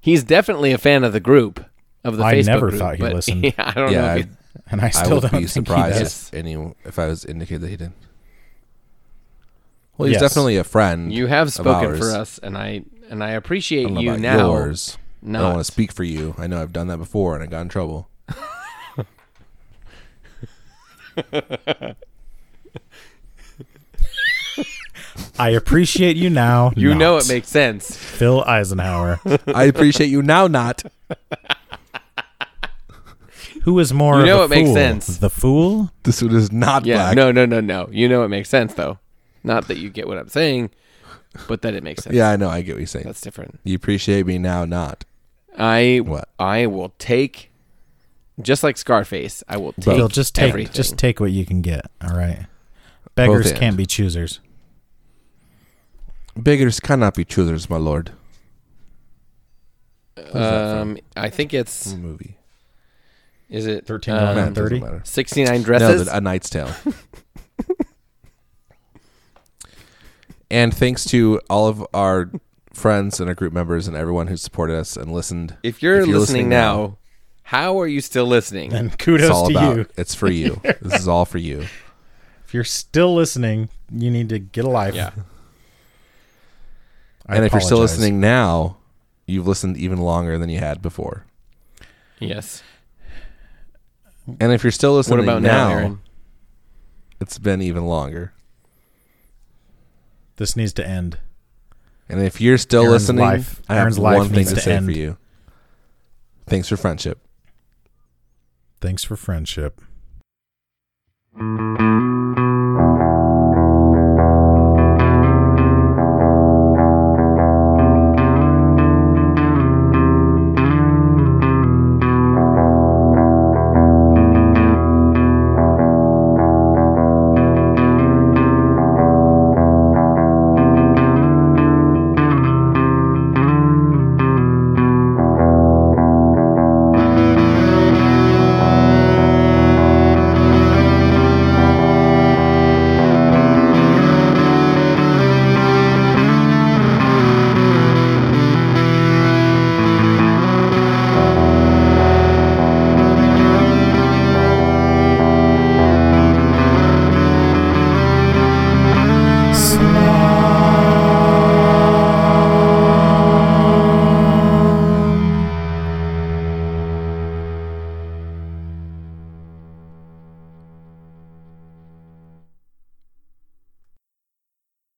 He's definitely a fan of the group of the I Facebook never group, thought he but- listened. Yeah, I don't know. If he, And I would still don't be think he surprised does. if any if I was indicated that he did. Well, he's Yes. definitely a friend. You have of spoken for ours. us, and I and I I appreciate don't know you about now. yours. I don't Not want to speak for you. I know I've done that before and I got in trouble. I appreciate you now. You not. know it makes sense. Phil Eisenhower. I appreciate you now, not. Who is more You of know a it makes fool, sense. The fool? This one is not yeah, no, no, no, no. You know it makes sense though. Not that you get what I'm saying, but that it makes sense. Yeah, I know. I get what you're saying. That's different. You appreciate me now, not. I What? I will take, just like Scarface. I will take. Phil, just take everything. just take what you can get. All right. Beggars and. can't be choosers. Beggars cannot be choosers, my lord. Um, I think it's movie. Is it thirteen Dollars um, and Thirty? Matter. Sixty nine dresses. No, the- a Knight's Tale. and thanks to all of our friends and our group members and everyone who supported us and listened. if you're, listening, now, how are you still listening? And kudos it's all to about you. it's for you. this is all for you. If you're still listening, you need to get a life. Yeah. I and if you're still apologize. listening now, you've listened even longer than you had before. yes. And if you're still listening about now, Aaron? it's been even longer. This needs to end. And if you're still Aaron's listening, life- I have Aaron's life one thing needs to, to say for end. you. Thanks for friendship. Thanks for friendship. Thank you.